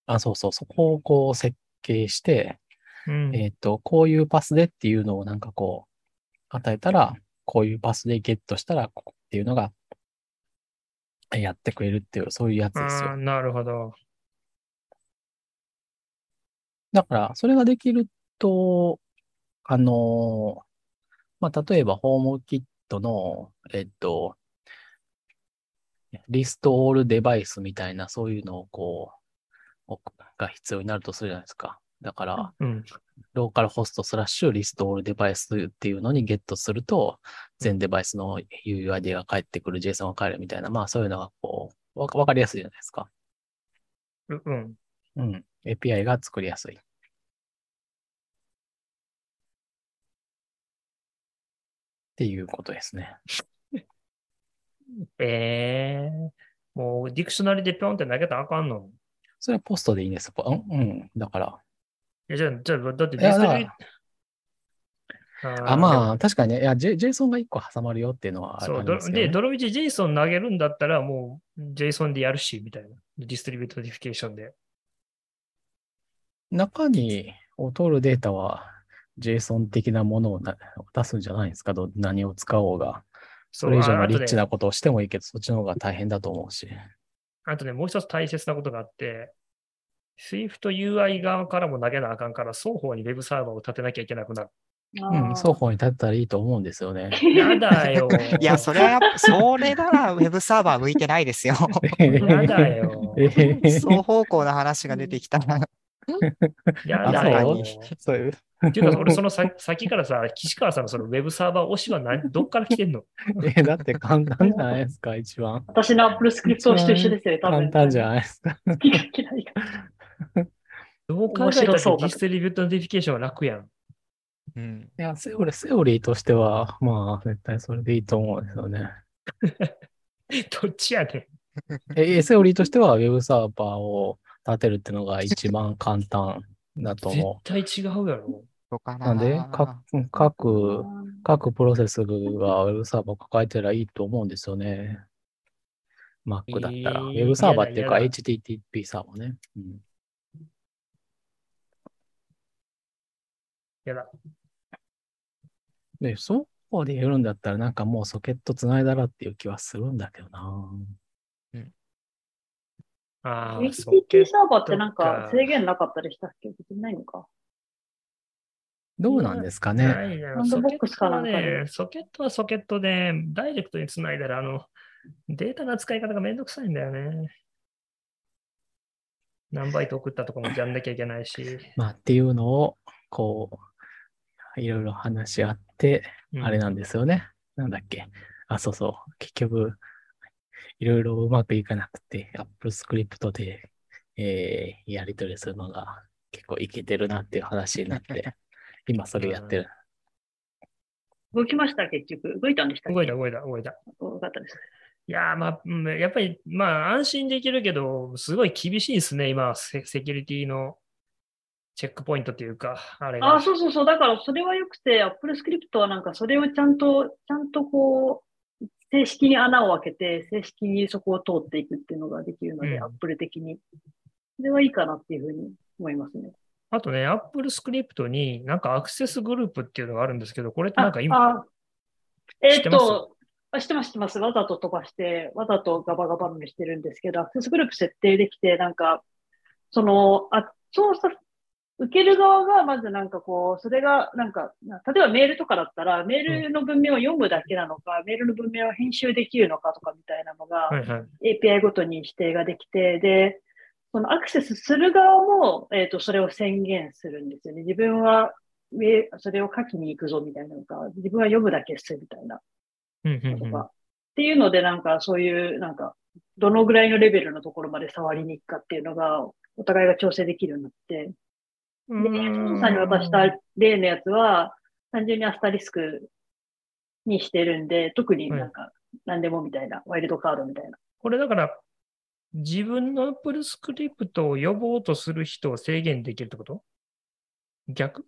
Speaker 2: あ、そうそう、そこをこう設計して、
Speaker 1: うん。
Speaker 2: えーっと、こういうパスでっていうのをなんかこう、与えたら、こういうパスでゲットしたら、ここっていうのが、やってくれるっていう、そういうやつ
Speaker 1: あ
Speaker 2: です
Speaker 1: ー
Speaker 2: よ。
Speaker 1: なるほど。
Speaker 2: だから、それができると、あのーまあ、例えば、ホームキットの、えっと、リストオールデバイスみたいな、そういうのをこう、おが必要になるとするじゃないですか。だから、
Speaker 1: うん。
Speaker 2: ローカルホストスラッシュリストオールデバイスっていうのにゲットすると、全デバイスの UUID が返ってくる、JSON が返るみたいな、まあそういうのがこう、わかわかりやすいじゃないですか。
Speaker 1: ううん。
Speaker 2: うん。API が作りやすい。っていうことですね。
Speaker 1: えー、もうディクショナリでぴょんって投げたらあかんの。
Speaker 2: それはポストでいいんです。ポうん、うん。だから。
Speaker 1: え、じゃあ、じゃあ、だって
Speaker 2: いやだから
Speaker 1: リー
Speaker 2: あ、まあ、確かにね、いや、ジェジェイソンが1個挟まるよっていうのはあ
Speaker 1: そ
Speaker 2: あ
Speaker 1: う、
Speaker 2: り
Speaker 1: ど
Speaker 2: ますけ
Speaker 1: で、
Speaker 2: どね。
Speaker 1: ドロビチ・ジェイソン投げるんだったら、もう、ジェイソンでやるし、みたいな。ディストリビュートディフィケーションで。
Speaker 2: 中に劣るデータは、ジェイソン的なものをな出すんじゃないですかど何を使おうが。
Speaker 1: そ
Speaker 2: それ以上
Speaker 1: あ
Speaker 2: の
Speaker 1: あ
Speaker 2: リ
Speaker 1: と
Speaker 2: ッ
Speaker 1: ね
Speaker 2: チなことをしてもいいけど、そっちの方が大変だと思うし。
Speaker 1: あとね、もう一つ大切なことがあって、Swift UI 側からも投げなあかんから、双方に Web サーバーを立てなきゃいけなくなる。
Speaker 2: うん、双方に立ったらいいと思うんですよね。
Speaker 1: やだよ。
Speaker 3: [LAUGHS] いや、それはやっぱ、それならウェブサーバー向いてないですよ。
Speaker 1: や
Speaker 2: [LAUGHS]
Speaker 1: だよ。
Speaker 2: えへへ
Speaker 3: 双方向の話が出てきたら、
Speaker 1: やだよ。
Speaker 2: あそういう
Speaker 1: っていうか、俺、そのさ [LAUGHS] 先からさ、岸川さんのその Web サーバー推しは何どっから来てんの
Speaker 2: え、だって簡単じゃないですか、一 [LAUGHS] 番。
Speaker 5: [LAUGHS] 私の Apple スクリプトと一緒ですよね、多
Speaker 2: 簡
Speaker 5: 分。
Speaker 2: 単じゃ
Speaker 5: [LAUGHS] ん。
Speaker 2: ないですか。
Speaker 5: キラキラキラ
Speaker 1: どう考えたってデ
Speaker 5: 面白そう
Speaker 1: ィストリビュートディフィケーションは楽やん。 [LAUGHS]
Speaker 3: うん、
Speaker 2: いや、セオリー、セオリーとしては、まあ、絶対それでいいと思うんですよね。
Speaker 1: どっちやねん。
Speaker 2: え、セオリーとしては、ウェブサーバーを立てるってのが一番簡単だと
Speaker 1: 絶
Speaker 2: 思
Speaker 1: 対違うやろ。
Speaker 3: そうか
Speaker 2: う。なんで、か各、各プロセスがウェブサーバーを抱えてりゃいいと思うんですよね。Mac だったら。
Speaker 1: え
Speaker 2: ウ
Speaker 1: ー
Speaker 2: ェブサーバーっていうか、
Speaker 1: やだや
Speaker 2: HTTP サーバーね。うん
Speaker 1: やだ。
Speaker 2: で、そうこうでやるんだったら、なんかもうソケット繋いだらっていう気はするんだけどな。
Speaker 1: ああ、そっけ
Speaker 5: HTTP サーバーってなんか制限なかったりしたっけ別にないのか。
Speaker 2: どうなんですかね。
Speaker 1: ないな
Speaker 5: ハンドボックスかなんかで
Speaker 1: ソケットはね、ソケットはソケットで、ダイレクトにつないだら、あの、データの使い方がめんどくさいんだよね。何バイト送ったとかもやんなきゃいけないし。
Speaker 2: まあ、っていうのを、こう、いろいろ話し合って、
Speaker 1: うん
Speaker 2: あれなんですよね。なんだっけ。あ、そうそう。結局、いろいろうまくいかなくて、Apple Script で、えーやり取りするのが結構いけてるなっていう話に
Speaker 1: [LAUGHS]
Speaker 2: なって、今それやってる。
Speaker 5: 動きました、結局。動いたんでしたっけ
Speaker 1: 動いた動いた動いた。
Speaker 5: よかったです。
Speaker 1: いやー、まあ、うんやっぱり、まあ、安心できるけど、すごい厳しいですね、今、セセキュリティのチェックポイントというか、あれが。
Speaker 5: あ、そうそうそう。だからそれは良くて、Apple Script はなんかそれをちゃんと、ちゃんとこう、正式に穴を開けて、正式にそこを通っていくっていうのができるので、
Speaker 1: うん
Speaker 5: Apple 的に。それはいいかなっていうふうに思いますね。
Speaker 1: あとね、Apple Script になんかアクセスグループっていうのがあるんですけど、これって
Speaker 5: あ
Speaker 1: なんか今、
Speaker 5: あえ
Speaker 1: 知っ
Speaker 5: ーって
Speaker 1: ます
Speaker 5: と、あ知ってます、知ってます。わざと飛ばして、わざとガバガバにしてるんですけど、アクセスグループ設定できて、なんか、その、あ、操作、受ける側が、まずなんかこう、それが、なんか、な例えばメールとかだったら、メールの文面を読むだけなのか、メールの文面を編集できるのかとかみたいなのが、
Speaker 1: はいはい。
Speaker 5: API ごとに指定ができて、で、そのアクセスする側も、えっ、と、それを宣言するんですよね。自分は、えそれを書きに行くぞみたいなのか、自分は読むだけするみたいな
Speaker 1: うんうん
Speaker 5: と
Speaker 1: うん
Speaker 5: か、っていうので、なんかそういう、なんか、どのぐらいのレベルのところまで触りに行くかっていうのが、お互いが調整できるようになって、
Speaker 1: う
Speaker 5: で、
Speaker 1: ーん
Speaker 5: さんに渡した例のやつは、単純にアスタリスクにしてるんで、特になんか、何でもみたいな、ワイルドカードみたいな。
Speaker 1: これだから、自分の Apple Script を呼ぼうとする人を制限できるってこと逆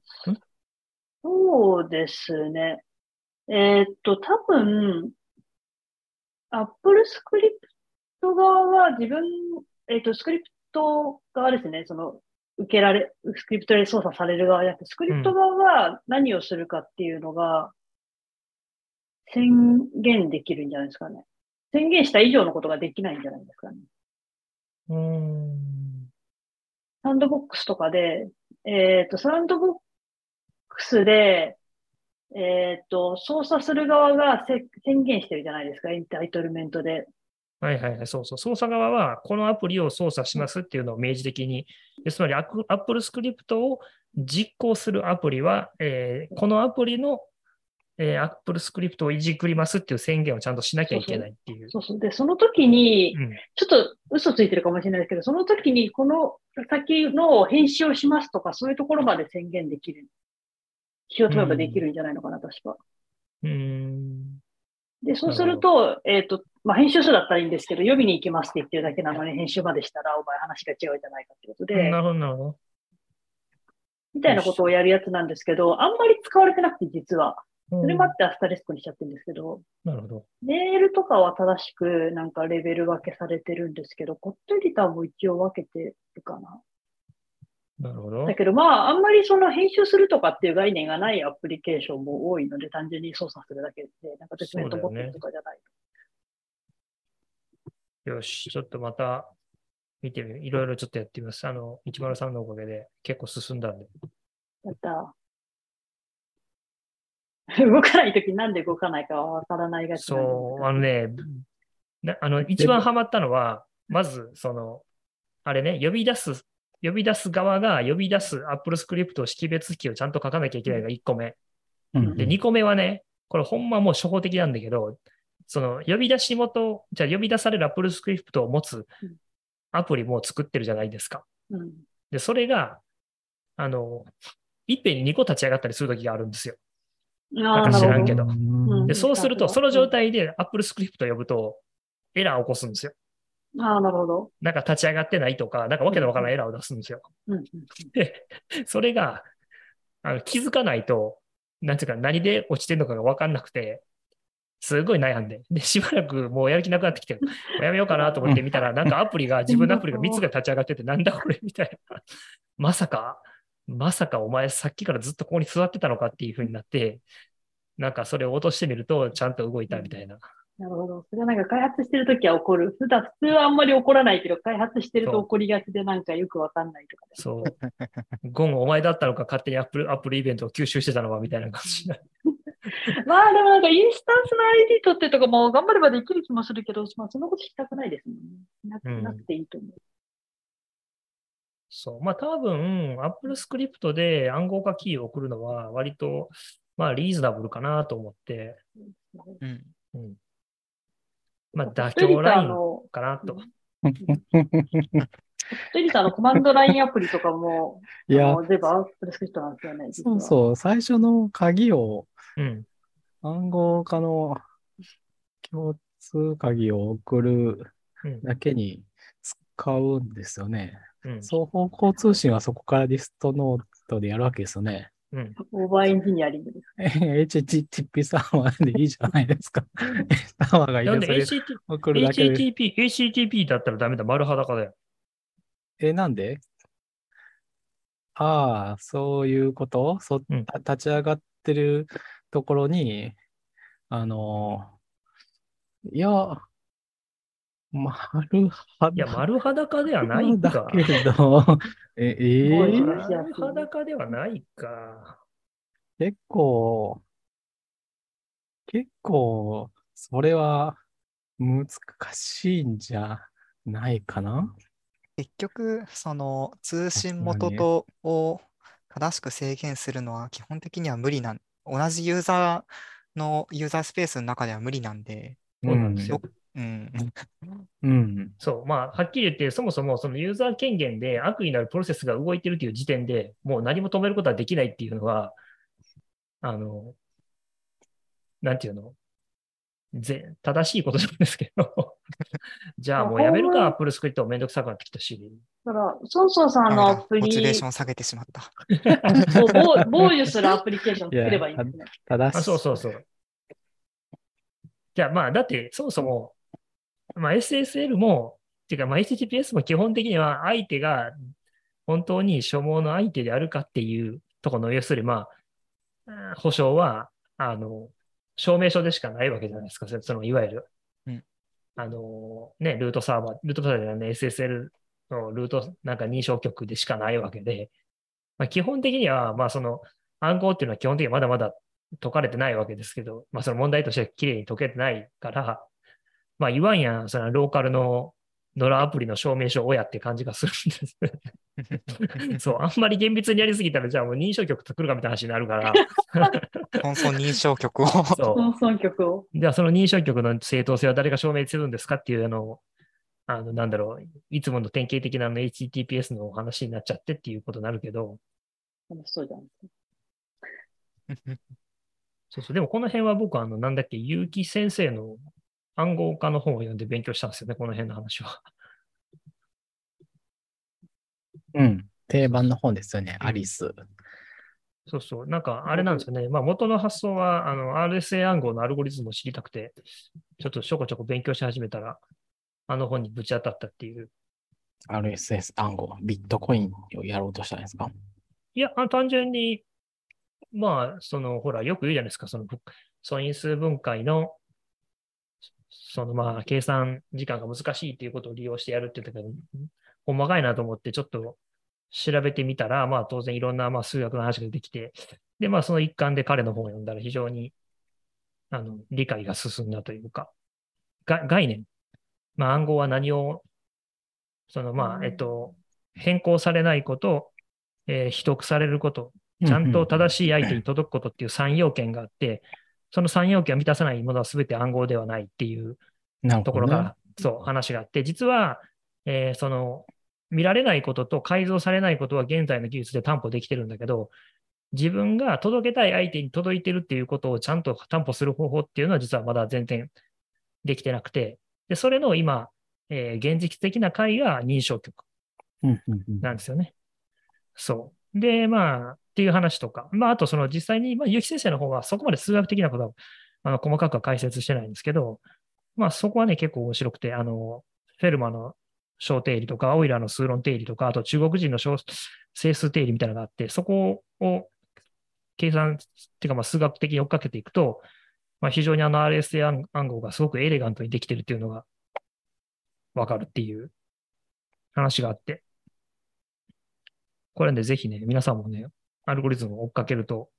Speaker 5: そうですね。えーっと、多分、Apple Script 側は自分、えーっと、スクリプト側ですね、その、受けられ、スクリプトで操作される側じゃなくて、スクリプト側が何をするかっていうのが、宣言できるんじゃないですかね。宣言した以上のことができないんじゃないですかね。
Speaker 1: うーん。
Speaker 5: サンドボックスとかで、えっ、と、サンドボックスで、えっ、と、操作する側がせ宣言してるじゃないですか、エンタイトルメントで。
Speaker 1: はいはいはい、そうそう。操作側は、このアプリを操作しますっていうのを明示的に、でつまりアク Apple Script を実行するアプリは、えーこのアプリの、えー、Apple Script をいじくりますっていう宣言をちゃんとしなきゃいけないっていう。
Speaker 5: そうそう。で、その時に、
Speaker 1: うん
Speaker 5: ちょっと嘘ついてるかもしれないですけど、その時にこの先の編集をしますとか、そういうところまで宣言できる。気を取ればできるんじゃないのかな、確か。
Speaker 1: うーん。
Speaker 5: で、そうすると、えっ、と、まあ、編集書だったらいいんですけど、読みに行きますって言ってるだけなのに、編集までしたら、お前話が違うじゃないかってことで
Speaker 1: な、るほど、なるほ
Speaker 5: みたいなことをやるやつなんですけど、あんまり使われてなくて、実は。
Speaker 1: ど。
Speaker 5: それもあってアスタリスクにしちゃってるんですけど、
Speaker 1: なるほど。
Speaker 5: メールとかは正しくなんかレベル分けされてるんですけど、コットエディターも一応分けてるかな。
Speaker 1: なるほど
Speaker 5: だ。けどまあ、あんまりその編集するとかっていう概念がないアプリケーションも多いので、単純に操作するだけで、なんかドキュメント持ってるとかじゃない。
Speaker 1: よし、ちょっとまた見てみる。いろいろちょっとやってみます。あの、103のおかげで結構進んだんで。
Speaker 5: やった。動かないときなんで動かないかはわからないがちなんですが
Speaker 1: そう、あのね、なあの、一番ハマったのは、まず、その、あれね、呼び出す、呼び出す側が呼び出す Apple Script を識別キーをちゃんと書かなきゃいけないのが1個目。
Speaker 2: うん
Speaker 1: で、2個目はね、これほんまもう初歩的なんだけど、その呼び出し元、じゃあ呼び出される Apple Script を持つ
Speaker 5: うん
Speaker 1: アプリも作ってるじゃないですか。
Speaker 5: うん。
Speaker 1: で、それが、あの、いっぺんに2個立ち上がったりするときがあるんですよ。
Speaker 5: あ
Speaker 1: な
Speaker 5: あ、
Speaker 1: んか
Speaker 5: な
Speaker 1: 知
Speaker 5: る
Speaker 1: ら
Speaker 5: ほ
Speaker 1: ん
Speaker 5: ど
Speaker 1: けど
Speaker 2: うん
Speaker 1: で、そうすると、その状態で Apple Script を呼ぶと、エラーを起こすんですよ。
Speaker 5: ああ、なるほど。
Speaker 1: なんか立ち上がってないとか、なんかわけのわからないエラーを出すんですよ。
Speaker 5: うん。
Speaker 1: それが、あの気づかないと、なんていうか、何で落ちてるのかが分かんなくて、すごい悩んで、で、しばらくもうやる気なくなってきて、もうやめようかなと思って見たら、なんかアプリが、自分のアプリが3つが立ち上がってて、なんだこれみたいな。まさか、まさかお前さっきからずっとここに座ってたのかっていう風になって、なんかそれを落としてみると、ちゃんと動いたみたいな。
Speaker 5: なるほど。それはなんか開発してるときは起こる。普段普通はあんまり起こらないけど、開発してる
Speaker 1: そ
Speaker 5: と
Speaker 1: う
Speaker 5: 起こりがちでなんかよくわかんないとかね。
Speaker 1: そう。ゴン、お前だったのか、勝手にアップル、アップルイベントを吸収してたのは、みたいな感じになる
Speaker 5: まあでもなんかインスタンスの ID 取ってとかも頑張ればできる気もするけど、まあそんなことしたくないですもんね。なく
Speaker 1: うん
Speaker 5: なくていいと思う。
Speaker 1: そう。まあ多分、Apple Script で暗号化キーを送るのは割と、まあリーズナブルかなと思って、
Speaker 3: うん。
Speaker 1: まあ妥
Speaker 5: トリ
Speaker 1: 協ラ
Speaker 5: タ
Speaker 1: イ
Speaker 5: ー
Speaker 1: ン
Speaker 5: の、
Speaker 1: かなと。
Speaker 5: トリターのコマンドラインアプリとかも、
Speaker 2: いや、
Speaker 5: あの全部アウトスクリプトなんですよね。実
Speaker 2: そ
Speaker 5: は
Speaker 2: うそう、最初の鍵を、
Speaker 1: うん。
Speaker 2: 暗号化の共通鍵を送る
Speaker 1: うん。
Speaker 2: だけに使うんですよね。
Speaker 1: うん。
Speaker 2: 双方向通信はそこからリストノートでやるわけですよね。
Speaker 1: うん。
Speaker 5: オーバーエンジニアリングです。
Speaker 2: [LAUGHS] えへ HTTP サーバーでいいじゃないですか。 [LAUGHS] サーバーがい
Speaker 1: なん
Speaker 2: る
Speaker 1: で
Speaker 2: それ
Speaker 1: HTT
Speaker 2: 送るだけで。
Speaker 1: HTTP、HTTP だったらダメだ。丸裸だよ。
Speaker 2: え、なんでああ、そういうことそ、
Speaker 1: うん
Speaker 2: た立ち上がってるところに、あの、いや、丸裸 [LAUGHS]
Speaker 1: いや、丸裸ではない
Speaker 2: だ
Speaker 1: か。
Speaker 2: けど、え、え
Speaker 5: すごい
Speaker 2: ー
Speaker 5: な
Speaker 1: 丸裸ではないか。
Speaker 2: 結構、結構、それは難しいんじゃないかな
Speaker 3: 結局、その通信
Speaker 2: 確か
Speaker 3: 元
Speaker 2: に
Speaker 3: とを正しく制限するのは基本的には無理なん、同じユーザーのユーザースペースの中では無理なんで、
Speaker 1: そうなんですよ。
Speaker 3: うん、
Speaker 2: うん。
Speaker 1: そう。まあ、はっきり言って、そもそもそのユーザー権限で悪意のあるプロセスが動いてるという時点でもう何も止めることはできないっていうのは、あの、なんていうのぜ正しいことなんですけど、 [LAUGHS] じゃあもうやめる
Speaker 5: ま
Speaker 1: か、
Speaker 5: あ
Speaker 1: アップルスクリプトめんどくさくなってきたし、
Speaker 5: だから、ソンソンさん
Speaker 3: ダメ
Speaker 5: の
Speaker 3: だ
Speaker 5: アプ
Speaker 3: モチベー
Speaker 5: リ
Speaker 3: ション下げてしまった。
Speaker 5: を防防御するアプリケーションを作ればいいんですね。
Speaker 2: 正
Speaker 1: あ、そう
Speaker 2: し
Speaker 1: そうそう。じゃあまあ、だってそもそも、まあ、SSL も、っていうか、まあ、HTTPS も基本的には相手が本当に所望の相手であるかっていうところの、要するにまあうん、保証は、あの、証明書でしかないわけじゃないですか。そその、いわゆる
Speaker 3: うん、
Speaker 1: あの、ね、ルートサーバー、ルートサーバーじゃない SSL のルートなんか認証局でしかないわけで、まあ、基本的には、まあ、その、暗号っていうのは基本的にはまだまだ解かれてないわけですけど、まあ、その問題としてはきれいに解けてないから、まあ、言わんやん、そのローカルのノラアプリの証明書をやって感じがするんです。そう、あんまり厳密にやりすぎたら、じゃあもう認証局作るかみたいな話になるから、
Speaker 3: ソンソン認証局
Speaker 2: [LAUGHS]
Speaker 3: を
Speaker 1: そう
Speaker 5: ソンソン曲を。
Speaker 1: じゃあその認証局の正当性は誰が証明するんですかっていうあの、あの、なんだろう、いつもの典型的なあの HTTPS のお話になっちゃってっていうことになるけど、
Speaker 5: 楽しそうじゃん。
Speaker 1: そうそう。でもこの辺は僕、あの、なんだっけ、結城先生の暗号化の本を読んで勉強したんですよね、この辺の話は。 [LAUGHS]
Speaker 2: うん。定番の本ですよね、アリス。
Speaker 1: そうそう。なんか、あれなんですよね。まあ、元の発想は、あの、RSA 暗号のアルゴリズムを知りたくて、ちょっとちょこちょこ勉強し始めたら、あの本にぶち当たったっていう。
Speaker 2: RSS 暗号、ビットコインをやろうとしたんですか
Speaker 1: いや、あ単純に、まあ、その、ほら、よく言うじゃないですか、その、ぶ素因数分解の、その、まあ、計算時間が難しいということを利用してやるって言ったけど、細かいなと思って、ちょっと調べてみたら、まあ、当然いろんな、まあ、数学の話ができて、で、まあ、その一環で彼の本を読んだら、非常に、あの、理解が進んだというか、が概念。まあ、暗号は何を、その、まあ、えっと、変更されないこと、えー秘匿されること、ちゃんと
Speaker 2: し
Speaker 1: 正しい相手に届くことっていう3要件があって、その3要件を満たさないものは全て暗号ではないっていう
Speaker 2: い
Speaker 1: ところが、そう、話があって、実は、えーその、見られないことと改造されないことは現在の技術で担保できてるんだけど、自分が届けたい相手に届いてるっていうことをちゃんと担保する方法っていうのは実はまだ全然できてなくて、で、それの今、えー現実的な解が認証局。
Speaker 2: うんうんうん
Speaker 1: なんですよね。そう。で、まあ、っていう話とか、まあ、あとその実際に、まあ、結城先生の方はそこまで数学的なことは、あの、細かくは解説してないんですけど、まあ、そこはね、結構面白くて、あの、フェルマの小定理とか、オイラーの数論定理とか、あと中国人の小整数定理みたいなのがあって、そこを計算、っていうか、まあ、数学的に追っかけていくと、まあ、非常にあの RSA 暗暗号がすごくエレガントにできてるっていうのがわかるっていう話があって、これでぜひね、皆さんもね、アルゴリズムを追っかけると、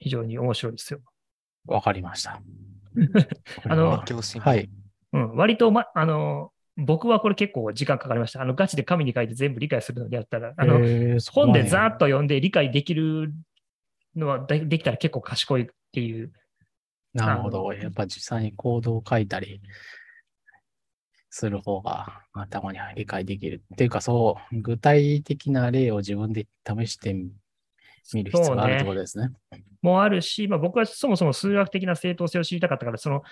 Speaker 1: 非常に面白いですよ。
Speaker 2: わかりました。
Speaker 1: [LAUGHS] あの
Speaker 2: こ
Speaker 3: 勉
Speaker 2: れ
Speaker 3: 強し
Speaker 2: はは
Speaker 3: ます。
Speaker 2: い。
Speaker 1: うん、割と、ま、あの、僕はこれ結構時間かかりました。あの、ガチで紙に書いて全部理解するのであったら、あの、
Speaker 2: えー
Speaker 1: 本でざーっと読んで理解できるのはでできたら結構賢いっていう、
Speaker 2: なるほ
Speaker 1: あ
Speaker 2: ど。
Speaker 1: の
Speaker 2: やっぱ実際に行動を書いたりする方が頭に理解できる。っていうか、そう、具体的な例を自分で試してみる必要があるってことですね。
Speaker 1: もあるし、まあ、僕はそもそも数学的な正当性を知りたかったから、その、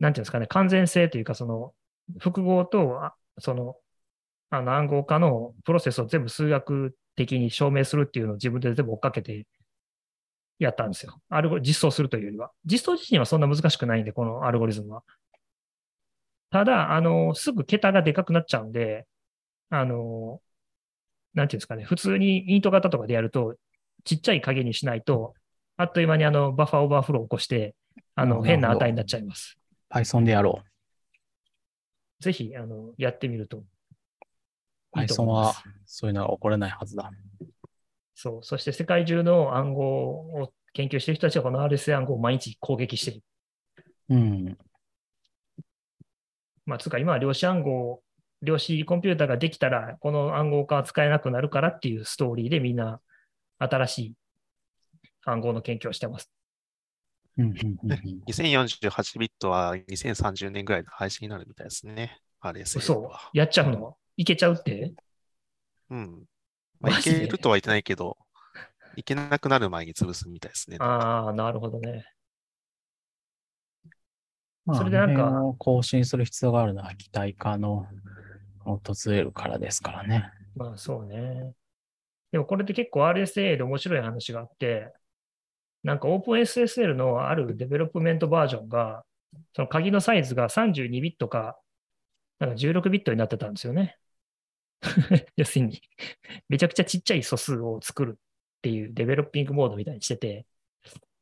Speaker 1: なんていうんですかね、完全性というか、その、複合と、あその、あの暗号化のプロセスを全部数学的に証明するっていうのを自分で全部追っかけてやったんですよ。アルゴ実装するというよりは。実装自身はそんな難しくないんで、このアルゴリズムは。ただ、あの、すぐ桁がでかくなっちゃうんで、あの、なんていうんですかね、普通にイント型とかでやると、ちっちゃい影にしないと、あっという間にあの、バッファーオーバーフローを起こして、あ
Speaker 2: なるほ
Speaker 1: の、
Speaker 2: ど
Speaker 1: 変な値になっちゃいます。
Speaker 2: Python でやろ
Speaker 1: ぜひ、あの、やってみると
Speaker 2: う。
Speaker 1: いいと
Speaker 2: Python
Speaker 1: 思いま
Speaker 2: は
Speaker 1: す。
Speaker 2: そういうのは起こらないはずだ。
Speaker 1: そう。そして世界中の暗号を研究している人たちはこの RSA 暗号を毎日攻撃している。
Speaker 2: うん。
Speaker 1: まあ、つうか今は量子暗号、量子コンピューターができたら、この暗号化は使えなくなるからっていうストーリーでみんな新しい暗号の研究をしてます。
Speaker 2: うんうん
Speaker 1: [LAUGHS]
Speaker 2: うんうん
Speaker 4: 2048ビットは2030年ぐらいの廃止になるみたいですね。RSA
Speaker 1: そう
Speaker 4: は。。
Speaker 1: やっちゃうのいけちゃうって
Speaker 4: うん。まあ、
Speaker 1: マ
Speaker 4: い
Speaker 1: ジで
Speaker 4: けるとは言ってないけど、いけなくなる前に潰すみたいですね。
Speaker 1: ああ、なるほどね。
Speaker 2: まあ、
Speaker 1: それでなんか
Speaker 2: あの辺を更新する必要があるのは、機体化の訪れるからですからね。
Speaker 1: まあそうね。でもこれで結構 RSA で面白い話があって、なんか OpenSSL のあるデベロップメントバージョンが、その鍵のサイズが32ビットか、なんか16ビットになってたんですよね。 [LAUGHS] 要するに、めちゃくちゃちっちゃい素数を作るっていうデベロッピングモードみたいにしてて、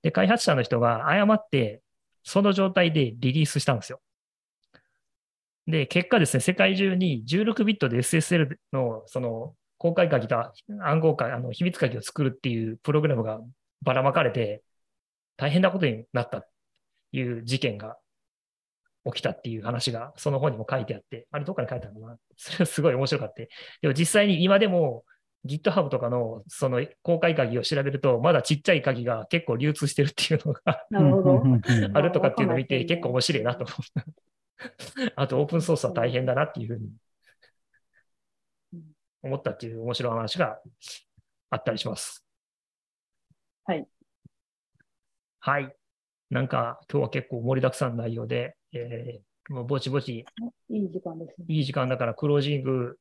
Speaker 1: で、開発者の人が誤って、その状態でリリースしたんですよ。で、結果ですね、世界中に16ビットで SSL のその公開鍵と暗号鍵、あの秘密鍵を作るっていうプログラムがばらまかれて、大変なことになったっていう事件が起きたっていう話が、その本にも書いてあって、あれどっかに書いてあるのかな [LAUGHS] それがすごい面白かった。でも実際に今でも GitHub とかのその公開鍵を調べると、まだちっちゃい鍵が結構流通してるっていうのが
Speaker 5: なるほど
Speaker 2: う。んうんうんうん
Speaker 1: あるとかっていうのを見て、
Speaker 5: わかんない
Speaker 1: 結構面白いなと思った。 [LAUGHS] あと、オープンソースは大変だなっていうふうに
Speaker 5: うん
Speaker 1: 思ったっていう面白い話があったりします。
Speaker 5: はい。
Speaker 1: はい。なんか、今日は結構盛りだくさんの内容で、えー、もうぼちぼち、
Speaker 5: いい時間ですね。
Speaker 1: いい時間だからクロージング、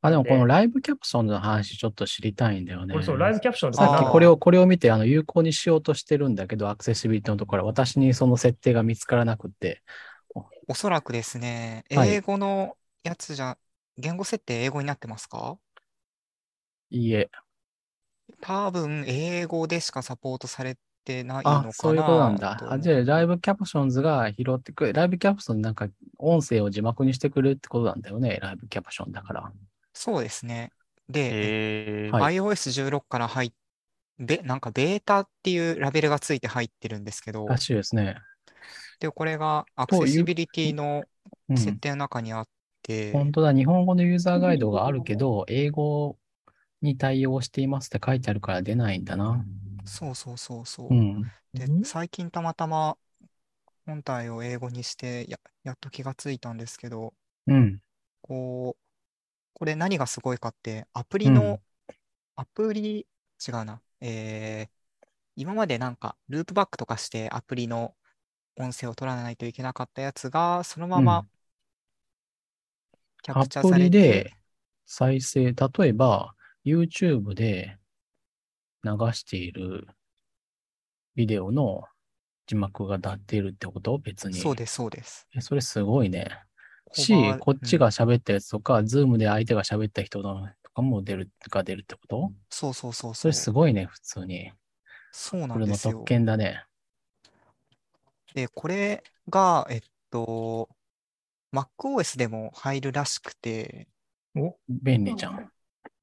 Speaker 2: あ、でもこのライブキャプションの話ちょっと知りたいんだよね。
Speaker 1: これそう、ライブキャプションと
Speaker 2: さ
Speaker 1: か
Speaker 2: っ
Speaker 1: なん
Speaker 2: き
Speaker 1: か
Speaker 2: これを、これを見て、あの、有効にしようとしてるんだけど、アクセシビリティのところ、私にその設定が見つからなくて、
Speaker 3: おそらくですね、
Speaker 2: はい
Speaker 3: 英語のやつじゃ、言語設定英語になってますか
Speaker 2: いいえ、
Speaker 3: 多分、英語でしかサポートされてない
Speaker 2: あ、
Speaker 3: の
Speaker 2: そう
Speaker 3: か
Speaker 2: いうことなん
Speaker 3: な
Speaker 2: だ。
Speaker 3: と
Speaker 2: あ、
Speaker 3: 思
Speaker 2: じゃあ、ライブキャプションズが拾ってくれ、ライブキャプションなんか音声を字幕にしてくれるってことなんだよね、ライブキャプションだから。
Speaker 3: そうですね。で、
Speaker 4: えー
Speaker 2: はい
Speaker 3: iOS16 から入っべ、なんかベータっていうラベルがついて入ってるんですけど、
Speaker 2: らしいですね。
Speaker 3: で、これがアク
Speaker 2: という
Speaker 3: セシビリティの
Speaker 2: うん。
Speaker 3: 設定の中にあって、
Speaker 2: 本当だ、日本語のユーザーガイドがあるけど、英語に対応していますって書いてあるから出ないんだな。
Speaker 3: そうそうそうそうう。
Speaker 2: ん。
Speaker 3: で
Speaker 1: う、ん
Speaker 3: 最近たまたま本体を英語にしてや、やっと気がついたんですけど、
Speaker 2: うん。
Speaker 3: こう、これ何がすごいかって、アプ
Speaker 2: う
Speaker 3: リ
Speaker 2: ん
Speaker 3: の、アプリ、違うな、えー今までなんか、ループバックとかしてアプリの音声を取らないといけなかったやつが、そのままキャ
Speaker 2: ア
Speaker 3: プチャさ
Speaker 2: プ
Speaker 3: れ
Speaker 2: リ
Speaker 3: て
Speaker 2: で、再生、例えば YouTube で流しているビデオの字幕が鳴っているってこと別に。
Speaker 3: そうです、そうです。
Speaker 2: えそれすごいね。
Speaker 3: ホ
Speaker 2: し
Speaker 3: バー、
Speaker 2: こっち
Speaker 3: うん
Speaker 2: が喋ったやつとか、Zoom で相手が喋った人のとかも出る、が出るってこと
Speaker 3: そうそうそう
Speaker 2: それ
Speaker 3: そう。
Speaker 2: すごいね、普通に。
Speaker 3: そうな
Speaker 2: こ
Speaker 3: ん
Speaker 2: れ
Speaker 3: で
Speaker 2: の
Speaker 3: すよ
Speaker 2: 特。権だね。
Speaker 3: で、これが、えっと、MacOS でも入るらしくて、
Speaker 2: 便利じゃん。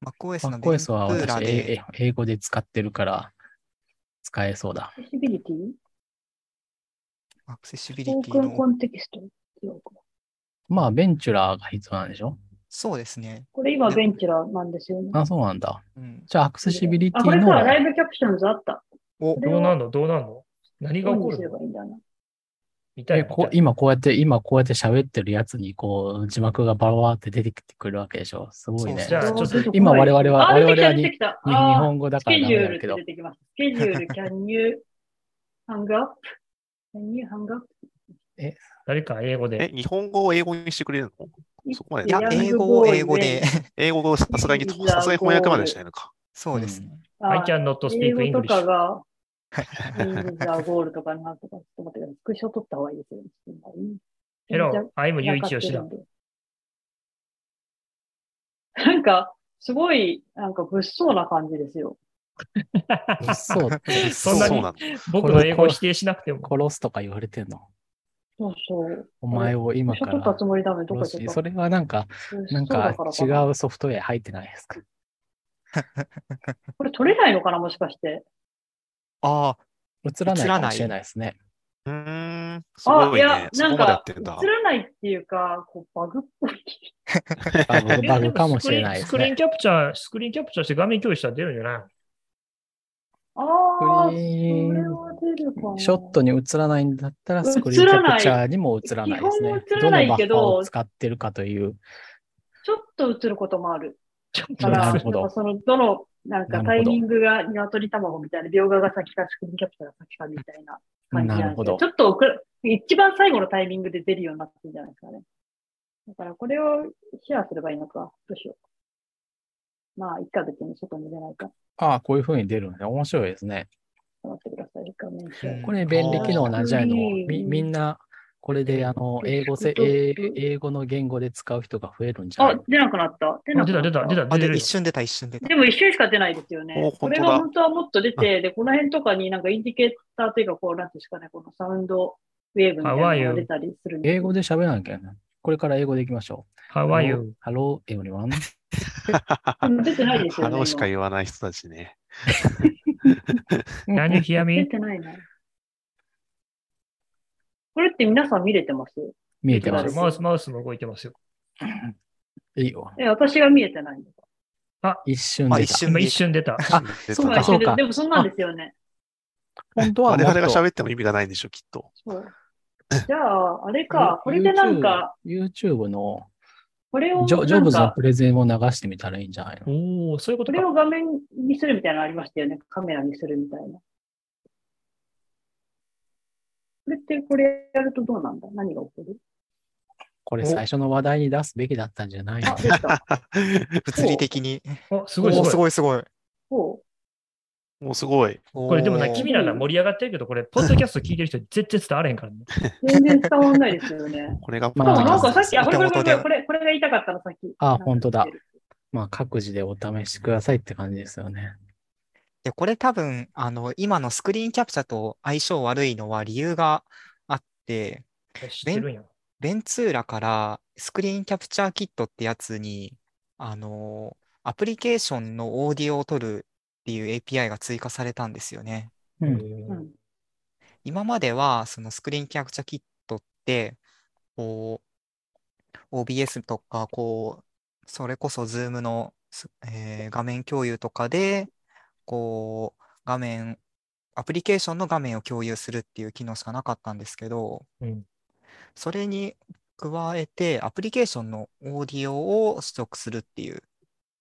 Speaker 3: MacOS のベン
Speaker 2: MacOS は
Speaker 3: プー
Speaker 2: 私、
Speaker 3: ラで、
Speaker 2: え英語で使ってるから、使えそうだ。
Speaker 5: アクセシビリティ
Speaker 3: アクセシビリ
Speaker 5: オー
Speaker 3: ティ
Speaker 5: クン
Speaker 3: の、
Speaker 5: コンテキスト。
Speaker 2: まあ、ベンチュラーが必要なんでしょ
Speaker 3: そうですね。
Speaker 5: これ今ベンチュラーなんですよね。
Speaker 2: あ、そうなんだ。
Speaker 3: うん。
Speaker 2: じゃあ、アクセシビリテ
Speaker 5: あ、こ
Speaker 2: ィ
Speaker 5: れさ、
Speaker 2: の、
Speaker 5: ライブキャプションズあった。
Speaker 3: お
Speaker 5: これ
Speaker 1: どう
Speaker 5: を
Speaker 1: なんのどうなんの何が
Speaker 5: オ
Speaker 1: 起
Speaker 5: ン
Speaker 1: こ
Speaker 5: にすれ
Speaker 1: る
Speaker 5: ば
Speaker 1: の
Speaker 5: いいんだな。
Speaker 1: みたい
Speaker 2: え
Speaker 1: な。
Speaker 2: こ
Speaker 1: みたいな
Speaker 2: 今こうやって、今こうやって喋ってるやつに、こう、字幕がバラバラって出てきてくるわけでしょすごいね。
Speaker 3: そうそう
Speaker 1: じゃあちょっと
Speaker 2: 今我々は
Speaker 5: あ
Speaker 2: 我々は
Speaker 5: 出て
Speaker 2: 日
Speaker 5: きた出てきたあー
Speaker 2: 日本語だ
Speaker 5: ス
Speaker 2: から
Speaker 5: ケ
Speaker 2: ダ
Speaker 5: ジュ
Speaker 2: メだ
Speaker 5: ールって
Speaker 2: けど
Speaker 5: 出。てきます。スケジュール、can you hang up?can you hang up?
Speaker 1: 誰か英語
Speaker 4: え、
Speaker 1: で。
Speaker 4: 日本語を英語にしてくれるのそこまで
Speaker 3: いや、
Speaker 4: Young
Speaker 3: 英語を英語で、 [LAUGHS]
Speaker 4: 英語をさすがに、
Speaker 5: いいな
Speaker 4: さすがに翻訳までしないのか。。
Speaker 3: そうですね。
Speaker 1: I can not
Speaker 5: あ
Speaker 1: speak
Speaker 5: 英語と
Speaker 1: English.
Speaker 5: かが、English are goal とかなんとか、ちょっと待ってください。スクショ取った方がいいですよ。
Speaker 1: Hello, I'm
Speaker 5: も
Speaker 1: Yuichi Yoshida.
Speaker 5: なんか、すごい、なんか物騒な感じですよ。
Speaker 2: そう
Speaker 1: そんなに
Speaker 4: うなの。
Speaker 1: 僕の英語を否定しなくても。
Speaker 2: 殺すとか言われてんの。
Speaker 5: そうそう。
Speaker 2: お前を今
Speaker 5: 場所
Speaker 2: か
Speaker 5: 取った
Speaker 2: ら
Speaker 5: つもりだめ、どこ行っ
Speaker 2: 殺
Speaker 5: ち
Speaker 2: し
Speaker 5: ゃっ。た
Speaker 2: それはなんか、なんか違
Speaker 5: う。
Speaker 2: うソフトウェア入ってないですか
Speaker 5: これ取れないのかな、もしかして。
Speaker 3: ああ、
Speaker 2: 映らないかもしれないですね。
Speaker 4: うーん、す
Speaker 5: あ、
Speaker 4: ご
Speaker 5: い
Speaker 4: い
Speaker 5: や
Speaker 4: ね。、そ
Speaker 5: な
Speaker 4: こ
Speaker 5: ん
Speaker 4: まで
Speaker 5: か
Speaker 4: やっ、てんだ
Speaker 5: 映。らないっていうか、こうバグっぽい。
Speaker 2: バグ
Speaker 5: [LAUGHS]
Speaker 1: え
Speaker 2: バグかもしれない
Speaker 1: で
Speaker 2: で
Speaker 1: もス
Speaker 2: す
Speaker 1: クリーンスクリー
Speaker 2: ね。
Speaker 1: ンキャプチャー、スクリーンキャプチャーして画面共有したら出るんじゃないの
Speaker 2: ス
Speaker 5: あ
Speaker 2: クリ
Speaker 5: あ、そ
Speaker 2: ー
Speaker 5: れ
Speaker 2: ン
Speaker 5: は出るかな。
Speaker 2: ショットに映らないんだったら、
Speaker 5: 映らない
Speaker 2: スクリーンキャプチャーにも映らないです
Speaker 5: 基本
Speaker 2: ね。
Speaker 5: 映らないけど
Speaker 2: のバッファーを使ってるかという。
Speaker 5: ちょっと映ることもある。
Speaker 1: ちょっ
Speaker 5: だ
Speaker 1: と
Speaker 5: から、
Speaker 2: な
Speaker 5: な
Speaker 2: る
Speaker 5: ん
Speaker 2: ほど
Speaker 5: かその、どの、なんか
Speaker 2: な
Speaker 5: タ
Speaker 2: るほ
Speaker 5: イ
Speaker 2: ど
Speaker 5: ミングが鶏卵みたいな、描画が先かスクリーンキャプチャーが先かみたいな感じな
Speaker 2: な
Speaker 5: んです
Speaker 2: る
Speaker 5: け
Speaker 2: ほど
Speaker 5: ちょ。っと遅れ、一番最後のタイミングで出るようになってるんじゃないですかね。だからこれをシェアすればいいのか。どうしよう。まあ、いっか別に外に出ないか。ち
Speaker 2: ああ、こういう風に出るんで、面白いですね。
Speaker 5: ょっと待ってください。画面シェア
Speaker 3: うん
Speaker 2: これ便利機能同じやの。
Speaker 5: うん
Speaker 2: み、みんな、これで、あの、英語せ、英英語の言語で使う人が増えるんじゃない
Speaker 5: あ、出なくなった。出な
Speaker 1: あ
Speaker 5: く
Speaker 1: 出
Speaker 5: な
Speaker 1: た、
Speaker 5: った。
Speaker 1: 出た、出た、
Speaker 3: あ、
Speaker 1: 出
Speaker 3: で、
Speaker 1: てる
Speaker 3: 一
Speaker 1: よ。
Speaker 3: 瞬出た、一瞬出た。
Speaker 5: でも一瞬しか出ないですよね
Speaker 4: お。
Speaker 5: こ
Speaker 4: 本当だ
Speaker 5: れが本当はもっと出て、で、この辺とかになんかインディケーターというか、こう、なんていうんですかね、このサウンドウェーブみたいなのが出たりするんですよ
Speaker 2: 英語で喋らなきゃね。これから英語でいきましょう。
Speaker 1: How are you?
Speaker 2: ?Hello,
Speaker 3: [LAUGHS]
Speaker 2: everyone.
Speaker 5: うん出てないですよ
Speaker 4: ハ [LAUGHS]
Speaker 5: ね。
Speaker 4: ローし
Speaker 5: 今
Speaker 4: か言わない人たちね。
Speaker 1: Can you hear
Speaker 5: 出
Speaker 1: me?
Speaker 5: てないな。これって皆さん見れてます
Speaker 2: 見えてます。
Speaker 1: マウス、マウスも動いてますよ。
Speaker 2: いいよ。
Speaker 5: え、私が見えてないのか。
Speaker 2: 一瞬
Speaker 3: あ、
Speaker 2: 出
Speaker 3: 一
Speaker 2: た。
Speaker 3: 瞬
Speaker 1: 今
Speaker 3: 出
Speaker 1: 一
Speaker 3: た。
Speaker 1: 瞬出た。
Speaker 2: あ
Speaker 4: 出
Speaker 2: そう
Speaker 4: た
Speaker 2: かそうか
Speaker 5: でもそんなんですよね。
Speaker 2: 本当は
Speaker 4: 我
Speaker 2: もっ
Speaker 4: 々が
Speaker 2: と
Speaker 4: 喋っても意味がないんでしょ、きっと。 [LAUGHS]
Speaker 5: そうじゃあ、あれか、これでなんか、
Speaker 2: YouTube YouTube の
Speaker 5: これを
Speaker 2: ジョジ
Speaker 5: な
Speaker 2: ョブ
Speaker 5: ん
Speaker 2: ズの
Speaker 5: か、
Speaker 2: プレゼンを流してみたらいいんじゃないの
Speaker 1: おおそういうこ
Speaker 5: ことれ
Speaker 1: か。
Speaker 5: を画面にするみたいなのありましたよね。カメラにするみたいな。これってこれやるとどうなんだ何が起こる
Speaker 2: これ最初の話題に出すべきだったんじゃないの
Speaker 5: あ、できた。
Speaker 3: 物理的に。
Speaker 1: お、す
Speaker 3: お
Speaker 1: ごいす
Speaker 3: お
Speaker 1: ごい。
Speaker 3: すごいすごい。
Speaker 5: お
Speaker 4: もうすごい。
Speaker 1: こ
Speaker 3: こ
Speaker 1: れでもな、君らが盛り上がってるけど、これ、ポッドキャスト聞いてる人絶対伝われへんからね。
Speaker 5: 全然伝わんないですよね。
Speaker 4: これが
Speaker 2: [LAUGHS] ま
Speaker 5: で
Speaker 2: あ
Speaker 5: も
Speaker 4: ポ
Speaker 5: なん
Speaker 4: ッドキャ
Speaker 5: かさ
Speaker 4: ストで
Speaker 5: っ
Speaker 4: す
Speaker 5: き、あ、これこれこ
Speaker 3: 元
Speaker 5: れ、
Speaker 3: 々
Speaker 5: これこれが言いたかったの、さっき。
Speaker 2: あ本当だまあ、各自でお試しくださいって感じですよね。
Speaker 3: で、これ多分、あの、今のスクリーンキャプチャと相性悪いのは理由があって、
Speaker 1: 知ってるんや。
Speaker 3: ベンツーラからスクリーンキャプチャーキットってやつに、あの、アプリケーションのオーディオを取るっていう API が追加されたんですよね。
Speaker 2: う。
Speaker 1: うんん
Speaker 5: う
Speaker 3: 今までは、そのスクリーンキャプチャーキットって、こう、OBS とか、こう、それこそ Zoom のす、えー画面共有とかで、こう、画面、アプリケーションの画面を共有するっていう機能しかなかったんですけど、
Speaker 1: うん
Speaker 3: それに加えて、アプリケーションのオーディオを取得するっていう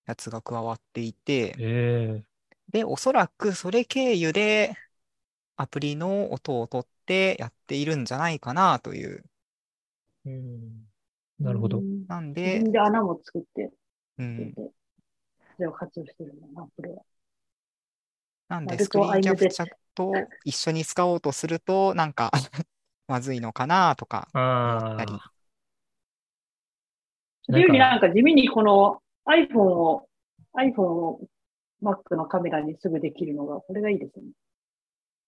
Speaker 3: やつが加わっていて、
Speaker 1: え
Speaker 3: で、おそらくそれ経由でアプリの音を取ってやっているんじゃないかなという。
Speaker 1: えうん
Speaker 5: ん
Speaker 1: なるほど。。
Speaker 3: なん
Speaker 5: 自
Speaker 3: で、
Speaker 5: 分で穴も作って、
Speaker 3: うん。
Speaker 5: それを活用してるんだな、これは。
Speaker 3: なんで、
Speaker 5: 割と
Speaker 3: スクリーンキャプチャ
Speaker 5: iMessage
Speaker 3: と一緒に使おうとすると、なんか [LAUGHS] まずいのかなとか思
Speaker 1: あ
Speaker 3: ったり。
Speaker 1: あ。
Speaker 5: それより
Speaker 1: な
Speaker 5: なんんか地味にこの iPhone を、iPhone を Mac のカメラにすぐできるのが、これがいいですね。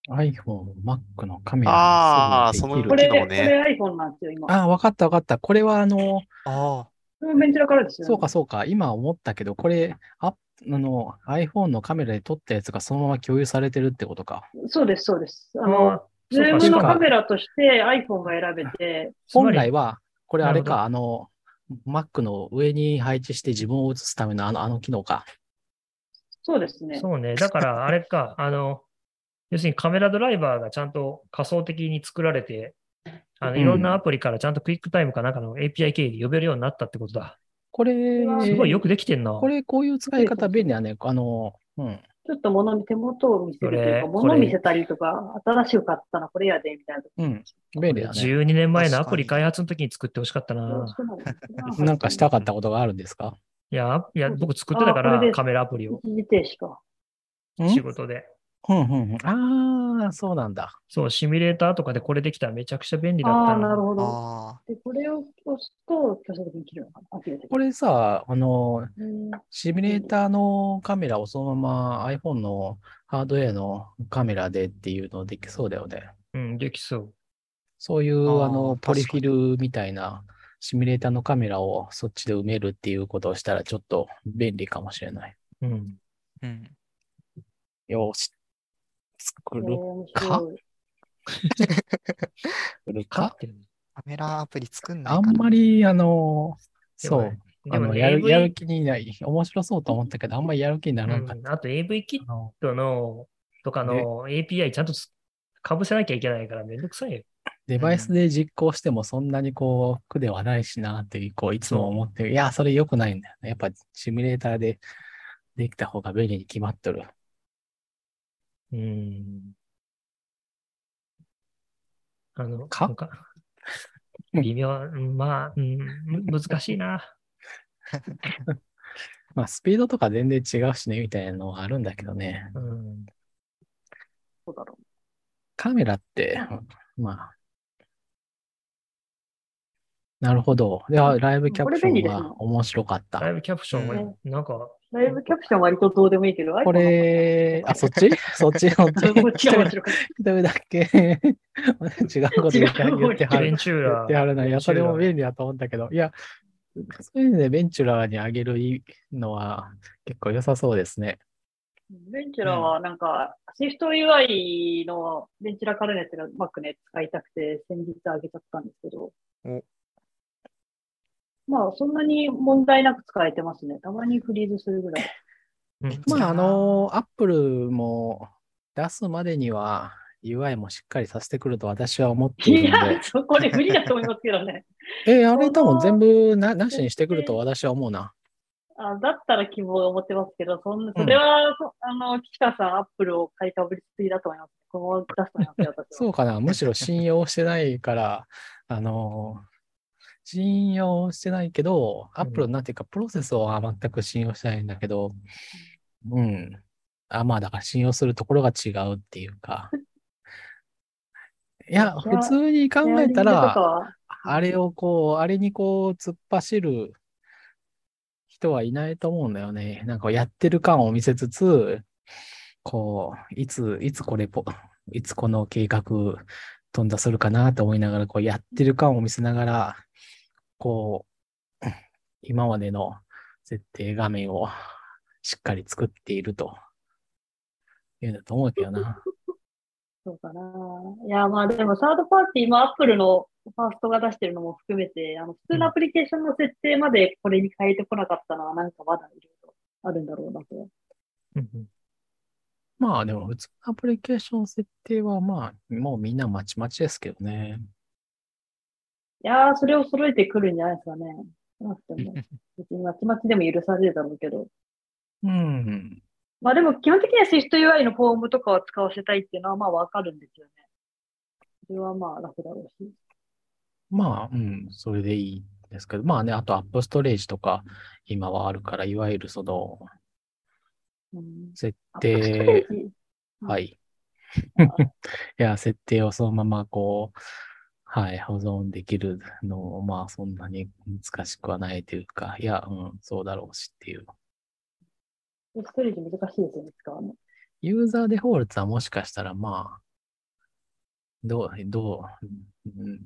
Speaker 2: iPhone、Mac のカメ
Speaker 4: あ
Speaker 2: ラ
Speaker 4: あ
Speaker 2: にすぐでき
Speaker 4: その
Speaker 5: これ、
Speaker 4: 機能
Speaker 5: こ
Speaker 4: ね
Speaker 5: れ iPhone なんですよ、今。
Speaker 2: ああ、わかったわかった。これはあの、
Speaker 3: あ
Speaker 5: これもベンチュラからですよね。
Speaker 2: そうかそうか。今思ったけど、これ、あ、あの、iPhone のカメラで撮ったやつがそのまま共有されてるってことか。
Speaker 5: そうです、そうです。あ
Speaker 1: あ
Speaker 5: の、ズーム
Speaker 2: そう
Speaker 5: の
Speaker 2: か
Speaker 5: カメラとして iPhone が選べて、
Speaker 2: 本来は、これあれか、
Speaker 1: な
Speaker 2: あの、Mac の上に配置して自分を映すためのあの、あの機能か。
Speaker 5: そうですね。
Speaker 1: そうね。だから、あれか、あの、要するにカメラドライバーがちゃんと仮想的に作られて、あのいろんなアプリからちゃんとクイックタイムかなんかの API 経由で呼べるようになったってことだ。
Speaker 2: これ、
Speaker 1: すごいよくできてんな。
Speaker 2: これ、こういう使い方便利だね。あの、うん。
Speaker 5: ちょっと物に手元を見せるという
Speaker 1: これ
Speaker 5: か、
Speaker 1: これ
Speaker 5: 物見せたりとか、新しく買ったのこれやで、みたいな。
Speaker 2: うん。便利だね。
Speaker 1: 12年前のアプリ
Speaker 3: 確かに
Speaker 1: 開発の時に作ってほしかったな。
Speaker 2: なんかしたかったことがあるんですか
Speaker 1: いや、あいや僕作ってたか
Speaker 5: あこれ
Speaker 1: ら、
Speaker 5: で
Speaker 1: カメラアプリを
Speaker 5: 一時停止か。
Speaker 2: うん
Speaker 1: 仕事で。
Speaker 2: うんうん。ああ、そうなんだ。
Speaker 1: そう、シミュレーターとかでこれできたらめちゃくちゃ便利だっ
Speaker 5: あ
Speaker 1: た
Speaker 5: あ、なる
Speaker 1: な。
Speaker 5: ほど。
Speaker 3: あ、あ
Speaker 5: で、これを押すと、強制的に切るのかな。あ切れてる
Speaker 2: これさ、あの、
Speaker 5: うん
Speaker 2: シミュレーターのカメラをそのまま iPhone のハードウェアのカメラでっていうのできそうだよね。
Speaker 1: うん、できそう。
Speaker 2: そういう
Speaker 3: あー
Speaker 2: あの
Speaker 3: 確か
Speaker 2: ポリ
Speaker 3: に
Speaker 2: フィルみたいなシミュレーターのカメラをそっちで埋めるっていうことをしたらちょっと便利かもしれない。
Speaker 1: うん。
Speaker 3: あ、うん。
Speaker 2: よし。作
Speaker 5: えー
Speaker 2: る、
Speaker 5: 面白い
Speaker 2: 作る
Speaker 1: か
Speaker 2: か
Speaker 1: ってる。
Speaker 3: カメラアプリ作んない
Speaker 2: あん
Speaker 3: かな。
Speaker 2: まり、あの、そう、
Speaker 1: で
Speaker 2: あ
Speaker 1: も
Speaker 2: の、
Speaker 1: ね、
Speaker 2: やる、やる
Speaker 1: AV、
Speaker 2: 気にない。面白そうと思ったけど、あんまりやる気にならなかっ
Speaker 1: うん、あと AV キッ
Speaker 2: た。あの
Speaker 1: トの、とかの API ちゃんとかぶせなきゃいけないからめんどくさいよ。
Speaker 2: デバイスで実行してもそんなにこう苦ではないしなっていう、こういつも思ってる。いや、それ良くないんだよね。やっぱシミュレーターでできた方が便利に決まっとる。
Speaker 1: うん。あの、
Speaker 2: か
Speaker 1: なん微妙、うんまあ、うん、難しいな。
Speaker 2: まあ、スピードとか全然違うしね、みたいなのはあるんだけどね。
Speaker 1: うん。
Speaker 5: そうだろう。
Speaker 2: カメラって、まあ。なるほど。では、ライブキャプシ
Speaker 5: これ便利
Speaker 2: ョン
Speaker 5: ですね
Speaker 2: は面白かった
Speaker 1: ラ。イブキャプションは、
Speaker 3: うん
Speaker 1: なんか、
Speaker 5: ライブキャプションは割とどうでもいいけど、
Speaker 2: こ
Speaker 5: iPhone
Speaker 2: れ、あ、そっ
Speaker 5: [LAUGHS]
Speaker 2: ちそっち、そっち。
Speaker 5: の方がこ [LAUGHS] っち
Speaker 2: 一
Speaker 5: が
Speaker 2: 人
Speaker 5: 面白かっ
Speaker 2: 一人だけ [LAUGHS] 違うこと言って
Speaker 5: 違う
Speaker 2: 言っては
Speaker 1: ベ
Speaker 2: る
Speaker 1: ン。チュー
Speaker 2: 言
Speaker 1: ラ
Speaker 2: ってはるな。いや、それも
Speaker 1: ベンチューラ
Speaker 2: 便利だと思ったけど、いや、そういうのでベンチュラーにあげるいいのは結構良さそうですね。
Speaker 5: た。ベンチュラはなんか、シフト UI のベンチュラからのやつが Mac ね、使いたくて、先日あげちゃったんですけど
Speaker 3: お。
Speaker 5: まあ、そんなに問題なく使えてますね。たまにフリーズするぐらい。
Speaker 1: うん
Speaker 3: うん
Speaker 2: まあ、あの、アップルも出すまでには UI もしっかりさせてくると私は思ってい
Speaker 5: い
Speaker 2: るの
Speaker 5: や
Speaker 2: で、、
Speaker 5: そこで無理だと思いますけどね。
Speaker 2: えーあれ多分全部ななしにしてくると私は思うな。
Speaker 5: あだったら希望を持ってますけど、そんなそれは、そあの、岸川さん、アップルを買いかぶりすぎだと思います。こう出したなって私は。
Speaker 2: そうかな。むしろ信用してないから、 [LAUGHS] あのー信用してないけど、アップルなんていうか、プロセスは全く信用してないんだけど、うん。あ、まあ、だから信用するところが違うっていうか。いや、
Speaker 5: いや
Speaker 2: 普通に考えた、
Speaker 5: ペアリングとからは
Speaker 2: あれをこう、あれにこう、突っ走る人はいないと思うんだよね。なんかやってる感を見せつつ、こう、いつ、いつこれぽ、いつこの計画、飛んだするかなと思いながら、こう、やってる感を見せながら、こう、今までの設定画面をしっかり作っていると。いうんだと思うけどな。
Speaker 5: そうかな。いや、まあでも、サードパーティーもアップルのファーストが出してるのも含めて、あの、普通のアプリケーションの設定までこれに変えてこなかったのは、なんかまだいろいろあるんだろうなと。
Speaker 1: うんうん
Speaker 2: まあでも、普通のアプリケーション設定はまあ、もうみんなまちまちですけどね。
Speaker 5: いやー、それを揃えてくるんじゃないですかね。少なくても。別にまちまちでも許されるだろうけど。
Speaker 2: うん。
Speaker 5: まあでも、基本的には SwiftUI のフォームとかは使わせたいっていうのは、まあわかるんですよね。それはまあ楽だろうし。
Speaker 2: まあ、うん、それでいいですけど、まあね、あとアップストレージとか今はあるから、いわゆるその
Speaker 5: うん、
Speaker 2: 設
Speaker 5: アップスト
Speaker 2: 定
Speaker 5: レ、ージ
Speaker 2: はい。 [LAUGHS] いや、設定をそのままこう、はい、保存できるのも、まあそんなに難しくはないというか、いや、うん、そうだろうしっていう。
Speaker 5: アップストレージ難しいですよね、使うの。
Speaker 2: ユーザーデフォルツはもしかしたらまあ、どう、どう、うん、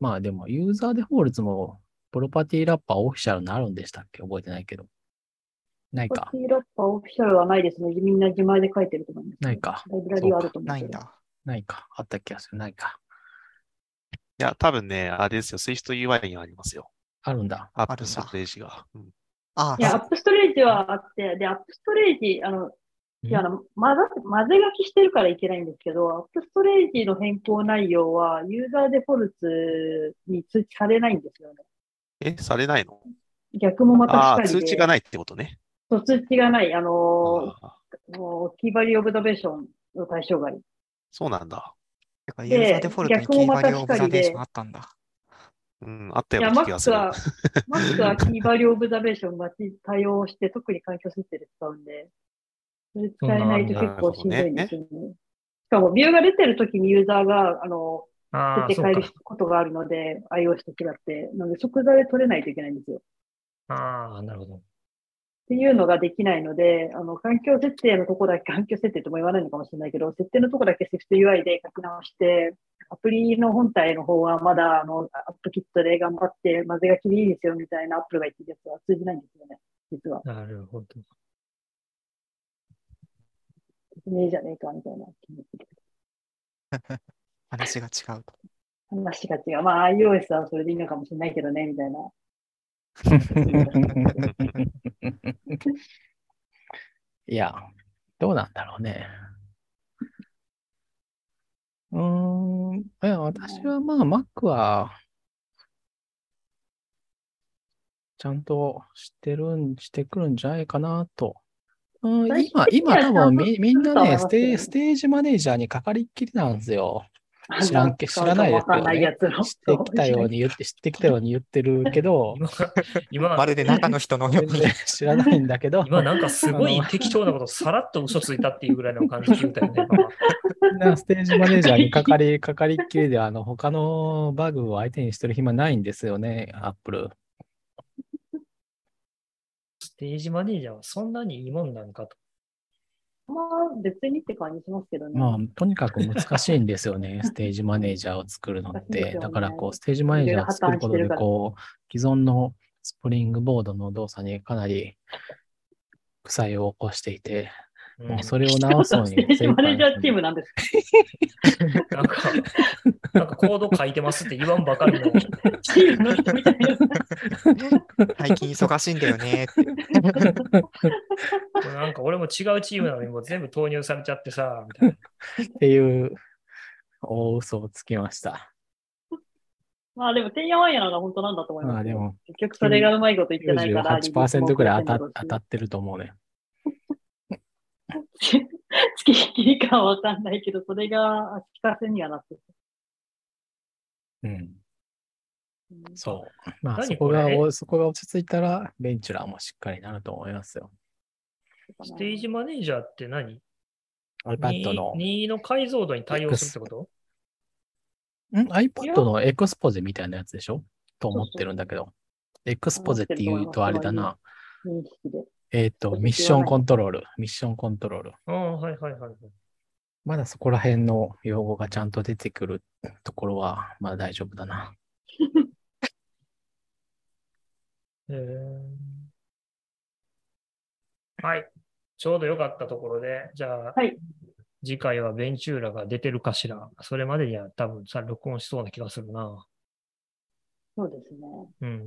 Speaker 2: まあでもユーザーデフォルツもプロパティラッパーオフィシャルになるんでしたっけ覚えてないけど。ない
Speaker 5: コ
Speaker 2: か
Speaker 5: ピ。ーラッパーオフィシャルはないですね。みんな自前で書いてると思います。
Speaker 2: ないか。
Speaker 5: ライブラリはあると思う
Speaker 3: ない
Speaker 5: け
Speaker 3: ん
Speaker 5: ど。
Speaker 3: だ。
Speaker 2: ないか。あった気がする。ないか。
Speaker 4: いや、多分ね、あれですよ、SwiftUI にはありますよ。
Speaker 2: あるんだ。
Speaker 4: ア
Speaker 3: あ
Speaker 4: ッ
Speaker 3: る
Speaker 4: プ
Speaker 3: んだ
Speaker 4: ストレージが。うん
Speaker 3: あ
Speaker 5: いや、
Speaker 3: あ
Speaker 5: ア、ップストレージはあって、で、アップストレージ、あの、いや、あの、混ざ、混ぜ書きしてるからいけないんですけど、アップストレージの変更内容は、ユーザーデフォルツに通知されないんですよね。
Speaker 4: え、されないの
Speaker 5: 逆もま
Speaker 4: あ
Speaker 5: た
Speaker 4: あー、
Speaker 5: しかり
Speaker 4: 通
Speaker 5: で。
Speaker 4: 知がないってことね。
Speaker 5: そう通知がない。あの
Speaker 4: あー
Speaker 5: ー、もうキーバリーオブザベーションの対象外。
Speaker 4: そうなんだ。
Speaker 3: てかユーザーデフォルトに
Speaker 5: 逆
Speaker 3: キ
Speaker 5: も
Speaker 3: ー
Speaker 5: ま
Speaker 3: バ
Speaker 5: た
Speaker 3: リーオブザベーシ
Speaker 5: 光
Speaker 3: ョン
Speaker 5: で
Speaker 3: あったんだ。
Speaker 4: うん、あった
Speaker 5: い
Speaker 4: よ
Speaker 5: や、
Speaker 4: う
Speaker 5: マ
Speaker 4: な
Speaker 5: ッ
Speaker 4: 気が
Speaker 5: ク
Speaker 4: する。
Speaker 5: は、マックはキーバリーオブザベーション待ち対応して、特に環境設定で使うんで、それ使えないと結構しんどいんですよね。しかも、ビューが出てる時にユーザーが、あの、
Speaker 1: ああ、
Speaker 5: 出て
Speaker 1: そ
Speaker 5: 帰
Speaker 1: う
Speaker 5: る
Speaker 1: か。
Speaker 5: ことがあるので、iOS と違って、なので、即座で取れないといけないんですよ。っ
Speaker 1: ああ、なるほど。
Speaker 5: ていうのができないので、あの、環境設定のとこだけ、 [LAUGHS] 環境設定とも言わないのかもしれないけど、設定のとこだけ SwiftUI で書き直して、アプリの本体の方はまだ、あの、AppKit で頑張って、混ぜがきでいいですよみたいな Apple が言ってるやつは通じないんですよね、実は。
Speaker 1: なるほど。
Speaker 5: ねえじゃねえかみたいな気持ちで
Speaker 3: 話が違うと。
Speaker 5: 話が違う。まあ iOS はそれでいいのかもしれないけどね、みたいな。
Speaker 2: いや、どうなんだろうね。うーん、いや、私はまあ、Mac は、ちゃんとしてるん、してくるんじゃないかなと。うん、
Speaker 5: 最
Speaker 2: 今、
Speaker 5: 終的には
Speaker 2: 今多分み、みんなね、ス
Speaker 5: ちゃんとしてる
Speaker 2: テ
Speaker 5: と思いま
Speaker 2: ー、
Speaker 5: す
Speaker 2: ステージマネージャーにかかりっきりなんですよ。知らんけ知らない
Speaker 5: で
Speaker 2: ですす
Speaker 5: よ、ね。わか
Speaker 2: よ
Speaker 5: んないや
Speaker 2: ね。
Speaker 5: つの。
Speaker 2: 知ってきたように言って、知ってきたように言ってるけど、
Speaker 1: 今、今
Speaker 3: ま、るで中の人のよう
Speaker 2: 全
Speaker 3: に。
Speaker 2: [LAUGHS] 然知らないんだ
Speaker 1: [LAUGHS]
Speaker 2: けど、
Speaker 1: 今なんかすごい
Speaker 2: あの
Speaker 1: 適当なことさらっと嘘ついたっていうぐらいの感じで言うたよね。今
Speaker 2: みんなステージマネージャーにかか
Speaker 5: [LAUGHS]
Speaker 2: り、かかりっきりで、あの、他のバグを相手にしてる暇ないんですよね、アップル。
Speaker 1: ステージマネージャーはそんなにいいもんなんかと。
Speaker 5: まあ別にって感じしますけどね。
Speaker 2: まあ、とにかく難しいんですよ
Speaker 5: [LAUGHS]
Speaker 2: ね、ステージマネージャーを作るのっ
Speaker 5: 難しいで
Speaker 2: て。
Speaker 5: すよね
Speaker 2: だから、こう、ステージマネージャーを作ることで、こう、既存のスプリングボードの動作にかなり負債を起こしていて、
Speaker 1: うん
Speaker 2: もうそれを直すの
Speaker 5: [LAUGHS] ス
Speaker 2: に
Speaker 5: テージ
Speaker 2: 精一
Speaker 5: マネ
Speaker 2: 杯
Speaker 5: ージャーチームなんですか
Speaker 1: なんか、なんかコード書いてますって言わんばかりの。
Speaker 5: チームみたいな。
Speaker 3: 最近忙しいんだよねって。
Speaker 1: なんか俺も違うチームなのにもう全部投入されちゃってさ、みたいな。
Speaker 2: っていう大嘘をつきました。
Speaker 5: まあでも、てんやわんやなのが本当なんだと思います。
Speaker 2: まあでも、
Speaker 5: 結局それがうまいこと言ってないから、
Speaker 2: 98%ぐらい当た
Speaker 5: リリースも遅れてんだろうし
Speaker 2: 当たってると思うね。
Speaker 5: [LAUGHS] 月き切りかはわかんないけど、それが聞かせにはなってる。
Speaker 2: うん。
Speaker 5: うん
Speaker 2: そう。まあ、
Speaker 1: 何
Speaker 2: そこが
Speaker 1: これ
Speaker 2: お、そこが落ち着いたら、ベンチュラーもしっかりなると思いますよ。
Speaker 1: ステージマネージャーって何
Speaker 2: iPad の、
Speaker 1: 2の解像度に対応するってこと
Speaker 2: ん ?iPad のエクスポゼみたいなやつでしょと思ってるんだけど。エクスポゼって言うとあれだな。
Speaker 5: 認識で。
Speaker 2: えっ、と、ミッションコントロール。ミッションコントロール。
Speaker 1: ああ、はいはいはいはい。
Speaker 2: まだそこら辺の用語がちゃんと出てくるところは、まあ大丈夫だな。
Speaker 1: えーはい。ちょうど良かったところで、じゃあ、
Speaker 5: はい
Speaker 1: 次回はベンチューラが出てるかしら。それまでには多分さ、録音しそうな気がするな。
Speaker 5: そうですね。
Speaker 1: うん。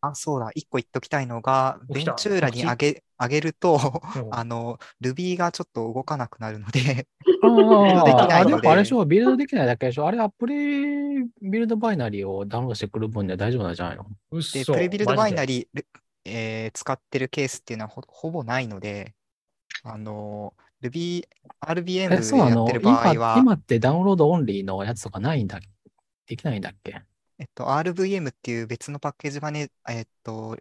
Speaker 3: あ、そうだ、一個言っときたいのが、
Speaker 1: お来
Speaker 3: ベ
Speaker 1: た
Speaker 3: ンチューラにあげ、あげると、
Speaker 1: うん
Speaker 3: [LAUGHS] あの、Ruby がちょっと動かなくなるの
Speaker 1: [LAUGHS]
Speaker 3: で、
Speaker 2: あ
Speaker 3: でき
Speaker 2: あ、
Speaker 3: ないので
Speaker 2: あでもあれでしょ、ビルドできないだけでしょ。あれ、アプリビルドバイナリーをダウンロードしてくる分には大丈夫なんじゃないの
Speaker 1: うっ
Speaker 3: で、
Speaker 1: そ。
Speaker 3: プレビルドバイナ
Speaker 1: リ
Speaker 3: リー、えー使ってるケースっていうのはほ、ほぼないので、あの、Ruby、RBM
Speaker 2: え、そうな
Speaker 3: でやっ
Speaker 2: の
Speaker 3: てる場合
Speaker 2: 今
Speaker 3: は、
Speaker 2: 今ってダウンロードオンリーのやつとかないんだできないんだっけ
Speaker 3: えっと、RVM っていう別のパッケージマネ、えっと、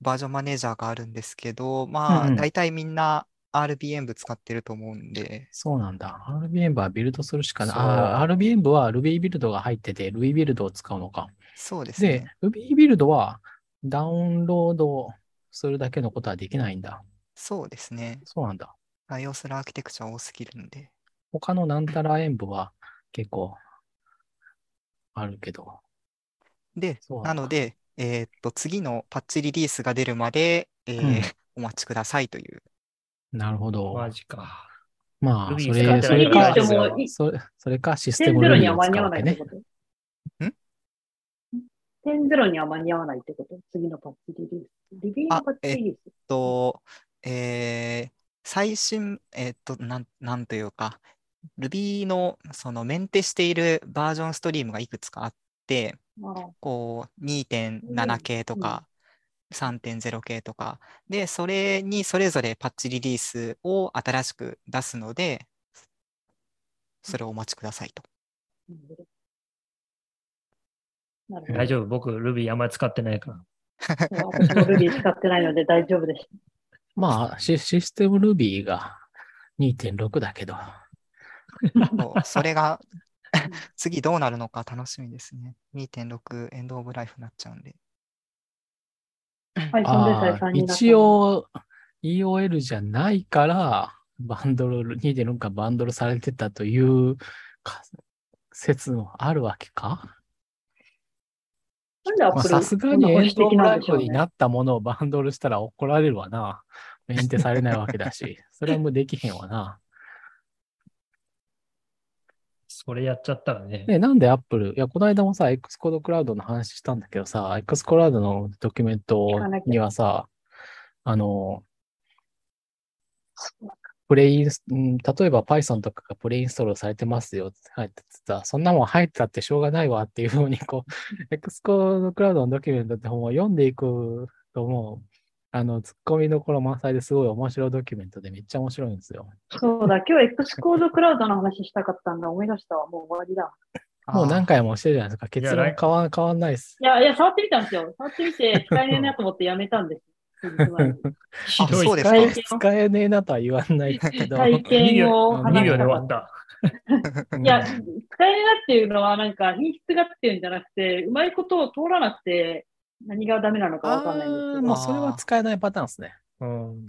Speaker 3: バージョンマネージャーがあるんですけど、ま
Speaker 2: うんう
Speaker 3: あ、
Speaker 2: ん
Speaker 3: 大体みんな RBM 部使ってると思うんで、
Speaker 2: そうなんだ。RBM はビルドするしかない。
Speaker 1: そう
Speaker 2: あー RBM は Ruby ビルドが入ってて、Ruby ビルドを使うのか。
Speaker 3: そうです
Speaker 2: で
Speaker 3: ね。、
Speaker 2: Ruby ビルドはダウンロードするだけのことはできないんだ。
Speaker 3: そうですね。
Speaker 2: そうなんだ。
Speaker 3: 対応するアーキテクチャ多すぎるので。
Speaker 2: 他のなんたら演舞は結構あるけど。
Speaker 3: で、
Speaker 2: そう
Speaker 3: な
Speaker 2: なんだ
Speaker 3: ので、えーっと、次のパッチリリースが出るまで、えー
Speaker 2: うん
Speaker 3: お待ちくださいという。
Speaker 2: なるほど。
Speaker 1: マジか。
Speaker 2: まあ、
Speaker 1: Ruby
Speaker 2: そ
Speaker 1: 使っ
Speaker 2: れ、
Speaker 1: て
Speaker 2: そ
Speaker 1: ない
Speaker 2: れ
Speaker 1: からいいけ
Speaker 2: か
Speaker 1: ど、
Speaker 2: それそれかシステムルー
Speaker 5: 10-0
Speaker 2: ル
Speaker 5: には間に
Speaker 2: 使
Speaker 5: 合
Speaker 2: う
Speaker 5: わ
Speaker 2: わ
Speaker 5: ない
Speaker 2: け
Speaker 5: って
Speaker 2: ね
Speaker 5: こ。と ?10-0 には間に合わないってこと次のパッチリリース。リビングパッチリリース。
Speaker 3: と、えー最新、えーっと、なん、なんというか、Ruby のそのメンテしているバージョンストリームがいくつかあって、
Speaker 5: ああ
Speaker 3: こう2.7系とか3.0系とかでそれにそれぞれパッチリリースを新しく出すのでそれをお待ちくださいと。
Speaker 5: なるほど。
Speaker 1: 大丈夫。僕、Ruby あんまり使ってないから。
Speaker 5: 私もルビー使ってないので大丈夫です。
Speaker 2: まあシ、システム Ruby が2.6だけど。
Speaker 3: もうそれが次どうなるのか楽しみですね。2.6エンドオブライフになっちゃうんで。
Speaker 5: はい、そんで
Speaker 2: あ
Speaker 5: さえ
Speaker 2: あ
Speaker 5: 3人だった
Speaker 2: 一、応 EOL じゃないから、バンドル、2.6がバンドルされてたというか説もあるわけか
Speaker 5: なんでア
Speaker 2: まあ
Speaker 5: ップル
Speaker 2: さすがにエンドオブライフに
Speaker 5: っ
Speaker 2: なったものをバンドルしたら怒られるわな。メンテされないわけだし、 [LAUGHS] それはもうできへんわな。
Speaker 1: それやっちゃったらね。
Speaker 2: ね、なんで Apple、いや、この間もさ、X コードクラウドの話したんだけどさ、X コードクラウドのドキュメント
Speaker 5: 聞かなきゃ
Speaker 2: にはさ、あの、プレイインス、うん例えば Python とかがプレイインストールされてますよって入っててさ、そんなもん入ってたってしょうがないわっていうふうに、こう、X コードクラウドのドキュメントってもう読んでいくともう、あの、ツッコミどころ満載ですごい面白いドキュメントでめっちゃ面白いんですよ。
Speaker 5: た。そうだ、今日 X コードクラウドの話したかったんだ。思い出したわ。もう終わりだ。
Speaker 2: もう何
Speaker 3: か
Speaker 2: 回もしてるじゃないですか。結
Speaker 1: いや
Speaker 2: 論
Speaker 1: 来
Speaker 2: 変わん変わんないです
Speaker 5: い。や、いや、触ってみたんですよ。触ってみて、使えねえなと思ってやめた
Speaker 2: [LAUGHS]
Speaker 5: んです。
Speaker 1: ひどい。
Speaker 3: そう
Speaker 2: 使
Speaker 3: ですか
Speaker 2: え使えねえなとは言わないけど、
Speaker 5: [LAUGHS] 体験を
Speaker 2: 2
Speaker 1: 2
Speaker 5: 話
Speaker 1: 秒
Speaker 5: し
Speaker 1: で終
Speaker 5: た
Speaker 1: わ
Speaker 5: か
Speaker 1: っ。
Speaker 5: っ
Speaker 2: [LAUGHS]
Speaker 5: た
Speaker 2: うん
Speaker 5: いや、使えないっていうのは、なんか品質がっていうんじゃなくて、うまいことを通らなくて、何がダメなのかわかんないんです
Speaker 2: あー
Speaker 5: け
Speaker 2: も
Speaker 5: ど
Speaker 2: うそれは使えないパターンですね。
Speaker 1: うん。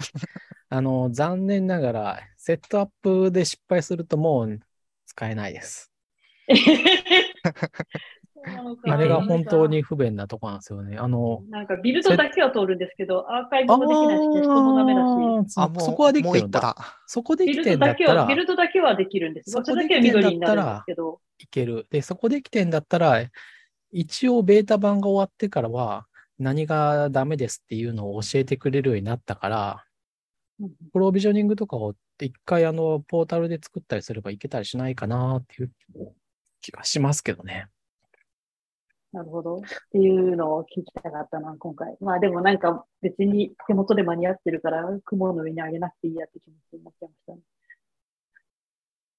Speaker 2: あの、残念ながら、セットアップで失敗するともう使えないです。
Speaker 5: えへへへ。そうなの [LAUGHS] か
Speaker 2: あれが本当に。不便なとこなんですよね。あの、
Speaker 5: なんかビルドだけは通るんですけど、アーカイブもできないし、テストもダメだし、
Speaker 2: あーそそこはでき
Speaker 3: もう
Speaker 2: てる
Speaker 3: 一個
Speaker 2: んだ。
Speaker 3: だ。
Speaker 2: そこで
Speaker 5: ビ
Speaker 2: き
Speaker 5: ル
Speaker 2: て
Speaker 5: ド
Speaker 2: んだ
Speaker 5: だ
Speaker 2: っ
Speaker 5: け
Speaker 2: た
Speaker 5: は、
Speaker 2: ら
Speaker 5: ビルドだけはできるんです。
Speaker 2: そ
Speaker 5: こ
Speaker 2: こ
Speaker 5: っちだけは緑になるんですけど、
Speaker 2: いける。で、そこできてんだったら、一応ベータ版が終わってからは、何がダメですっていうのを教えてくれるようになったから、
Speaker 5: うん
Speaker 2: プロビジョニングとかを一回あのポータルで作ったりすればいけたりしないかなっていう気がしますけどね。
Speaker 5: なるほど。っていうのを聞きたかったな、今回。まあでもなんか別に手元で間に合ってるから、雲の上に上げなくていいやって気持ちになっちゃいましたね。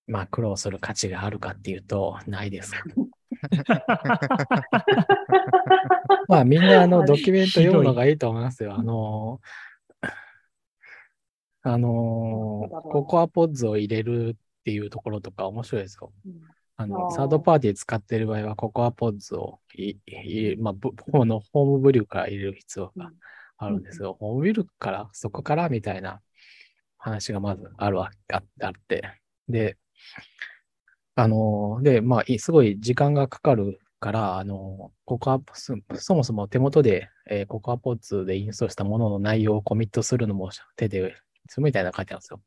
Speaker 2: まあ苦労する価値があるかっていうと、ない
Speaker 5: [LAUGHS]
Speaker 2: です。まあみんなあ
Speaker 5: [LAUGHS]
Speaker 2: のドキュメント読むのがいいと思いますよ。あのー、あのーココアポッズを入れるっていうところとか面白いですよ。あ
Speaker 5: あ
Speaker 2: の、
Speaker 5: ー
Speaker 2: サードパーティー使ってる場合は、ココアポッズをい、いまあ、ぶこのホームブリューから入れる必要があるんですよ。ホームブリューから、そこからみたいな話がまずあるわああって。で、あのー、で、まあ、いすごい時間がかかるから、あのー、ココアポそそもそも手元で、えーココアポッズでインストールしたものの内容をコミットするのも手で済むみたいなの書いてあるんですよ。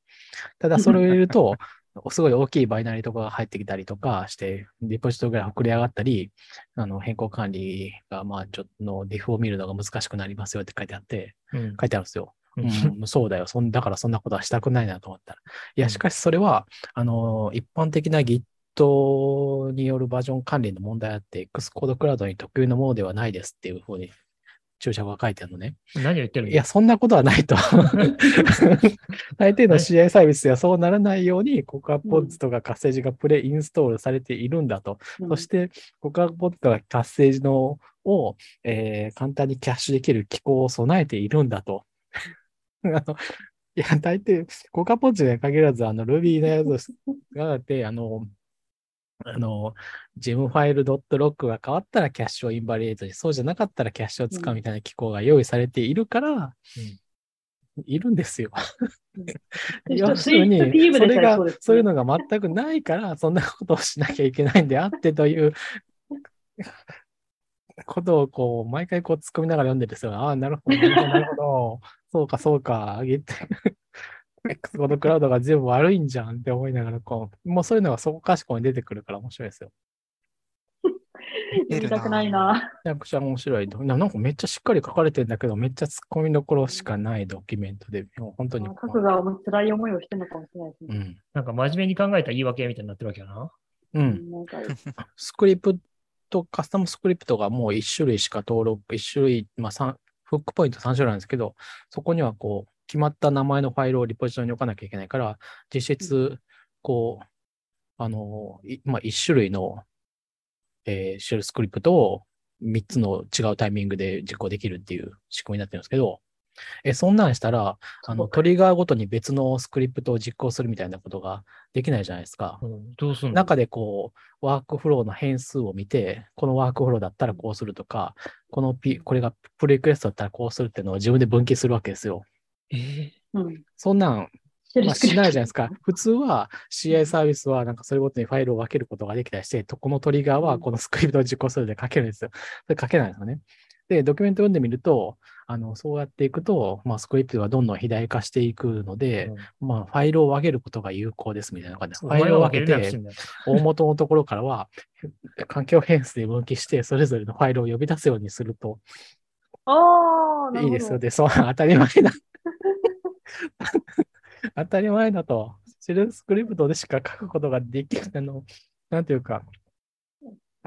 Speaker 2: ただ、それを入れると、 [LAUGHS] すごい大きいバイナリとかが入ってきたりとかして、デポジトが膨れ上がったり、あの変更管理が、まあ、ちょっとのディフを見るのが難しくなりますよって書いてあって、
Speaker 1: うん
Speaker 2: 書いてあるんですよ。
Speaker 1: うん
Speaker 2: [LAUGHS] うん、そうだよそん。だからそんなことはしたくないなと思ったら。いや、しかしそれは、あの、一般的な Git によるバージョン管理の問題あって、Xcode Cloud に特有のものではないですっていうふうに注釈が書いてあるのね。
Speaker 1: 何を言ってるん
Speaker 2: い
Speaker 1: だ
Speaker 2: や、そんなことはないと。大抵の試合サービスではそうならないように、コカ・ポッズとかカッセージがプレインストールされているんだと。そして、コカ・ポッズとかカッセージのを、えー簡単にキャッシュできる機構を備えているんだと。 [LAUGHS] あのいや、大抵、コカ・ポッズに限らず、あの、Ruby のやつがあって、あの、あの、ジムファイル .lock が変わったらキャッシュをインバリエートに、そうじゃなかったらキャッシュを使うみたいな機構が用意されているから、いるんですよ。
Speaker 5: うん
Speaker 2: 要するに、
Speaker 5: スイーツピーブ
Speaker 2: それ
Speaker 5: でさえ
Speaker 2: が
Speaker 5: そうですね、
Speaker 2: そういうのが全くないから、そんなことをしなきゃいけないんであってという、ことをこう、毎回こう突っ込みながら読んでるんですよ。ああ、なるほど、なるほどなるほど。そうか、そうか。Git このクラウドが全部悪いんじゃんって思いながら、こう、もうそういうのがそこかしこに出てくるから面白いですよ。
Speaker 5: 読みたくないな。
Speaker 2: めちゃくちゃ面白いと。ななんかめっちゃしっかり書かれてるんだけど、めっちゃ突っ込みどころしかないドキュメントで、もう本当に。
Speaker 5: 書く側も辛い思いをしてるのかもしれないです
Speaker 2: う
Speaker 5: ね。
Speaker 2: ん。
Speaker 1: なんか真面目に考えた言い訳みたいになってるわけやな。
Speaker 2: うん。
Speaker 5: なんか
Speaker 2: スクリプト、カスタムスクリプトがもう1種類しか登録、1種類、まあ三、フックポイント3種類なんですけど、そこにはこう、決まった名前のファイルをリポジトリに置かなきゃいけないから、実質、こう、あの、いまあ、1種類の、えーシェルスクリプトを3つの違うタイミングで実行できるっていう仕組みになってるんですけど、え、そんなんしたら、あの、トリガーごとに別のスクリプトを実行するみたいなことができないじゃないですか。
Speaker 1: うんどうすんの
Speaker 2: 中でこう、ワークフローの変数を見て、このワークフローだったらこうするとか、このピ、これがプリクエストだったらこうするっていうのを自分で分岐するわけですよ。
Speaker 1: えー
Speaker 5: うん
Speaker 2: そんなん、
Speaker 5: してる
Speaker 2: まあ、しないじゃないですす [LAUGHS] か。普通は CI サービスはなんかそれごとにファイルを分けることができたりして、とこのトリガーはこのスクリプトを実行するので書けるんですよ。それ書けないんですよね。で、ドキュメント読んでみると、あの、そうやっていくと、まあ、スクリプトがどんどん肥大化していくので、まあ、ファイルを分けることが有効ですみたいな感じです。
Speaker 1: お
Speaker 2: ファイ
Speaker 1: 前
Speaker 2: ル
Speaker 1: は分
Speaker 2: を
Speaker 1: け
Speaker 2: 分け
Speaker 1: れなく
Speaker 2: て
Speaker 1: して、んだよ。
Speaker 2: 大元のところからは、環境変数で分岐して、それぞれのファイルを呼び出すようにすると
Speaker 5: [LAUGHS] ああ、なる
Speaker 2: いいで
Speaker 5: ほど
Speaker 2: すよ。で、そう、当たり前
Speaker 5: [LAUGHS]
Speaker 2: だ。当たり前だと、シェルスクリプトでしか書くことができる、あの、なんていうか、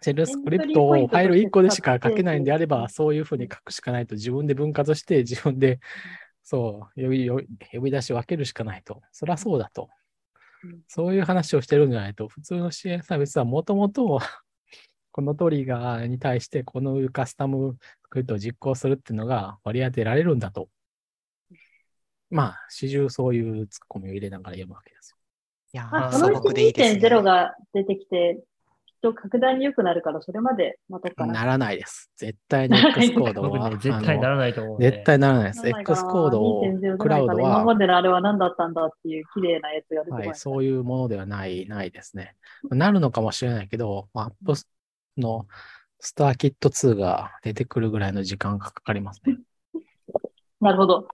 Speaker 2: シェルスクリプトをファイル1個でしか書けないんであれば、そういうふうに書くしかないと、自分で分割して、自分で、 [LAUGHS] そう、呼び呼び呼び出し分けるしかないと。そりゃそうだと
Speaker 5: うん。
Speaker 2: そういう話をしてるんじゃないと、普通の支援サービスはもともと、 [LAUGHS] このトリガーに対して、このカスタムスクリプトを実行するっていうのが割り当てられるんだと。まあ、始終そういうツッコミを入れながら読むわけですよ。
Speaker 3: いや
Speaker 5: まあ、
Speaker 3: ー、
Speaker 1: ー
Speaker 5: そ
Speaker 3: 素
Speaker 5: のう
Speaker 3: 朴でいい
Speaker 5: ち
Speaker 3: ですね。
Speaker 5: 2.0が出てきて、きっと格段に良くなるから、それまで待とうかな。
Speaker 2: ならないです。絶対に
Speaker 5: ならない
Speaker 2: X コード
Speaker 1: 僕
Speaker 2: は、
Speaker 1: ね、絶対な
Speaker 2: あの
Speaker 1: らないと思う、ね。
Speaker 2: 絶対ならないで
Speaker 5: な
Speaker 2: す。
Speaker 5: らないかな
Speaker 2: X コードを
Speaker 5: 2.0じゃないかな
Speaker 2: クラウド
Speaker 5: 今ま
Speaker 2: は、
Speaker 5: でのあれは何だったんだっていう綺麗なやつが出てこな。
Speaker 2: はいい、そういうものではない、ないですね。なるのかもしれないけど、まあ App のスターキット2が出てくるぐらいの時間がかかりますね。
Speaker 5: なるほど。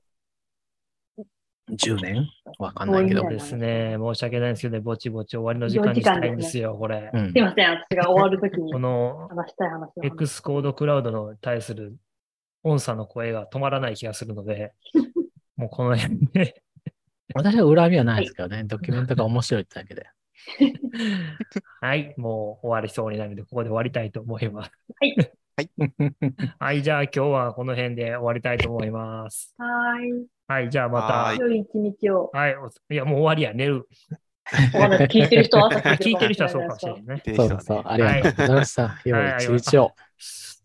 Speaker 2: 10年わかんないけど
Speaker 1: そう。ですね。申し訳ないんですけどね、ぼちぼち終わりの時間
Speaker 5: お時
Speaker 1: にし
Speaker 5: 間
Speaker 1: たいんですよ、これ
Speaker 2: う。ん
Speaker 5: すいません、私が終わるときに
Speaker 1: [LAUGHS] この
Speaker 5: 話したい話を。
Speaker 1: X コードクラウドの対する音差の声が止まらない気がするので、もうこの辺で、
Speaker 2: 私は恨みはないですけどね、ドキュメントが面白いってだけで。
Speaker 1: はい、もう終わりそうになるので、ここで終わりたいと思います。 [LAUGHS] はい、じゃあ今日はこの辺で終わりたいと思います。
Speaker 5: はーい。
Speaker 1: はい、じゃあまた。
Speaker 4: は
Speaker 1: はいい [LAUGHS]
Speaker 5: 良い一日を。
Speaker 1: い、おいや、もう終わりや、寝る。
Speaker 5: わか
Speaker 2: [LAUGHS]
Speaker 5: んない聞いてる人は朝
Speaker 1: 聞いてる人はそうかもしれないね。
Speaker 4: で
Speaker 2: そう
Speaker 4: した
Speaker 2: だそう。
Speaker 4: ね
Speaker 2: ありがとうございました。良い一日を。
Speaker 1: はい